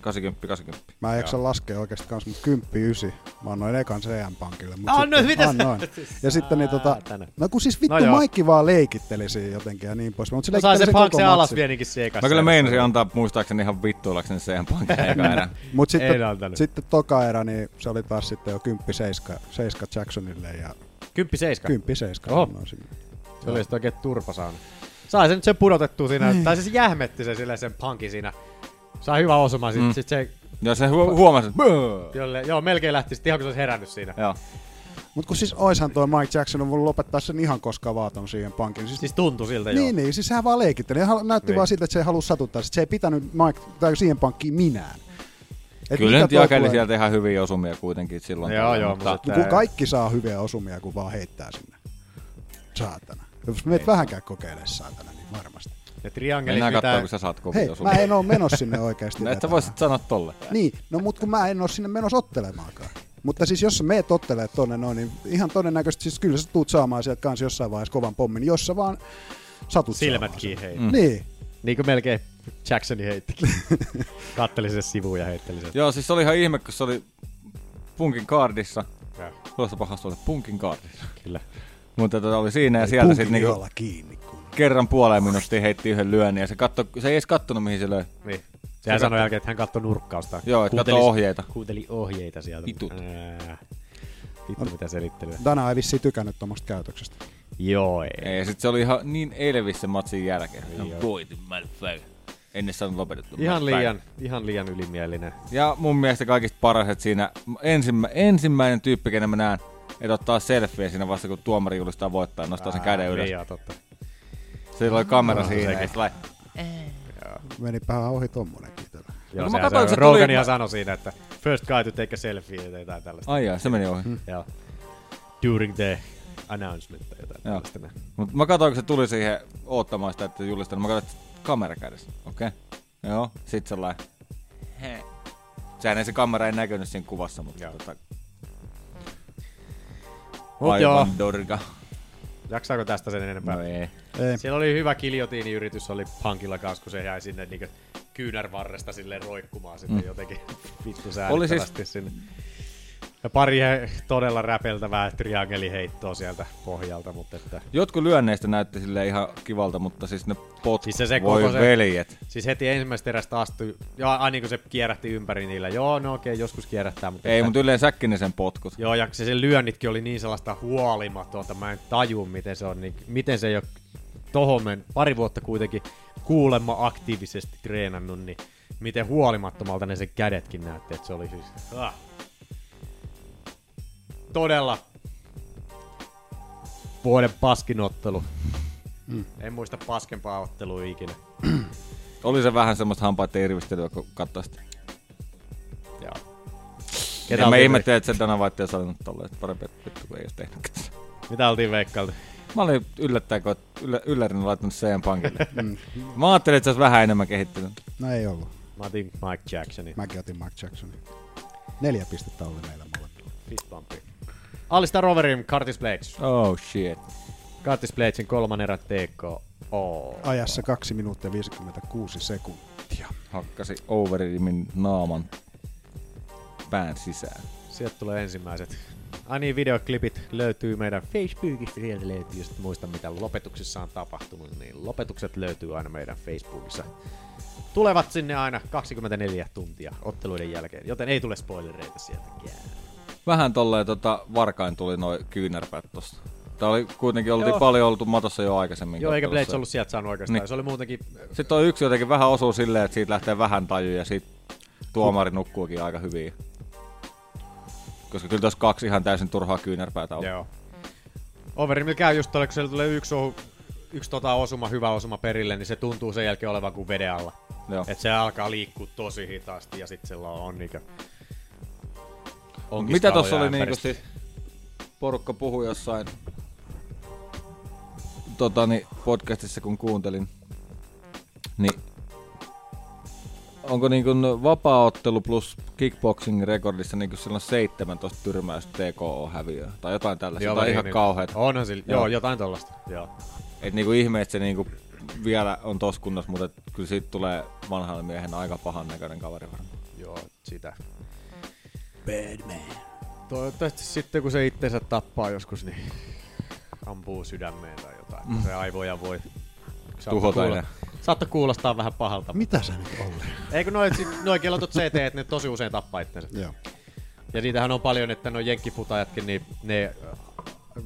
80, 80.
Mä en jaksa laskea oikeasti kanssa, mutta 10 9. Mä annoin ekan CM-pankille. Mut sitten-
Annoit, mitä sä-
Annoin. Ja sitten niin tota...
Saatana.
No kun siis
No
vittu
joo.
no Maikki vaan leikitteli siinä jotenkin ja niin pois. Mutta se
Mä sain
leikitteli
se
sen
punk
koko
sen alas
matsin.
vieninkin se ekassa.
Mä kyllä meinasin antaa muistaakseni ihan vittuilakseni seidän pankkia eikä enää.
Mut
En
sitten,
antanut.
sitten toka erä, niin se oli taas sitten jo 10-7 seiska Jacksonille ja
10 7.
10-7
Oho.
annoin sinne.
Se oli sitten oikein turpa saanut. Sai sen nyt sen pudotettua siinä, tai siis jähmetti se sille sen pankin siinä. Sai hyvän osuman, sit,
Mm.
sit se,
Ja se hu- huomasi, että
jolle, joo, melkein lähti sitten ihan kun se olisi herännyt siinä.
Joo.
Mut kun siis oishan tuo Mike Jackson on voinut lopettaa sen ihan koska vaaton siihen pankin. Siis,
Siis tuntui siltä joo.
niin, niin, siis sehän vaan leikitteli. Hän halu- näytti
Niin.
vaan siltä, että se ei halua satuttaa. Sit se ei pitänyt Mike, tai siihen pankkiin minään. Et
Kyllä
mitä
nyt
toi
jakeli
tulee-
sieltä ihan hyviä osumia kuitenkin silloin.
Joo,
tällöin,
joo,
mutta
mutta-
No
Tää-
kun kaikki saa hyviä osumia, kun vaan heittää sinne. Saatana. Jos
Niin.
meet vähänkään kokeilemaan saatana, niin varmasti.
Ne triangelit,
mennään katsomaan,
mitä...
kun sä saat kovia
Hei,
osumia.
mä en oo menossa sinne oikeasti.
No, että
vetämään.
voisit sanoa tolle.
Niin, no mut kun mä en oo sinne menossa ottelemaankaan. Mutta siis jos sä meet ottelee tonne noin, niin ihan todennäköisesti siis kyllä sä tuut saamaan sieltä kanssa jossain vaiheessa kovan pommin, jos sä vaan satut
Silmät
saamaan sen.
kiinni heitti.
Mm.
Niin.
Niin kuin melkein Jacksoni heittikin. Katteli se sivuun ja heitteli sen.
Joo, siis se oli ihan ihme, kun se oli punkin kaardissa.
Joo.
Tuosta pahasta oli punkin kaardissa.
Kyllä.
Mutta tota oli siinä ja sieltä
Sieltä
sitten niinku
niinku... kiinni. Kun...
kerran puoleen minuuttiin heitti yhden lyönnin ja se, katto, se ei edes kattonut mihin se löi.
Niin. Sehän sanoi jälkeen, että hän katsoi nurkkausta.
Joo, että katsoi
Kuuntelis-
ohjeita.
Kuunteli ohjeita sieltä.
Vitut.
Ää, Vittu mitä selittelyä.
Dana ei vissiin tykännyt tuommoista käytöksestä.
Joo, ei.
Ei, ja sit se oli ihan niin Elvis sen matsin jälkeen. Ihan voitin, motherfucker. Ennen saanut lopetettua.
Ihan
motherfucker.
liian, ihan liian ylimielinen.
Ja mun mielestä kaikista parhaiset siinä, ensimmä, ensimmäinen tyyppi, kenen mä näen, että ottaa selfie siinä vasta, kun tuomari julistaa voittaa, nostaa sen käden ylös.
niin Joo, totta.
Sillä oli kamera
No,
siinä.
sekin.
Ja sit lai-
Menipä vähän ohi tommonenkin tällä.
Joo,
No mä
sehän
katsoin,
sanoi-
kun se tuli-
Rogan ihan sanoi siinä, että first guy to take a selfie tai jotain tällaista.
Ai jaa, se meni ohi.
Joo. During the announcement tai jotain
Joo.
tällaista. näin.
Mut mä katsoin, kun se tuli siihen oottamaan sitä, että julistan. Mä katsoin, että kamera kädessä. Okei. Okay. Joo, sit sellainen. Sehän ei se kamera ei näkynyt siinä kuvassa, mutta
Joo.
tota,
Mut
aivan
joo,
dorga.
jaksaako tästä sen enempää?
No ei.
Ei.
Siellä oli hyvä kiljotiiniyritys, oli pankilla kanssa, kun se jäi sinne niin kyynärvarresta silleen roikkumaan sitten mm. jotenkin vittu
Oli
säälittävästi
siis-
oli siis... sinne. Ja pari todella räpeltävää triangeliheittoa sieltä pohjalta, mutta että...
Jotkut lyönneistä näytti sille ihan kivalta, mutta siis ne potkut,
Siis se, se
voi
koko se-
veljet.
Siis heti ensimmäisestä erästä astui, ja aina kun se kierähti ympäri niillä, joo no okei, joskus kierähtää, mutta...
Ei,
että-
mutta yleensäkin ne sen potkut.
Joo, ja se, se lyönnitkin oli niin sellaista huolimatonta, mä en taju, miten se on, niin, miten se ei ole tohon men, pari vuotta kuitenkin kuulemma aktiivisesti treenannut, niin miten huolimattomalta ne sen kädetkin näytti, että se oli siis ah. todella vuoden paskinottelu. Mm. En muista paskempaa ottelua ikinä.
Oli se vähän semmoista hampaiden irvistelyä, kun katsoi sitä.
Joo.
Ja mä
oltiin
ihmettelin, että se Dana White ei sanonut tolleen, että parempi, että vittu kun ei olisi tehnyt.
veik- Mitä oltiin veikkailtu?
Mä olin yllättäen, kun oot yllä, yllärin laittanut CM Punkille.
Mm.
mä ajattelin, että se olisi vähän enemmän kehittynyt.
No ei ollut.
Mä otin Mike Jacksonin.
Mäkin otin Mark Jacksonin. Neljä pistettä oli meillä molemmilla.
Fist bumpi. Alistar Roverin Curtis Blades.
Oh shit.
Curtis Bladesin kolman erä TK. Oh.
Ajassa 2 minuuttia 56 sekuntia.
Hakkasi Overeemin naaman pään sisään.
Sieltä tulee ensimmäiset. Ai niin, videoklipit löytyy meidän Facebookista, sieltä löytyy, jos et muista mitä lopetuksissa on tapahtunut, niin lopetukset löytyy aina meidän Facebookissa. Tulevat sinne aina 24 tuntia otteluiden jälkeen, joten ei tule spoilereita sieltäkään.
Vähän tolleen tota, varkain tuli noin kyynärpäät tosta. Tää oli kuitenkin oltiin
Joo.
paljon oltu matossa jo aikaisemmin.
Joo, eikä
kattelussa.
Blades ollut sieltä saanut oikeastaan,
Niin.
niin. se oli muutenkin...
Sitten toi yksi jotenkin vähän osuu silleen, että siitä lähtee vähän taju ja sit tuomari nukkuukin aika hyvin. Koska kyllä tässä kaksi ihan täysin turhaa kyynärpäätä on.
Joo. Overimillä käy just tuolla, kun siellä tulee yksi, ohu, yksi tota osuma, hyvä osuma perille, niin se tuntuu sen jälkeen olevan kuin veden alla.
Joo.
Et se alkaa liikkua tosi hitaasti ja sitten sillä on niinku...
Mut
onkin
Mitä tossa
skaloja
oli niinku
ämpäristä.
sit porukka puhui jossain totani, podcastissa kun kuuntelin, niin onko niinku vapaaottelu plus kickboxing rekordissa niinku silloin 17 tyrmäys TKO häviöä tai jotain tällaista,
Joo,
tai
niin,
ihan
niin.
kauheeta.
Onhan sillä, joo, jotain tollasta. Joo.
Et niinku ihme, että se niinku vielä on tossa kunnossa, mutta et kyllä siitä tulee vanhan miehen aika pahan näköinen kaveri varmaan.
Joo, sitä. Badman. Toivottavasti sitten kun se itsensä tappaa joskus, niin ampuu sydämeen tai jotain. Mm. Se aivoja voi...
Tuhota
kuulo-
ne.
Saattaa kuulostaa vähän pahalta.
Mitä sä nyt Olli?
Eikö noin, sit- noin kelotut CT, että ne tosi usein tappaa itsensä.
Joo.
Ja niitähän on paljon, että no jenkkifutajatkin, niin ne äh,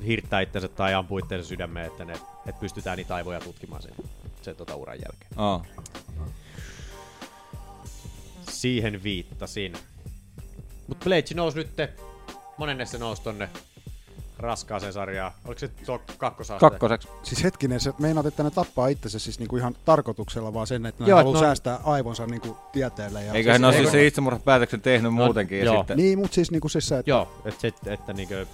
hirttää itsensä tai ampuu itsensä sydämeen, että, ne, että pystytään niitä aivoja tutkimaan sen, sen tota uran jälkeen.
Aa.
Siihen viittasin. Mutta Blade nousi nyt, monennessa se nousi tonne raskaaseen sarjaan. Oliko se tuo kakkosaste?
Kakkoseksi.
Siis hetkinen, sä meinaat, että ne tappaa itsensä siis niinku ihan tarkoituksella, vaan sen, että ne Joo,
Joo, et
haluaa
ne
no...
on-
säästää aivonsa niinku tieteelle. Ja
Eiköhän ne ole siis
eikö-
se No, itsemurhapäätöksen tehnyt muutenkin.
joo.
Ja sitten,
Niin, mutta siis niinku siis se, että
Joo, että, se, että niinkö,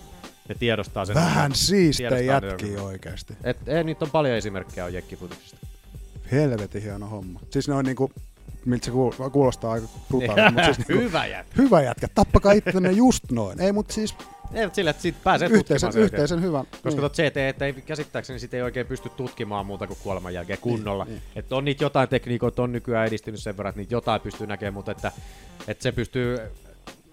ne tiedostaa sen.
vähän siistejä
tiedostaa ne
jätkiä
jonkun-
oikeasti.
Et, ei, niitä on paljon esimerkkejä on jenkkifutiksesta.
Helvetin hieno homma. Siis ne on niinku, miltä se kuul- kuulostaa aika brutaalilta, mutta siis niinku,
Hyvä jätkä.
hyvä jätkä, tappakaa itsenne just noin. Ei, mutta siis
Ei, mut sillä, että siitä pääsee
yhteisen,
tutkimaan sen oikein.
yhteisen hyvän.
Koska niin. CT, että ei käsittääkseni sitä ei oikein pysty tutkimaan muuta kuin kuoleman jälkeen kunnolla. Niin, Että on niitä jotain tekniikoita, on nykyään edistynyt sen verran, että niitä jotain pystyy näkemään, mutta että, että se pystyy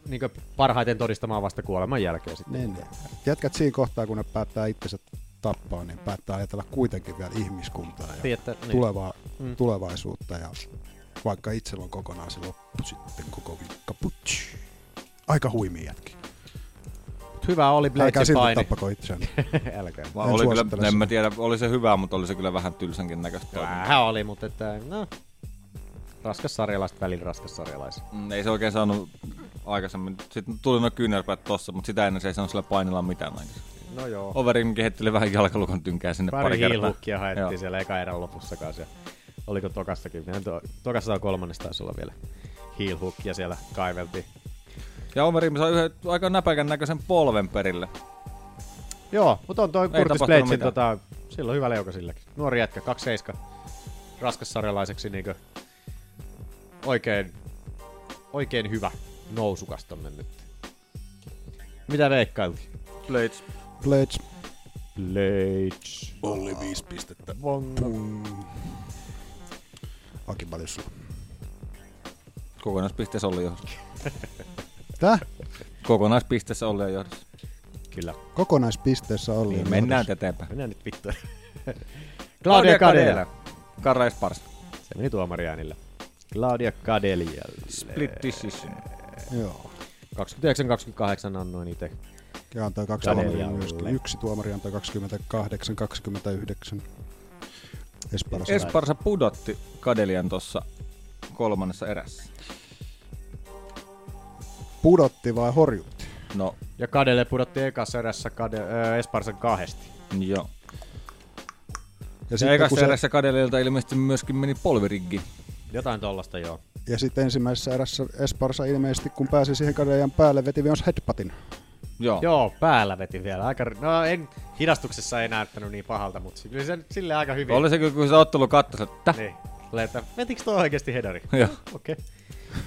niin parhaiten todistamaan vasta kuoleman jälkeen sitten.
Niin, niin. Jätkät siinä kohtaa, kun ne päättää itsensä tappaa, niin päättää ajatella kuitenkin vielä ihmiskuntaa ja
Tiettä, niin.
tulevaa, mm. tulevaisuutta. Ja vaikka itsellä on kokonaan se loppu sitten koko viikka. Putsch. Aika huimia jätki.
Mut Hyvä oli
Älkää
Bladesin
silti
paini.
tappako itseään.
Älkää.
Vaan
En
oli
suosittele
kyllä, en
sitä.
mä tiedä, oli se hyvä, mutta oli se kyllä vähän tylsänkin näköistä. toimintaa.
Vähän oli, mutta että, no. Raskas sarjalaiset välillä raskas sarjalaiset.
Mm, Ei se oikein saanut aikaisemmin. Sitten tuli noin kyynärpäät tossa, mutta sitä ennen se ei saanut sillä painilla mitään aikaisemmin.
No joo.
Overin kehitteli vähän jalkalukon tynkää sinne pari,
Pari
kertaa.
hiilhukkia haettiin
Joo.
siellä eka erän lopussa kanssa. ja Oliko Tokassakin? Mehän to- Tokassa on kolmannesta taisi olla vielä hiilhukkia siellä kaiveltiin.
Ja Overin sai yhden aika näpäkän näköisen polven perille.
Joo, mutta on toi Curtis
tapahtunut
Bladesin,
mitään.
tota, sillä on hyvä leuka silläkin. Nuori jätkä, 27, raskas sarjalaiseksi niinkö oikein, oikein hyvä nousukas tonne nyt. Mitä veikkailtiin?
Blades.
Blades.
Blades.
Olli viisi pistettä. Aki paljon sulla.
Kokonaispisteessä oli johdossa.
Tää?
Kokonaispisteessä oli jo johdossa.
Kyllä.
Kokonaispisteessä Olli.
Niin,
on
mennään
johdossa.
eteenpäin.
Mennään nyt vittu. Claudia Kadella.
Karra Espars.
Se meni tuomariäänillä. Claudia Kadelialle.
Split decision.
Joo.
29-28 annoin itse.
Ja antoi kaksi
Kädellä
tuomaria
alle.
myöskin. Yksi tuomari antoi 28, 29. Esparas.
Esparsa pudotti Kadelian tossa kolmannessa erässä.
pudotti vai horjutti?
No,
Ja Kadelle pudotti ekassa erässä Kade, äh, Esparsen kahdesti.
joo. Ja,
sitten
ja ekassa
kun se-
erässä Kadelilta ilmeisesti myöskin meni polviriggi.
Jotain tollasta, joo.
Ja sitten ensimmäisessä erässä Esparsa ilmeisesti, kun pääsi siihen kadejan päälle, veti myös headbuttin.
Joo.
Joo, päällä veti vielä. Aika, no en, hidastuksessa ei näyttänyt niin pahalta, mutta kyllä se nyt silleen aika hyvin.
Oli se kyllä, kun se ottelu katsoi, että
Niin. Tulee, että vetikö toi oikeasti hedari?
Joo.
Okei.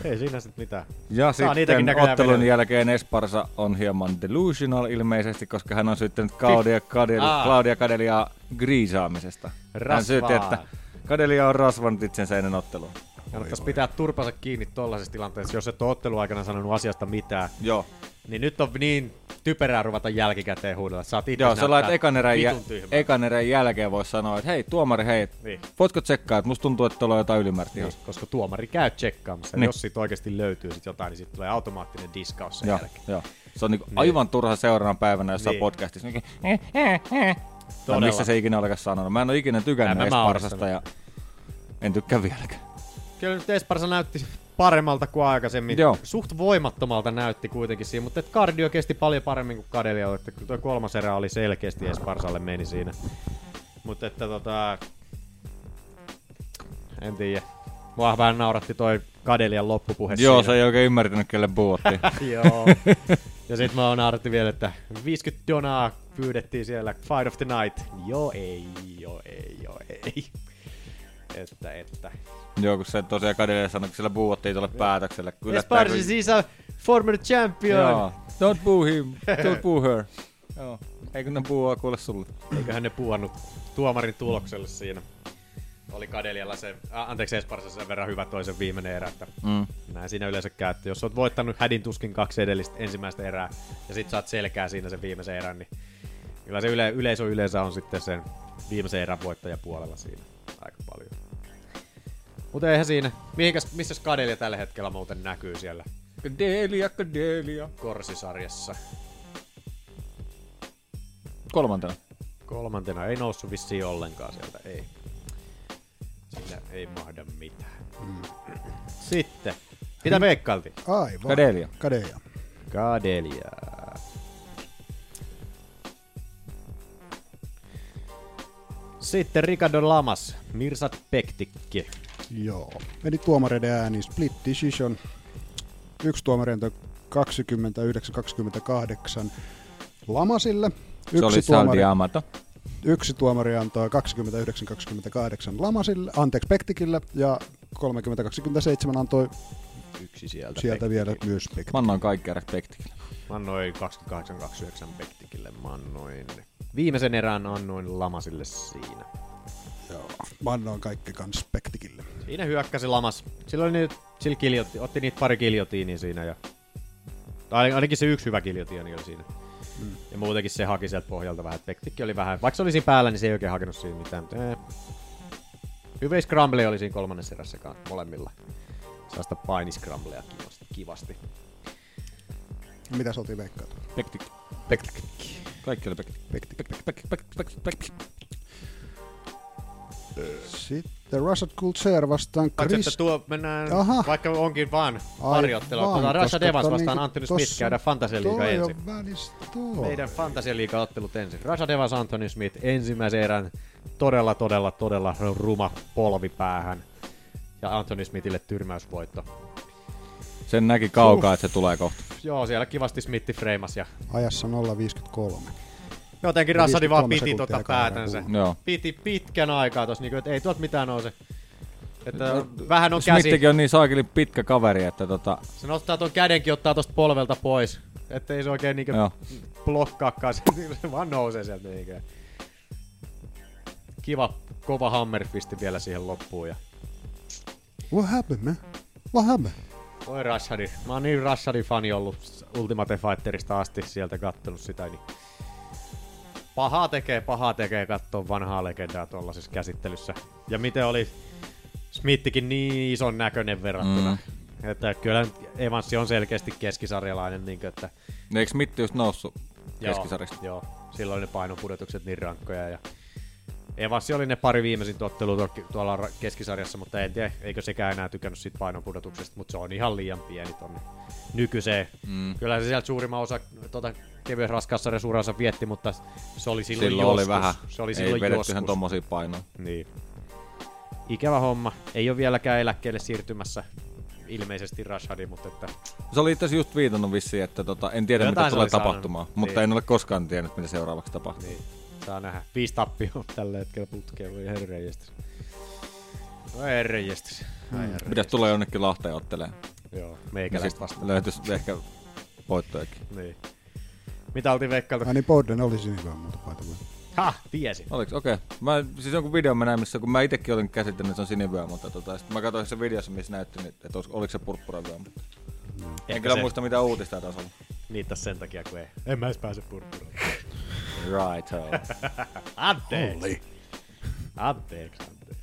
Ei siinä sitten mitään.
Ja
Saa niitäkin
sitten
näköjään
ottelun
vedellä.
jälkeen Esparsa on hieman delusional ilmeisesti, koska hän on syyttänyt Claudia, Kadel,
Aa.
Claudia Kadelia griisaamisesta. Hän
Rasvaa.
syytti, että Kadelia on rasvanut itsensä ennen ottelua.
Kannattaisi pitää turpansa kiinni tollaisessa tilanteessa, jos et ole ottelun aikana sanonut asiasta mitään.
Joo.
Niin nyt on niin typerää ruveta jälkikäteen huudella. Saat itse
Joo, sellainen, että ekan erän, jä,
jä... tyhmä.
ekan erän jälkeen voisi sanoa, että hei tuomari, hei,
Niin.
voitko tsekkaa, että musta tuntuu, että tuolla on jotain ylimääräistä.
Koska tuomari käy tsekkaamassa.
Niin.
Niin. Jos siitä oikeasti löytyy sit jotain, niin sitten tulee automaattinen diskaus sen
Joo,
jälkeen.
joo. Se on niinku aivan turha seuraavana päivänä jossain
Niin.
podcastissa. Niin. Tai No missä se ikinä olekaan sanonut. Mä en ole ikinä tykännyt
Tämä
edes
mä oon
Parsasta ja en tykkää vieläkään.
Kyllä nyt Esparsa näytti paremmalta kuin aikaisemmin.
Joo.
Suht voimattomalta näytti kuitenkin siinä, mutta et kardio kesti paljon paremmin kuin Kadelia, että kyllä tuo kolmas erä oli selkeästi Esparsalle meni siinä. Mutta että tota... En tiedä. Mua vähän nauratti toi Kadelian loppupuhe
Joo, se
siinä.
ei oikein ymmärtänyt, kelle puhuttiin.
Joo. Ja sit mä nauratti vielä, että 50 donaa pyydettiin siellä Fight of the Night. Joo ei, joo ei, joo ei. Että, että.
Joo, kun se tosiaan Kadelia sanoi, että sillä buuottiin
Niin.
tuolle päätökselle. Kyllä,
Esparsis is a former champion.
Joo. Don't boo him, don't boo her. Joo. Eikö ne puhua kuule sulle?
Eiköhän ne puhannut tuomarin tulokselle siinä. Oli Kadelialla se, äh, anteeksi Esparsassa sen verran hyvä toisen viimeinen erä, että
Mm.
näin siinä yleensä käy, että jos oot voittanut hädin tuskin kaksi edellistä ensimmäistä erää ja sit saat selkää siinä sen viimeisen erän, niin kyllä se yle, yleisö yleensä on sitten sen viimeisen erän voittaja puolella siinä aika paljon. Mutta eihän siinä. Mihinkäs, missäs Kadelia tällä hetkellä muuten näkyy siellä
Kadelia, Kadelia.
korsisarjassa?
Kolmantena.
Kolmantena ei noussut vissiin ollenkaan sieltä, ei. Sillä ei mahda mitään. Sitten. Mitä veikkailtiin?
Aivan.
Kadelia.
Kadeja.
Kadelia. Sitten Ricardo Lamas, Mirsat Pektikki.
Joo. Meni tuomareiden ääni split decision. Yksi tuomari antoi 29-28 Lamasille. Yksi
Se oli
tuomari,
Saldi Amato.
yksi tuomari antoi 29-28 Lamasille, anteeksi Pektikille ja 30-27 antoi
Yksi sieltä.
sieltä vielä myös Pektikille.
Mä annoin kaikkea respektiä.
Mä annoin 28-29 Pektikille. Mä annoin... Viimeisen erään annoin Lamasille siinä.
Joo. Mä annoin kaikki kans Pektikille.
Siinä hyökkäsi lamas. Silloin nyt, sillä kiljoti, otti niitä pari kiljotiiniä siinä. Ja, tai ainakin se yksi hyvä kiljotiini oli siinä. Mm. Ja muutenkin se haki sieltä pohjalta vähän. Tektikki oli vähän, vaikka se oli siinä päällä, niin se ei oikein hakenut siinä mitään. Mutta, eh. Hyvä scramble oli siinä kolmannessa erässäkaan molemmilla. Sellaista painiscramblea kivasti. kivasti.
Mitä sä otin veikkaat?
Pektik.
Tektikki.
Kaikki oli pektik.
Pektik.
Pektik, pektik, pektik, pektik, pektik.
Sitten Rashad Kulcher vastaan
Chris...
Chris
Että tuo mennään,
Aha.
Aha. vaikka onkin vaan
Ai
harjoittelua.
vaan,
Otetaan
koska
Rasha Devans
tää on
vastaan
niinku
Anthony
tossa-
Smith käydään Fantasialiiga
Toi
ensin.
on välis tuo.
Meidän fantasialiiga-ottelut ensin. Raja Devas Anthony Smith ensimmäisen erän todella, todella, todella ruma polvi päähän. Ja Anthony Smithille tyrmäysvoitto.
Sen näki kaukaa, että se tulee kohta.
Joo, siellä kivasti Smith freimas ja
Ajassa 0,53.
jotenkin Rassadi
53
vaan piti tota
sekuntia
päätänsä.
kauden
Joo.
Piti pitkän aikaa tossa, niinku, että ei tuot mitään nouse. Että vähän on käsi.
No, Smithikin on niin saakelin pitkä kaveri, että tota...
Se nostaa ton kädenkin, ottaa tosta polvelta pois. Ettei se oikein niinkö
Joo.
blokkaakaan, se niin se vaan nousee sieltä niinkö. Kiva, kova hammerfisti vielä siihen loppuun ja
What happened, man? What happened?
Voi Rashadi. Mä oon niin Rashadin fani ollut s- Ultimate Fighterista asti sieltä kattonut sitä, niin pahaa tekee, pahaa tekee katsoa vanhaa legendaa tuollaisessa käsittelyssä. Ja miten oli Smithikin niin ison näköinen verrattuna. Mm. Että kyllä Evansi on selkeästi keskisarjalainen, niin kuin, että
Eikö Smith just noussut keskisarjasta?
Joo, joo, silloin ne painopudotukset niin rankkoja ja Evassi oli ne pari viimeisintä ottelua tuolla- tuolla ra- keskisarjassa, mutta en tiedä, eikö sekään enää tykännyt siitä painonpudotuksesta, mutta se on ihan liian pieni tonne nykyiseen. Mm.
Mm.
Kyllä se sieltä suurimman osa tuota, kevyen raskaassarjan suuransa vietti, mutta se oli silloin,
Silloin
joskus.
oli vähän.
Se oli
Ei
silloin
vedetty
joskus.
ihan tommosia painoja.
Niin. Ikävä homma. Ei ole vieläkään eläkkeelle siirtymässä ilmeisesti Rashadi, mutta että
Se oli itse asiassa just viitannut vissiin, että tota, en tiedä
Jotain
mitä
se
tulee
oli sanonut.
tapahtumaan, mutta
Niin.
en ole koskaan tiennyt mitä seuraavaksi tapahtuu.
Niin. saa nähdä. Viisi tappioa tällä hetkellä putkeen, voi herrejestys. Voi herrejestys. Ai herrejestys.
Pitäisi tulla jonnekin Lahteen ottelemaan.
Joo, meikäläistä
Niin
vastaan.
sit Löytyisi ehkä voittojakin.
Niin. Mitä oltiin veikkailtu?
Ai niin, Borden olisi niin hyvä muuta by the way.
Ha, tiesin.
Oliko? Okei. Okay. Mä siis jonkun videon mä näin, missä kun mä itekin olin käsittänyt, että se on sinivyö, mutta tota, sit mä katsoin sen videossa, missä näytti, niin, että olis- oliko se purppuravyö. Mutta... En kyllä
se-
muista mitä uutista taas oli.
Niitä sen takia, kun ei. En mä edes pääse purppuraan.
Right. oh.
Anteeksi. Anteeksi, anteeksi.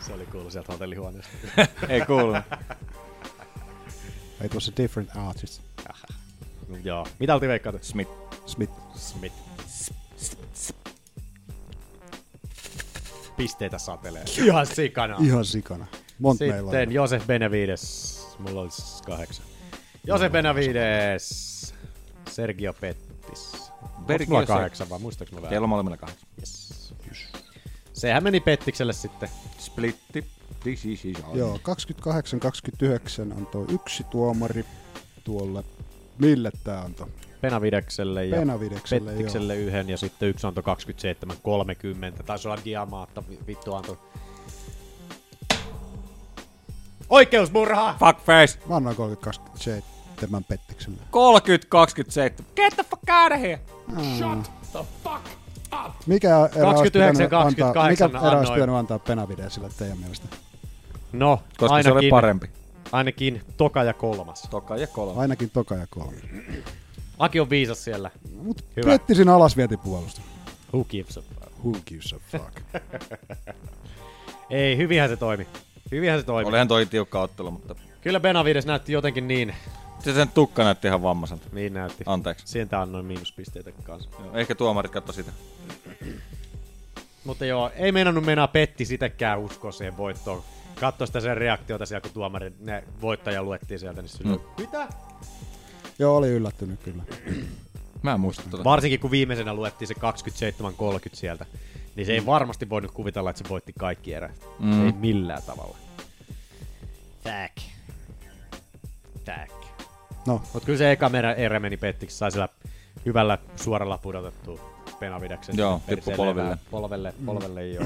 Se oli kuullut sieltä hotellihuoneesta.
Ei kuulu.
It was a different artist.
No, Joo. Mitä oltiin veikkailtu?
Smith.
Smith.
Smith. Pisteitä satelee. Ihan sikana.
Ihan sikana. Monta meillä
Ah. Sitten
on.
Josef Benavides. Mulla olisi kahdeksan. Josef Benavides. Sergio Pettis. Onko
Sergio
mulla
Se-
kahdeksan vai muistaaks mä
Teillä
väärin?
on molemmilla kahdeksan.
Yes. Sehän meni Pettikselle sitten.
Splitti. This is his art.
Joo, 28-29 antoi yksi tuomari tuolle. Mille tämä antoi?
Benavidekselle ja
Benavidekselle,
Pettikselle yhden ja sitten yksi antoi 27-30. Taisi olla Diamaatta vi- vittu antoi. Oikeusmurhaa!
Fuckface.
Mä annoin 30-27 Pettikselle.
30-27. Get the fuck out of here.
Mm.
Shut the fuck up!
Mikä erä olisi
29,
pitänyt antaa,
28
mikä erä olisi
annoin.
pitänyt antaa penavidea sille teidän mielestä?
No,
Koska
ainakin,
se oli parempi.
Ainakin toka ja kolmas.
Toka ja kolme.
Ainakin toka ja kolme.
Aki on viisas siellä.
Mut
Hyvä.
Pettisin alas vieti puolustus.
Who gives a fuck?
Who gives a fuck?
Ei, hyvinhän se toimi. Hyvinhän se toimi.
Olihan toi tiukka ottelu, mutta
Kyllä Benavides näytti jotenkin niin.
se sen tukka näytti ihan vammaiselta.
Niin näytti.
Anteeksi.
Siitä annoin miinuspisteitä kanssa.
Joo, Ehkä tuomarit katso sitä.
Mutta joo, ei meinannut mennä Petti sitäkään uskoa siihen voittoon. Katso sitä sen reaktiota siellä, kun tuomari ne voittaja luettiin sieltä, niin sillä, mm. mitä?
Joo, oli yllättynyt kyllä.
Mä en muista tota.
Varsinkin kun viimeisenä luettiin se 27-30 sieltä, niin se
Mm.
ei varmasti voinut kuvitella, että se voitti kaikki erät. Mm. Ei millään tavalla. Tack. Tack.
No,
Mutta kyllä se eka merä- erä meni pettiksi, sai sillä hyvällä suoralla pudotettua penavidaksen.
Joo, tippu polvelle.
Polvelle, polvelle mm. joo.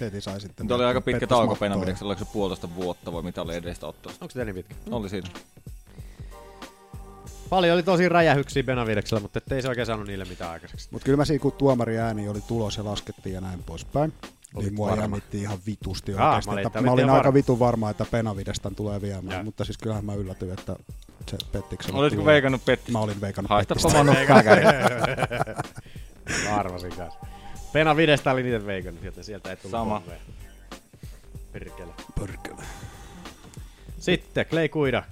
heti sai sitten.
Nyt oli aika pitkä
Pettis
tauko
mattoi.
Penavideksellä, oliko se puolitoista vuotta vai mitä oli edellistä ottelusta?
Onko se niin pitkä?
Oli siinä.
Paljon oli tosi räjähyksiä Benavideksellä, mutta ettei se oikein saanut niille mitään aikaiseksi.
Mut kyllä mä siinä, kun tuomari ääni oli tulos ja laskettiin ja näin poispäin,
Olit
niin mua
varma.
jännitti ihan vitusti
Aa,
oikeastaan.
mä olin-
että
mä
mä
olin
olin
ihan
aika
varma.
vitun varma, että Penavidestan tulee viemään,
Joo.
mutta siis kyllähän mä yllätyin, että se Pettiksen
Oletko veikannut Petti?
Mä olin veikannut
Haistapa
Pettistä.
vaan nukkakäriä.
Mä arvasin kanssa. Benavidestä oli niiden veikon, joten sieltä ei tullut
Sama.
kolmea. Perkele. Sitten Clay Kuida,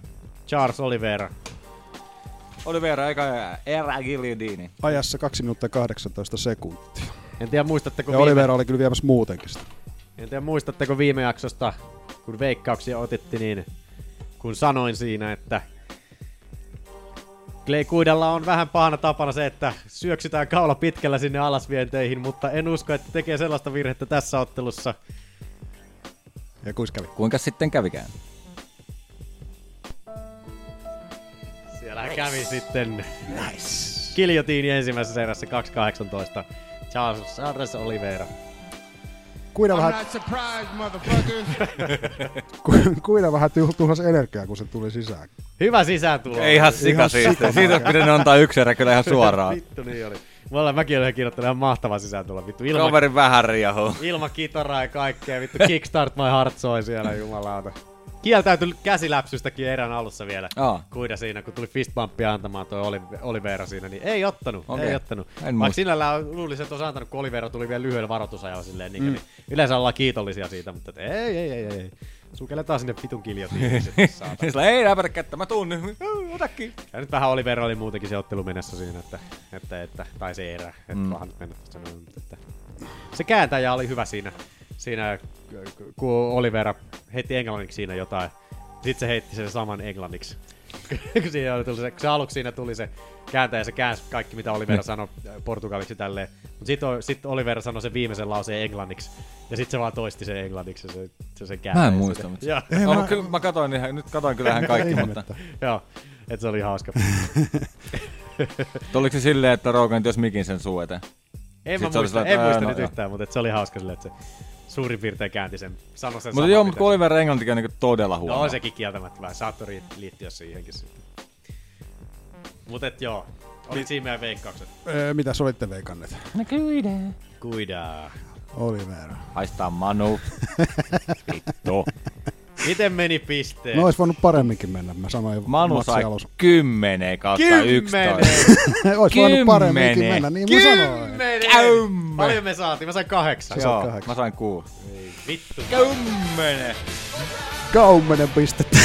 Charles Oliveira.
Oliveira eka erä Giliodini.
Ajassa 2 minuuttia 18 sekuntia.
En tiedä muistatteko
Ja
viime,
Olivera oli kyllä viemässä muutenkin sitä.
en tiedä muistatteko viime jaksosta, kun veikkauksia otettiin, niin kun sanoin siinä, että Clay Kuidalla on vähän pahana tapana se, että syöksytään kaula pitkällä sinne alasvienteihin, mutta en usko, että tekee sellaista virhettä tässä ottelussa.
Ja kuis kävi.
Kuinka sitten kävikään?
Siellä kävi sitten nice. kiljotiini ensimmäisessä erässä 2.18. Charles, Charles Oliveira.
Kuida vähän,
surprised, motherfuckers.
ku- kuida vähän tuh- tuhlas energiaa, kun se tuli sisään.
Hyvä sisääntulo.
Ei ihan sika siitä. Siitä olisi pitänyt antaa yksi erä kyllä ihan suoraan.
Vittu niin oli. Mulla mäkin olen kirjoittanut ihan mahtava sisääntulo. Vittu ilma,
Kaverin vähän riahu.
ilma kitaraa ja kaikkea. Vittu kickstart my heart soi siellä jumalauta. Kieltäytyi käsiläpsystäkin erän alussa vielä.
Aa.
Kuida siinä, kun tuli fistbumpia antamaan toi Oli- Oliveira siinä, niin ei ottanut, okay.
Okei.
ei ottanut.
En
Vaikka
muista.
sinällään luulisin, että olisi antanut, kun Oliveira tuli vielä lyhyellä varoitusajalla silleen, niin, mm. niin yleensä ollaan kiitollisia siitä, mutta et ei, ei, ei, ei. ei. Sukelletaan sinne vitun niin kiljotiin.
Sillä ei läpäri kättä, mä tuun nyt. Otakin.
Ja nyt vähän oli verran, oli muutenkin se ottelu mennessä siinä, että, että, että tai se erä, että
Mm.
mm. vähän nyt mennä tässä noin, mutta että. Se kääntäjä oli hyvä siinä, siinä kun Olivera heitti englanniksi siinä jotain, sitten se heitti sen saman englanniksi. kun siinä oli tullut se, kun se aluksi siinä tuli se kääntäjä, se käänsi kaikki, mitä Olivera
Niin.
sanoi äh, portugaliksi tälleen. Mutta sitten sit Olivera sanoi sen viimeisen lauseen englanniksi, ja sitten se vaan toisti sen englanniksi, ja se, se, se kääntäjä.
Mä en muista, mutta...
Joo.
Ei, mä... Kyllä, mä katoin, ihan- nyt katoin kyllähän kaikki, mutta...
Joo, että se oli hauska.
Mutta Oliko se silleen, että Rogan jos mikin sen suu eteen?
En
Sit
mä
se oli
muista,
sillä,
en
että,
muista
ää, no
nyt
joo.
yhtään, mutta et se oli hauska sille, että se suurin piirtein käänti sen, sanoi
Mutta
sen saman,
joo,
mitä-
mutta kun Oliver Englantikin on niinku todella
No
huono.
on sekin kieltämättä vähän, saattoi ri- liittyä siihenkin sitten. Mut et joo,
Niin-
oli siinä meidän veikkaukset.
Öö, mitä olitte veikanneet?
No kyllä.
Kuidaa.
Oli väärä.
Haistaa Manu. Vittu.
Miten meni pisteet?
No olisi voinut paremminkin mennä, mä sanoin
Manu
matsin
sai
alussa.
10 kautta
Kymmenen!
11.
Ois voinut paremminkin
Kymmenen!
mennä, niin mä sanoin.
Kymmenen!
Käymmen!
Paljon me saatiin? Mä sain kahdeksan.
Sä saat
Joo,
kahdeksan.
mä sain kuusi.
Vittu.
Kymmenen!
Kaummenen pistettä.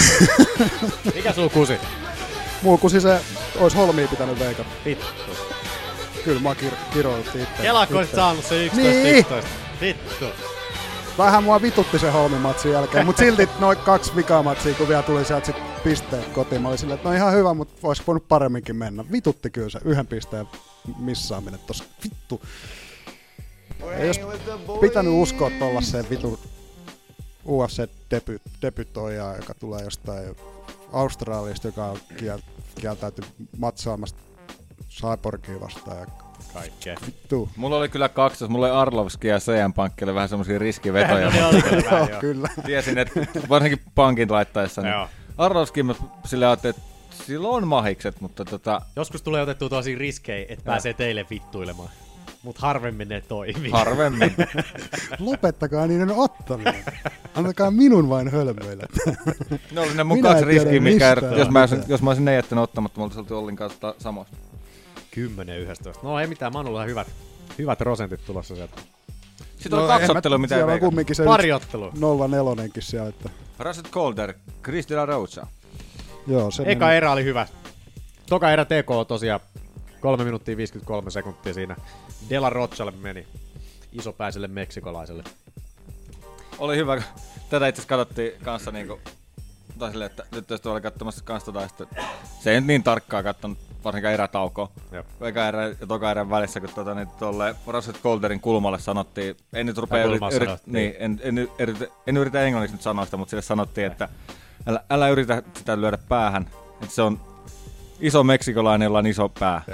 Mikä sun kusi?
Muu kuin siis se ois holmiin pitänyt veikata.
Vittu.
Kyllä mä kir- kiroiltiin itse.
Kelaako olisit
itse.
saanut se 11
Niin.
11? Vittu.
Vähän mua vitutti se holmimatsin jälkeen, mutta silti noin kaksi vikamatsia, kun vielä tuli sieltä sit pisteet kotiin. Mä olin silleen, että no ihan hyvä, mutta olisi voinut paremminkin mennä. Vitutti kyllä se yhden pisteen missaaminen tossa. Vittu. Ei jos pitänyt uskoa tollaiseen vitu UFC deby, debytoijaan, joka tulee jostain Australiasta, joka on kiel, kieltäyty matsaamasta Cyborgia vastaan. Ja
Kaikkea.
vittu.
Mulla oli kyllä kaksos, mulla oli Arlovski ja CM Pankkille vähän semmosia riskivetoja.
No ne oli kyllä vähän,
Joo,
joo.
kyllä.
Tiesin, että varsinkin pankin laittaessa. Niin
Joo.
Arlovski mä sillä ajattelin, että sillä on mahikset, mutta tota,
Joskus tulee otettua tosi riskejä, että pääsee teille vittuilemaan. Mut harvemmin ne toimii.
harvemmin.
Lopettakaa niiden ottaminen. Antakaa minun vain hölmöillä.
Ne oli ne mun
Minä
kaksi
en tiedä
riskiä, mikä
mistään
jos mä, olisin,
mitään.
jos mä olisin ne jättänyt ottamatta, me oltais oltu Ollin kanssa ta- samoissa.
10 11. No ei mitään, Manulla on hyvät, hyvät prosentit tulossa sieltä.
No
Sitten oli kaksi ottelua, mitä ei
Siellä on
veikannut.
kumminkin se
Pari ottelua.
04 siellä, että
Russell Calder, Chris de la Rocha.
joo, se
Eka
meni.
erä oli hyvä. Toka erä TK on tosiaan 3 minuuttia 53 sekuntia siinä. Dela Rochalle meni isopäiselle meksikolaiselle.
Oli hyvä. Tätä itse asiassa katsottiin kanssa niinku, tai silleen, että nyt tästä oli katsomassa kanssa tota, sitten, se ei nyt niin tarkkaa kattonut, varsinkaan erätaukoa.
Joo.
Eka erä ja toka erän välissä, kun tota, niin tolle Russell Calderin kulmalle sanottiin, en nyt
Tai
rupea
kulmaan
yrit, yrit,
sanottiin.
niin, en, en, yritä, en yritä englanniksi nyt sanoa sitä, mutta sille sanottiin, että älä, älä yritä sitä lyödä päähän, että se on iso meksikolainen, jolla on iso pää.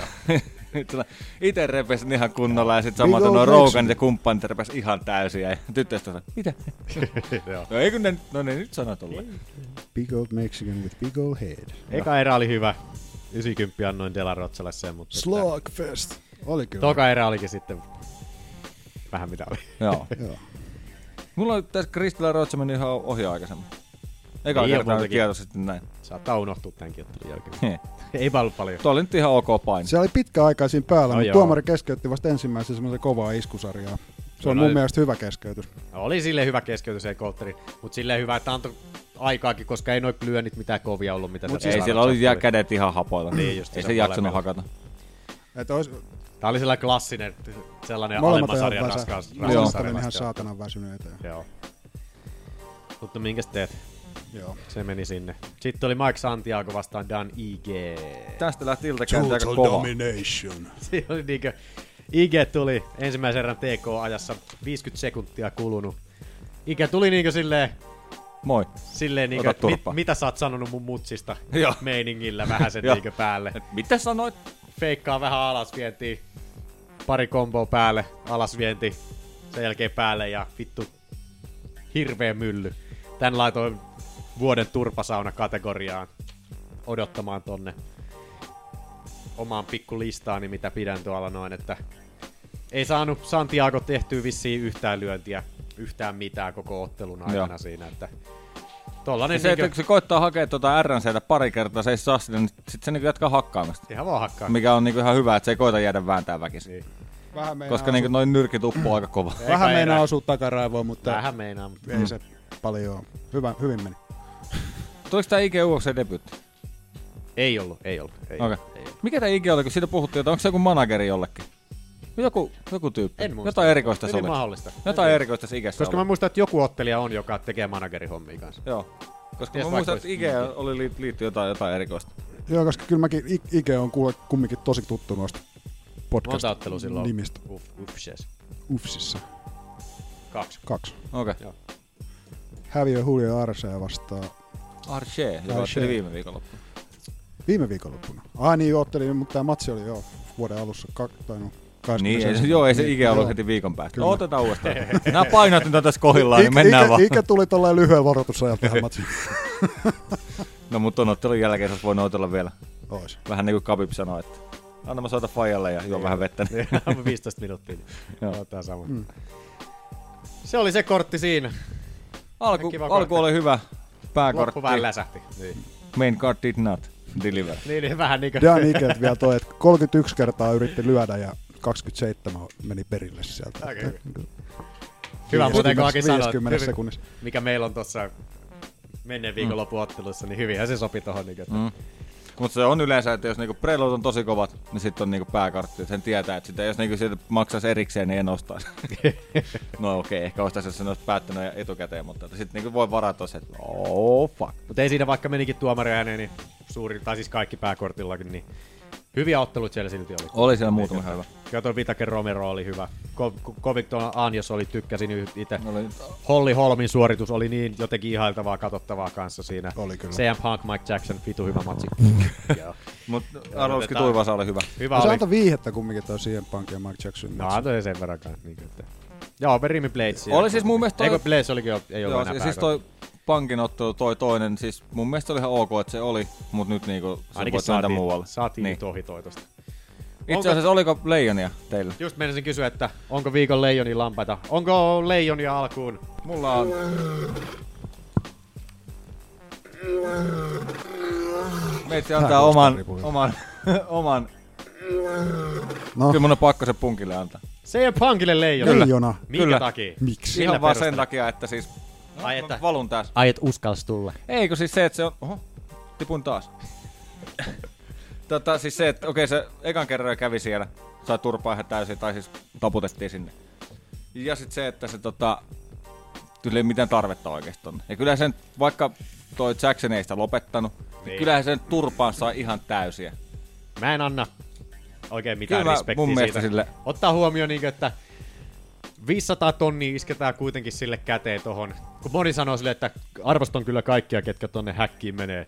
Nyt sillä Itse repesin ihan kunnolla ja sitten
Big
samoin
old
nuo
Mexican.
Rogan ja kumppanit repes ihan täysin ja tyttöistä sanoi, mitä?
Joo.
No ei kun ne, nyt- no ne nyt sanoo tolleen.
e-
Big old Mexican with big old head.
Eka erä oli hyvä. 90 annoin Dela Rochalle sen, mutta... että
Slugfest. Oli kyllä.
Toka erä olikin sitten vähän mitä oli.
Joo.
Joo.
Mulla on tässä Kristillä Rootsa meni ihan ohi aikaisemmin. Eka
Niin,
kertaa
ja
oli
muutenkin.
kierros sitten näin.
Saattaa unohtua tämänkin ottelun jälkeen.
Heh.
ei ollut paljon.
Tuo oli nyt ihan ok paini.
Se oli pitkäaikaisin päällä,
No
mutta
joo.
tuomari keskeytti vasta ensimmäisen semmoisen kovaa iskusarjaa. Se on
No
mun
näin.
mielestä hyvä keskeytys.
No, oli sille hyvä keskeytys ei koltteri, mutta sille hyvä, että antoi aikaakin, koska ei noi lyönnit mitään kovia ollut, mitä
Mut
se
Ei, siellä oli jää kädet ihan hapoilla.
Niin just,
ei
se
se jaksanut
molemmilla.
hakata.
Et ois,
Tämä oli sellainen klassinen, sellainen
molemmat
alemman
on
sarjan
ihan
raskaus.
väsä.
raskaus-
Molemmat oli
sarjan
ihan
raskaus.
saatanan väsyneitä.
Joo. Mutta minkäs teet?
Joo.
Se meni sinne. Sitten oli Mike Santiago vastaan Dan IG.
Tästä lähti ilta kääntää aika kova.
domination.
Siinä oli niinkö, IG tuli ensimmäisen erän TK-ajassa 50 sekuntia kulunut. IG tuli niinkö silleen,
Moi.
silleen niinkö,
Ota
että mit,
turpaa.
mitä sä oot sanonut mun mutsista
Joo.
meiningillä vähän sen
Joo.
niinkö päälle. Niin,
Et Mitä sanoit?
feikkaa vähän alas vientiin. Pari komboa päälle, alas vienti, sen jälkeen päälle ja vittu hirveä mylly. Tän laitoin vuoden turpasauna kategoriaan odottamaan tonne omaan pikku listaani, mitä pidän tuolla noin, että ei saanut Santiago tehtyä vissiin yhtään lyöntiä, yhtään mitään koko ottelun aikana
Joo.
siinä, että tollanen
Se, että
niinkö,
kun se koittaa hakea tuota RNCtä pari kertaa, se ei saa sitä, niin sit se niinku jatkaa hakkaamista.
ihan vaan hakkaa.
Mikä on niinku ihan hyvä, että se ei koita jäädä vääntää väkisin.
Niin.
Vähän meinaa
Koska
osuu,
niinku noin nyrkit uppoo aika kova.
Eka
vähän meinaa
erä.
osuu takaraivoon, mutta
Vähän meinaa, mutta
ei se paljon. Hyvä, hyvin meni.
Tuliko tämä IG UFC debyytti?
Ei ollut, ei ollut. Ei
Okei.
ollut, ei ollut.
Mikä tämä IG oli, kun siitä puhuttiin, että onko se joku manageri jollekin? Joku, joku tyyppi.
En muista.
Jotain erikoista se
Hyvin
oli.
mahdollista.
Jotain erikoista tässä ikässä
Koska
oli.
mä muistan, että joku ottelija on, joka tekee managerihommia kanssa.
Joo. Koska
Ties
mä
vaikka
muistan, että
olisi-
IG oli liit- liittyy jotain, jotain erikoista.
Joo, koska kyllä mäkin I- Ike on kuule kumminkin tosi tuttu noista
Monta ottelua silloin
podcast-nimistä.
Uf, ufses.
Ufsissa.
Kaksi.
Kaksi.
Okei.
Joo.
Häviö Julio Arcea vastaan
Arche, joka
Arce.
otteli viime viikonloppuna.
viime viikonloppuna. Ah niin, joo, otteli, mutta tämä matsi oli joo vuoden alussa. Kak, tai no,
Niin,
29.
ei, se- joo, ei se IG ollut
joo.
heti viikon päästä.
Kyllä.
Otetaan uudestaan. Nämä painot nyt on tässä kohdillaan, niin
Ike-
mennään
Ike-
vaan.
Ike tuli tolleen lyhyen varoitusajalla tähän matsiin.
No mutta on ottelun jälkeen sä oot voinut otella vielä.
Ois.
Vähän niin kuin Kabib sanoi, että anna mä soita Fajalle ja juo vähän vettä. niin-
15 minuuttia.
Joo.
Joo. Tää sama. Se oli se kortti siinä.
Alku,
Kiva
alku
kortti.
oli hyvä. Pääkortti.
Loppu vähän läsähti. Niin.
Main card did not deliver.
Niin, niin vähän niinku.
Dan Ikeltä vielä toi, että 31 kertaa yritti lyödä ja 27 meni perille sieltä.
Aika
Että-
Hyvä
50
muuten kun Aki sanoi,
50
hyvin-
sekunnissa.
mikä meillä on tuossa menneen viikonlopun ottelussa, niin hyvinhän se sopi tuohon. Niin, mm.
Mutta se on yleensä, että jos niinku preload on tosi kovat, niin sitten on niinku pääkartti. Sen tietää, että sitä, jos niinku siitä maksaisi erikseen, niin en ostaisi. no okei, okay, ehkä ostaisi, jos sen olisi päättänyt etukäteen, mutta sitten niinku voi varata se, että oh fuck.
Mutta ei siinä vaikka menikin tuomari ääneen, niin suuri, tai siis kaikki pääkortillakin, niin hyviä ottelut siellä silti oli.
Oli siellä muutama hyvä.
Kato Vitaker Romero oli hyvä. Ko- Ko- Covington Anjos oli, tykkäsin itse.
Oli-
Holli Holmin suoritus oli niin jotenkin ihailtavaa katsottavaa kanssa siinä.
Oli kyllä.
CM Punk, Mike Jackson, vitu hyvä matsi. Joo.
Mutta Arlovski
otetaan.
Tuivasa oli hyvä.
hyvä
No, se
oli.
antoi viihettä kumminkin toi CM Punk ja Mark Jackson.
No antoi se sen verran kanssa. Niin, että... Joo, Berimi Blades.
Oli siis mun mielestä toi-
Eikö Blades olikin jo, ei ollut
Joo,
enää
ja siis
pääkohta.
toi pankin ottelu, toi toinen, siis mun mielestä oli ihan ok, että se oli, mutta nyt niinku se voit
Ainakin
mennä
saatiin,
muualle.
saatiin
niin.
niin. tohitoitosta.
Itse asiassa oliko leijonia teillä?
Just menisin kysyä, että onko viikon leijoni lampaita? Onko leijonia alkuun?
Mulla on... Meitsi antaa
kuulostaa
oman,
ripuilta.
oman, oman...
No.
Kyllä mun on pakko se punkille antaa.
Se ei ole pankille leijona.
Kyllä. Leijona.
Minkä
Kyllä.
takia?
Miksi?
Millä
Ihan vaan sen
perusteella?
takia, että siis... No,
Ai
mä
että.
Valun taas.
Ai et uskalsi tulla.
Ei, kun siis se, että se on... Oho, tipun taas. tota, siis se, että okei, se ekan kerran jo kävi siellä. Sai turpaa ihan täysin, tai siis taputettiin sinne. Ja sitten se, että se tota... Kyllä ei mitään tarvetta oikeastaan. Ja kyllä sen, vaikka toi Jackson ei sitä lopettanut, niin,
Niin.
kyllähän sen turpaan saa ihan täysiä.
Mä en anna oikein mitään
Kyllä mä-
respektiä
mun mielestä
siitä.
sille-
Ottaa huomioon, niin että 500 tonnia isketään kuitenkin sille käteen tohon. Kun moni sanoo sille, että arvostan kyllä kaikkia, ketkä tonne häkkiin menee.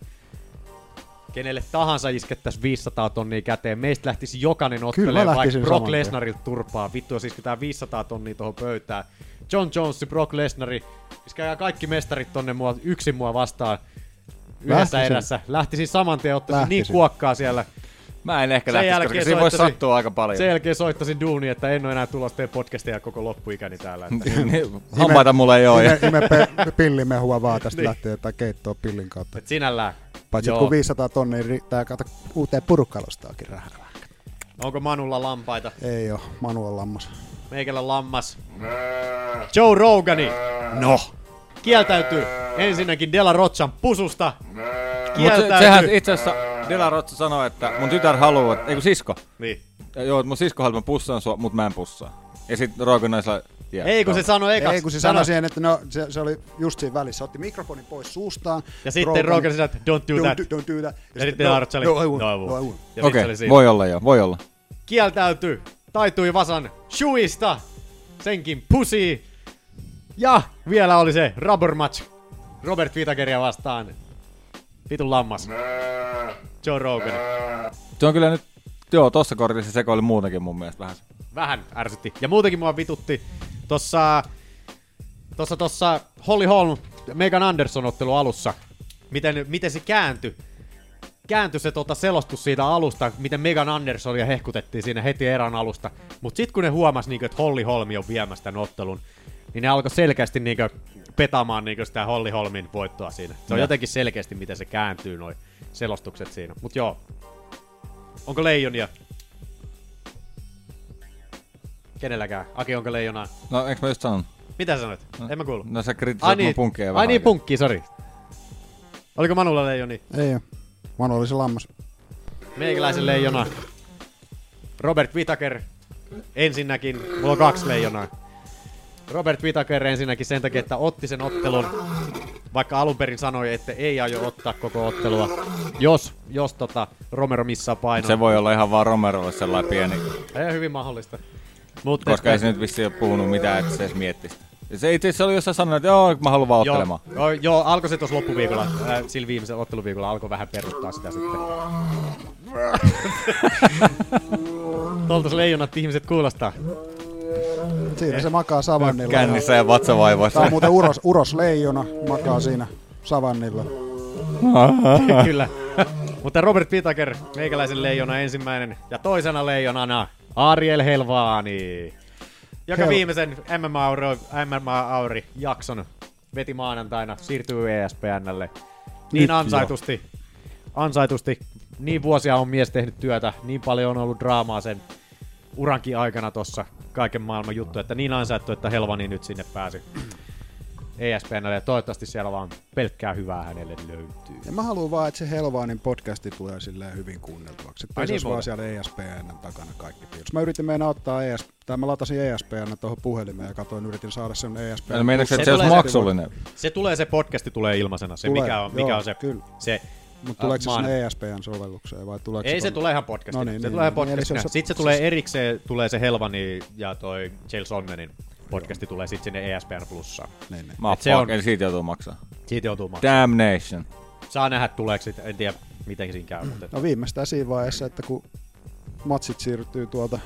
Kenelle tahansa iskettäisiin 500 tonnia käteen, meistä lähtisi jokainen ottelee vaikka
lähtisin saman
Brock
tien.
Lesnarilta turpaa. Vittu, jos isketään 500 tonnia tuohon pöytään. John Jones, Brock Lesnari, iskää kaikki mestarit tonne mua, yksin mua vastaan. Yhdessä
Lähtisin.
erässä. Lähtisin saman tien, ottaisin niin
Lähtisin.
kuokkaa siellä.
Mä en ehkä
Sen
lähtisi,
jälkeen
koska siinä voi
soittaisin-
sattua aika paljon.
Sen jälkeen soittasin duuni, että en ole enää tulossa teidän podcastia koko loppuikäni täällä.
Mm.
Että
Niin, Hampaita mulla ei oo. ja-
Ime, ime pe- pillimehua vaan tästä niin. lähtee tai keittoa pillin kautta.
et sinällään.
Paitsi
joo.
kun 500 tonnia niin riittää kato uuteen purukkalostaakin rahaa.
Onko Manulla lampaita?
Ei oo, Manu on lammas.
Meikällä lammas. Joe Rogani. No. Kieltäytyy ensinnäkin Della Rochan pususta.
Mut se,
Kieltäytyy.
sehän itse asiassa Dela Rotsa sanoi, että mun tytär haluaa, että, ei kun sisko,
Niin.
Ja Joo, mun sisko haluaa, että mä pussaan sua, mut mä en pussaa. Ja sit Rogan naisella, yeah,
Ei kun se sanoi
Eikä,
ekaksi.
Ei kun se sanoi siihen, että no, se, se, oli just siinä välissä. Otti mikrofonin pois suustaan.
Ja sitten Rogan sanoi, että don't do that.
Don't, do- don't do that.
Ja sitten Della Rocha oli, no, I won't.
no, I won't.
Ja sit
Okei,
se oli siinä.
voi olla joo, voi olla.
kieltäyty, taitui vasan shuista, senkin pusi. Ja vielä oli se rubber match Robert Vitakeria vastaan. Vitun lammas. Joe Rogan.
Se on kyllä nyt, joo, tossa kortissa sekoili muutenkin mun mielestä vähän.
Vähän ärsytti. Ja muutenkin mua vitutti tossa, tossa, tossa Holly Holm ja Megan Anderson ottelu alussa. Miten, miten se kääntyi. Kääntyi se tota selostus siitä alusta, miten Megan Andersonia hehkutettiin siinä heti erän alusta. Mut sit kun ne huomas, niin että Holly Holmi on viemässä tämän ottelun, niin ne alkoi selkeästi niin petaamaan niin sitä Holly Holmin voittoa siinä. Se on
Joo.
jotenkin selkeästi, miten se kääntyy noi selostukset siinä. Mut joo. Onko leijonia? Kenelläkään. Aki, onko leijonaa?
No, eikö mä just sanonut?
Mitä sanoit? En mä kuulu.
No sä kritisoit mun punkkeja vähän
Ai niin,
aikaa.
punkki, sori. Oliko Manulla leijoni?
Ei oo. Manu oli se lammas.
Meikäläisen leijona. Robert Whittaker ensinnäkin. Mulla on kaksi leijonaa. Robert Whittaker ensinnäkin sen takia, että otti sen ottelun, vaikka alun perin sanoi, että ei aio ottaa koko ottelua, jos, jos tota Romero missaa painoa.
Se voi olla ihan vaan Romerolle sellainen pieni,
Ei hyvin mahdollista. Mutta
koska ei se nyt vissiin ole puhunut mitään, että se edes miettisi. Ja Se itse asiassa oli jossain sanonut, että joo, mä haluan vaan ottelemaan.
Joo, joo, joo, alkoi se tuossa loppuviikolla, äh, sillä viimeisellä otteluviikolla alkoi vähän peruttaa sitä sitten. Tuolta se leijonat ihmiset kuulostaa. Eh,
Siinä se makaa savannilla.
Kännissä ja vatsavaivoissa.
Tää on muuten uros, uros leijona, makaa siinä savannilla.
Kyllä. Mutta Robert Whittaker, meikäläisen leijona ensimmäinen ja toisena leijonana Ariel Helvaani, joka
Hel-
viimeisen MMA Auri, MMA Auri jakson veti maanantaina, siirtyy E ESPNlle. Niin
Nyt jo.
ansaitusti, ansaitusti, niin vuosia on mies tehnyt työtä, niin paljon on ollut draamaa sen urankin aikana tossa kaiken maailman juttu, että niin ansaittu, että Helvani nyt sinne pääsi E ESPNlle ja toivottavasti siellä vaan pelkkää hyvää hänelle löytyy.
Ja mä haluan vaan, että se Helvaanin podcasti tulee silleen hyvin kuunneltuaksi. Että
Ai
se
niin
olisi vaan
muuten.
siellä E ESPN takana kaikki piirros. Mä yritin E meinaa ottaa ES, tai mä latasin ESPN tuohon puhelimeen ja katoin, yritin saada sen E ESPN.
No meinaatko, että
Plus-
se olisi
tulee-
maksullinen?
Se tulee, se podcasti tulee ilmaisena, se
Tulee,
mikä on, mikä
joo,
on se,
kyllä.
se
Mutta tuleeko se
maan-
sinne E ESPN-sovellukseen vai tuleeko
Ei se
tonne?
tule ihan podcastina.
No
se tulee ihan
Eli
podcastina.
se on se- siis-
Sitten se tulee erikseen, tulee se Helvani ja toi Jail Sonnenin podcasti tulee sitten sinne E ESPN Plussaan.
Niin, niin.
Mä oon
Et se on,
fuck, eli siitä joutuu maksaa.
siitä joutuu maksamaan.
Damnation.
Saa nähdä tuleeko sit, en tiedä miten siinä käy. Mutta
No viimeistään siinä vaiheessa, että kun matsit siirtyy tuolta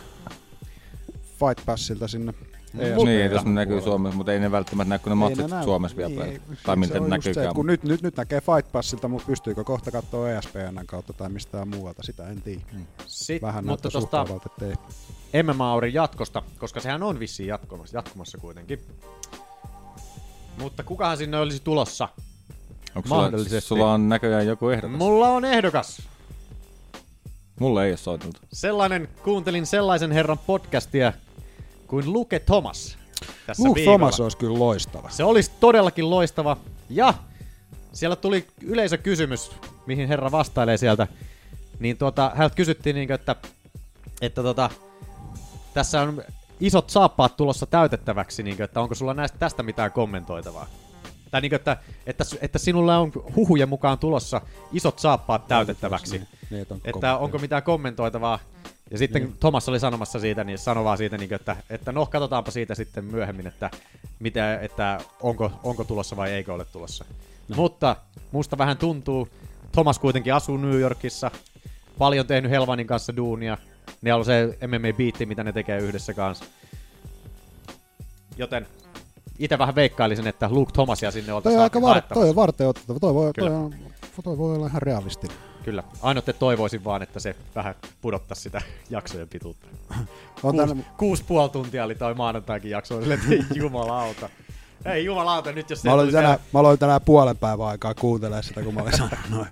Fight Passilta sinne E ESPN.
Niin, jos ne näkyy Suomessa, mutta ei ne välttämättä näkyy ne
Niin, no
matsit Suomessa vielä. päälle. Tai
se on
miten
just
näkyykään.
Se, kun nyt, nyt, nyt näkee Fight Passilta, mutta pystyykö kohta katsoa E ESPNn kautta tai mistään muualta, sitä en tiedä.
Mm.
Sit,
Vähän
mutta
näyttää
tosta
suhtaavalta, että ei.
MMA Aurin jatkosta, koska sehän on vissiin jatkumassa, jatkumassa kuitenkin. Mutta kukahan sinne olisi tulossa?
Onko sulla,
mahdollisesti.
sulla on näköjään joku ehdokas?
Mulla on ehdokas.
Mulle ei ole soiteltu.
sellainen, kuuntelin sellaisen herran podcastia kuin Luke Thomas. Tässä
Luke
viikolla.
Uh, Thomas olisi kyllä loistava.
Se olisi todellakin loistava. Ja siellä tuli yleisökysymys, mihin herra vastailee sieltä. Niin tuota, häneltä kysyttiin, niinkö, että, että tota, tässä on isot saappaat tulossa täytettäväksi, niinkö, että onko sulla näistä, tästä mitään kommentoitavaa? Tai niinkö, että, että, s- että sinulla on huhujen mukaan tulossa isot saappaat täytettäväksi.
Niin, että onko
että
kommentteja.
onko mitään kommentoitavaa. Ja sitten niin. Thomas oli sanomassa siitä, niin sanoi vaan siitä, niin kuin, että, että no katsotaanpa siitä sitten myöhemmin, että, mitä, että onko, onko tulossa vai eikö ole tulossa. No. Mutta musta vähän tuntuu, Thomas kuitenkin asuu New Yorkissa, paljon tehnyt Helvanin kanssa duunia, ne on se MMA-biitti, mitä ne tekee yhdessä kanssa. Joten itse vähän veikkailisin, että Luke Thomasia sinne
Toi
oltaisiin
on aika var,
haettamassa.
toi on varten otettava. Toi voi, toi,
Kyllä.
on, toi voi olla ihan realistinen.
Kyllä. Ainoa te toivoisin vaan, että se vähän pudottaisi sitä jaksojen pituutta.
On
Kuusi,
tänne-
kuusi puoli tuntia oli toi maanantaikin jakso, oli silleen, että ei jumalauta. Ei jumalauta, nyt jos se
Mä aloin,
tuli
tänään,
vielä-
mä aloin tänään puolen päivän aikaa kuuntelemaan sitä, kun mä olin saanut noin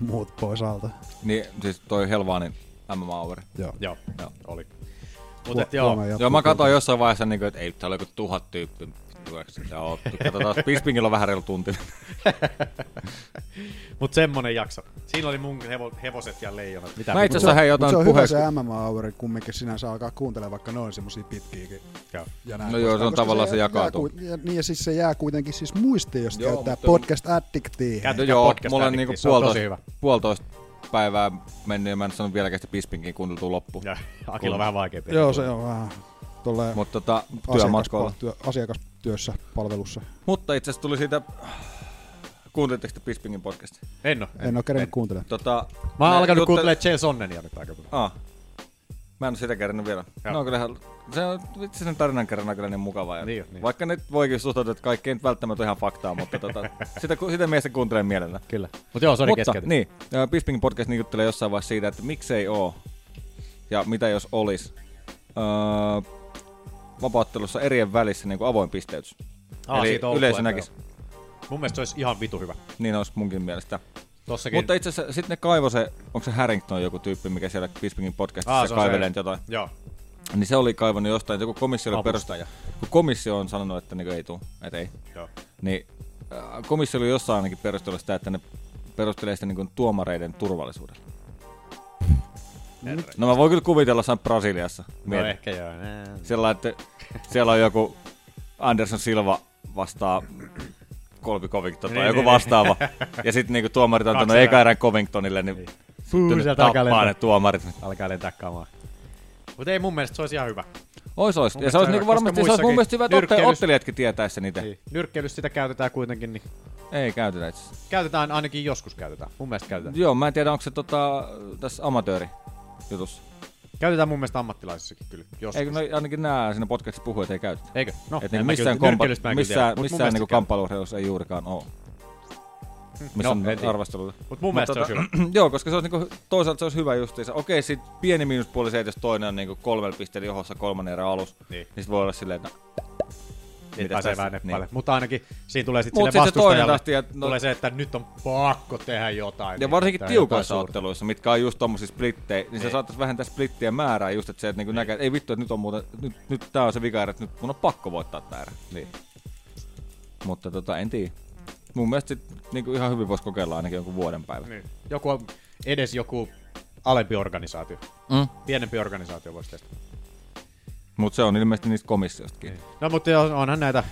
muut pois alta.
Niin, siis toi Helvaanin MMA Hour.
Joo.
Joo, joo, oli. Mut
Huo-
et joo,
huomenna
Joo,
jatkuu
mä katsoin jossain vaiheessa, niin kuin, että ei, täällä on joku tuhat tyyppiä. Joo, katsotaan, Bispingillä on vähän reilu tunti.
mut semmonen jakso. Siinä oli mun hevo- hevoset ja leijonat. Mitä
Mä itse asiassa
muuta?
hei
Mut se
otan
on hyvä
puheeksi.
se MMA-auri kumminkin sinänsä alkaa kuuntelemaan, vaikka noin semmosia pitkiäkin.
Joo.
Ja näin
No joo, se on
Koska
tavallaan se
jää
jakautuu.
ku- ja, niin ja siis se jää kuitenkin siis muistiin, jos
Joo,
käyttää
mutta-
podcast addictiin.
No
Käytä- Tykkää
joo,
podcast
mulla on
addictia,
niinku
se on tosi hyvä.
puolitoista, puolitoista päivää mennyt ja mä en sanonut vieläkään sitä Bispinkin kuunneltua loppuun.
Ja Akilla on vähän vaikeampi.
Joo, se on vähän tolleen
Mutta tota,
asiakaspal-
työmatkoilla.
työ, asiakastyössä palvelussa.
Mutta itse asiassa tuli siitä, kuuntelitteko te Bispingin podcastia?
En oo.
En ole kerennyt
en.
kuuntelemaan.
Tota,
Mä oon
ne
alkanut
jutte-
kuuntelemaan James Onnenia nyt aika paljon.
Ah. Mä en ole sitä kerännyt vielä.
Joo.
No on kyllä ihan, se on vitsi sen tarinan kerran on kyllä niin mukavaa.
Niin on, niin on.
Vaikka nyt voikin suhtautua, että kaikki ei nyt välttämättä ole ihan faktaa, mutta tota, sitä, ku- sitä miestä kuuntelee mielellä.
Kyllä. Mut joo, se oli
mutta,
keskeytys.
niin, ää, Bispingin podcast niin juttelee jossain vaiheessa siitä, että miksei oo ja mitä jos olisi öö, vapauttelussa erien välissä niin kuin avoin pisteytys.
Aa,
Eli
siitä on ollut
yleisö näkisi.
puhetta, Mun mielestä se olisi ihan vitu hyvä.
Niin olisi munkin mielestä.
Tossakin.
Mutta itse asiassa sitten ne kaivo se, onko se Harrington joku tyyppi, mikä siellä Bispingin podcastissa
Aa, se on se.
kaivelee nyt jotain.
Joo.
Niin se oli kaivannut jostain, joku komissio, oli perust, kun komissio on sanonut, että niin ei tule, että ei.
Joo.
Niin äh, komissio oli jossain ainakin perustellut sitä, että ne perustelee sitä niin kuin tuomareiden turvallisuudella. No mä voin kyllä kuvitella jossain Brasiliassa. Mieti.
No ehkä joo, nää.
Siellä, että siellä on joku Anderson Silva vastaa Colby Covington tai
Niin,
joku
niin,
vastaava.
niin.
Ja sitten niinku tuomarit on
Kaksi
antanut eka
erää.
erän Covingtonille, niin
Fuu,
tytöt
sieltä alkaa
tappaa
lentää.
ne tuomarit.
Alkaa lentää kamaa. Mutta ei mun mielestä se olisi ihan hyvä.
Ois, ois. Ja
Mun mielestä
se olisi
hyvä,
niinku
koska
varmasti, se olisi mun
muissakin
mielestä hyvä, että otte-
nyrkkeilys-
ottelijatkin tietäisi niitä.
Niin. Nyrkkeilyssä sitä käytetään kuitenkin, niin
Ei käytetä itse asiassa.
käytetään ainakin joskus käytetään. Mun mielestä käytetään.
Joo, mä en tiedä, onko se tota, tässä amatööri jutussa.
Käytetään mun mielestä ammattilaisissakin kyllä joskus.
Eikö no, ainakin nämä siinä podcastissa puhuu, että ei käytetä.
Eikö? No,
Et
en
niinku
mä
missään,
kyllä-
kompa-
nyrkkeilystä mä en kyllä tiedä,
missään,
mut mun
missään
mielestä
niinku
käy.
kamppailurheilussa ei juurikaan ole. Missä
no,
on
en tiedä.
arvosteluita.
Mut mun mielestä se olisi
hyvä. joo, koska se olisi niinku, toisaalta se olisi hyvä justiinsa. Okei, sit pieni miinuspuoli se, että jos toinen on niinku kolmella pisteellä johossa kolmannen erän alus, niin,
Niin.
niin sit voi olla silleen, että
Niin,
Mitäs
pääsee
tässä?
vähän niin.
Niin.
Mutta ainakin siinä tulee sitten
Mut
sille
sit se toinen
vastustajalle
tahti, että no-
tulee se, että nyt on pakko tehdä jotain.
Ja
niin,
varsinkin
että
tiukoissa
jotain suurta.
otteluissa, mitkä on just tommosia splittejä, niin, se
Niin.
saattaisi vähentää splittien määrää just, että se, että niinku näkee, että ei vittu, että nyt on muuten, nyt, nyt tää on se vika erä, että nyt mun on pakko voittaa tää erä.
Niin.
Mutta tota, en tiedä. Mun mielestä sit, niinku ihan hyvin voisi kokeilla ainakin jonkun vuoden päivän.
Niin. Joku on edes joku alempi organisaatio.
Mm.
Pienempi organisaatio voisi testata.
Mutta se on ilmeisesti niistä komissioistakin.
No mutta joo, onhan näitä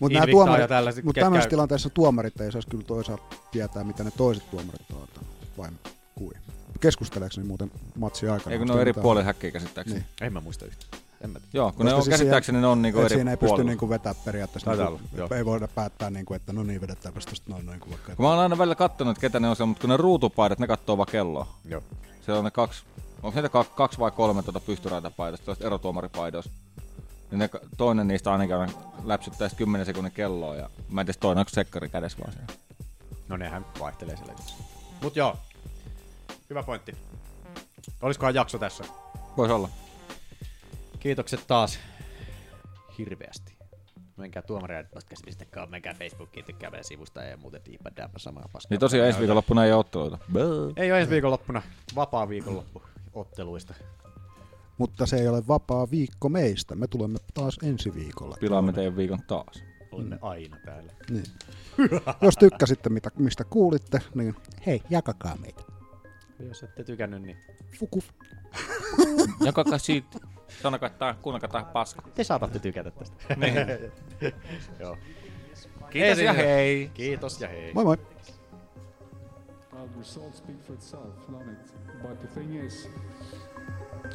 Mutta nämä
Invictaa ja
tuomarit,
tällaiset,
mutta
ketkä-
tämmöisessä tilanteessa tuomarit ei saisi kyllä toisaalta tietää, mitä ne toiset tuomarit on antanut, vai kui. Keskusteleeko ne muuten matsi aikana?
Eikö
Onko
ne
teillä
ole eri
mitään-
puolella häkkiä käsittääkseni?
Niin.
En mä muista yhtään. En mä tiedä.
Joo, kun ne
Koska
on
siis siinä-
käsittääkseni ne on niinku
et
eri
Siinä ei pysty
puolella.
niinku vetää periaatteessa,
Taitaa
niinku,
olla, joo.
ei voida päättää, niinku, että no niin, vedetäänpäs tosta noin, noin kuin vaikka.
Kun mä oon aina välillä kattonut, että ketä ne on siellä, mutta kun ne ruutupaidat, ne kattoo vaan kelloa.
Joo.
Siellä on ne kaksi, onko niitä ka- kaksi vai kolme tuota pystyraitapaidosta, tuosta erotuomaripaidoista. Niin ne, ka- toinen niistä ainakin on läpsyttää sitä 10 sekunnin kelloa ja mä en tiedä toinen, onko sekkari kädessä vaan siellä.
No nehän vaihtelee siellä. Mut joo, hyvä pointti. Olisikohan jakso tässä?
Voisi olla.
Kiitokset taas hirveästi. Menkää tuomareiden.com, menkää Facebookiin, tykkäämään sivusta ja muuten tiipadääpä samaa paskaa.
Niin tosiaan ensi viikonloppuna ei ole otteluita. Böö.
Ei ole ensi viikonloppuna, vapaa viikonloppu otteluista.
Mutta se ei ole vapaa viikko meistä. Me tulemme taas ensi viikolla.
Pilaamme teidän viikon taas.
Olemme aina täällä.
Niin. Jos tykkäsitte, mitä, mistä kuulitte, niin hei, jakakaa meitä.
Jos ette tykännyt, niin
Fuku.
Jakakaa siitä. Sanokaa, että tää, kuunnakaa tää paska.
te saatatte tykätä tästä. Joo.
Kiitos
Ei
ja
siinä.
hei.
Kiitos ja hei.
Moi moi.
Well, the results speak for itself, don't it? But the thing is,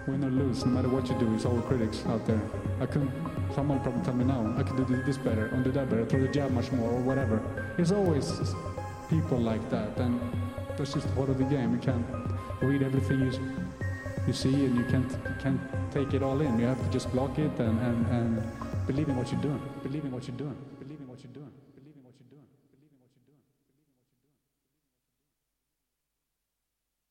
win or lose, no matter what you do, it's all critics out there. I couldn't, someone probably tell me now, I could do this better, or do that better, throw the jab much more, or whatever. It's always people like that, and that's just part of the game. You can't read everything you, you see, and you can't, you can't take it all in. You have to just block it and, and, and believe in what you're doing. Believe in what you're doing.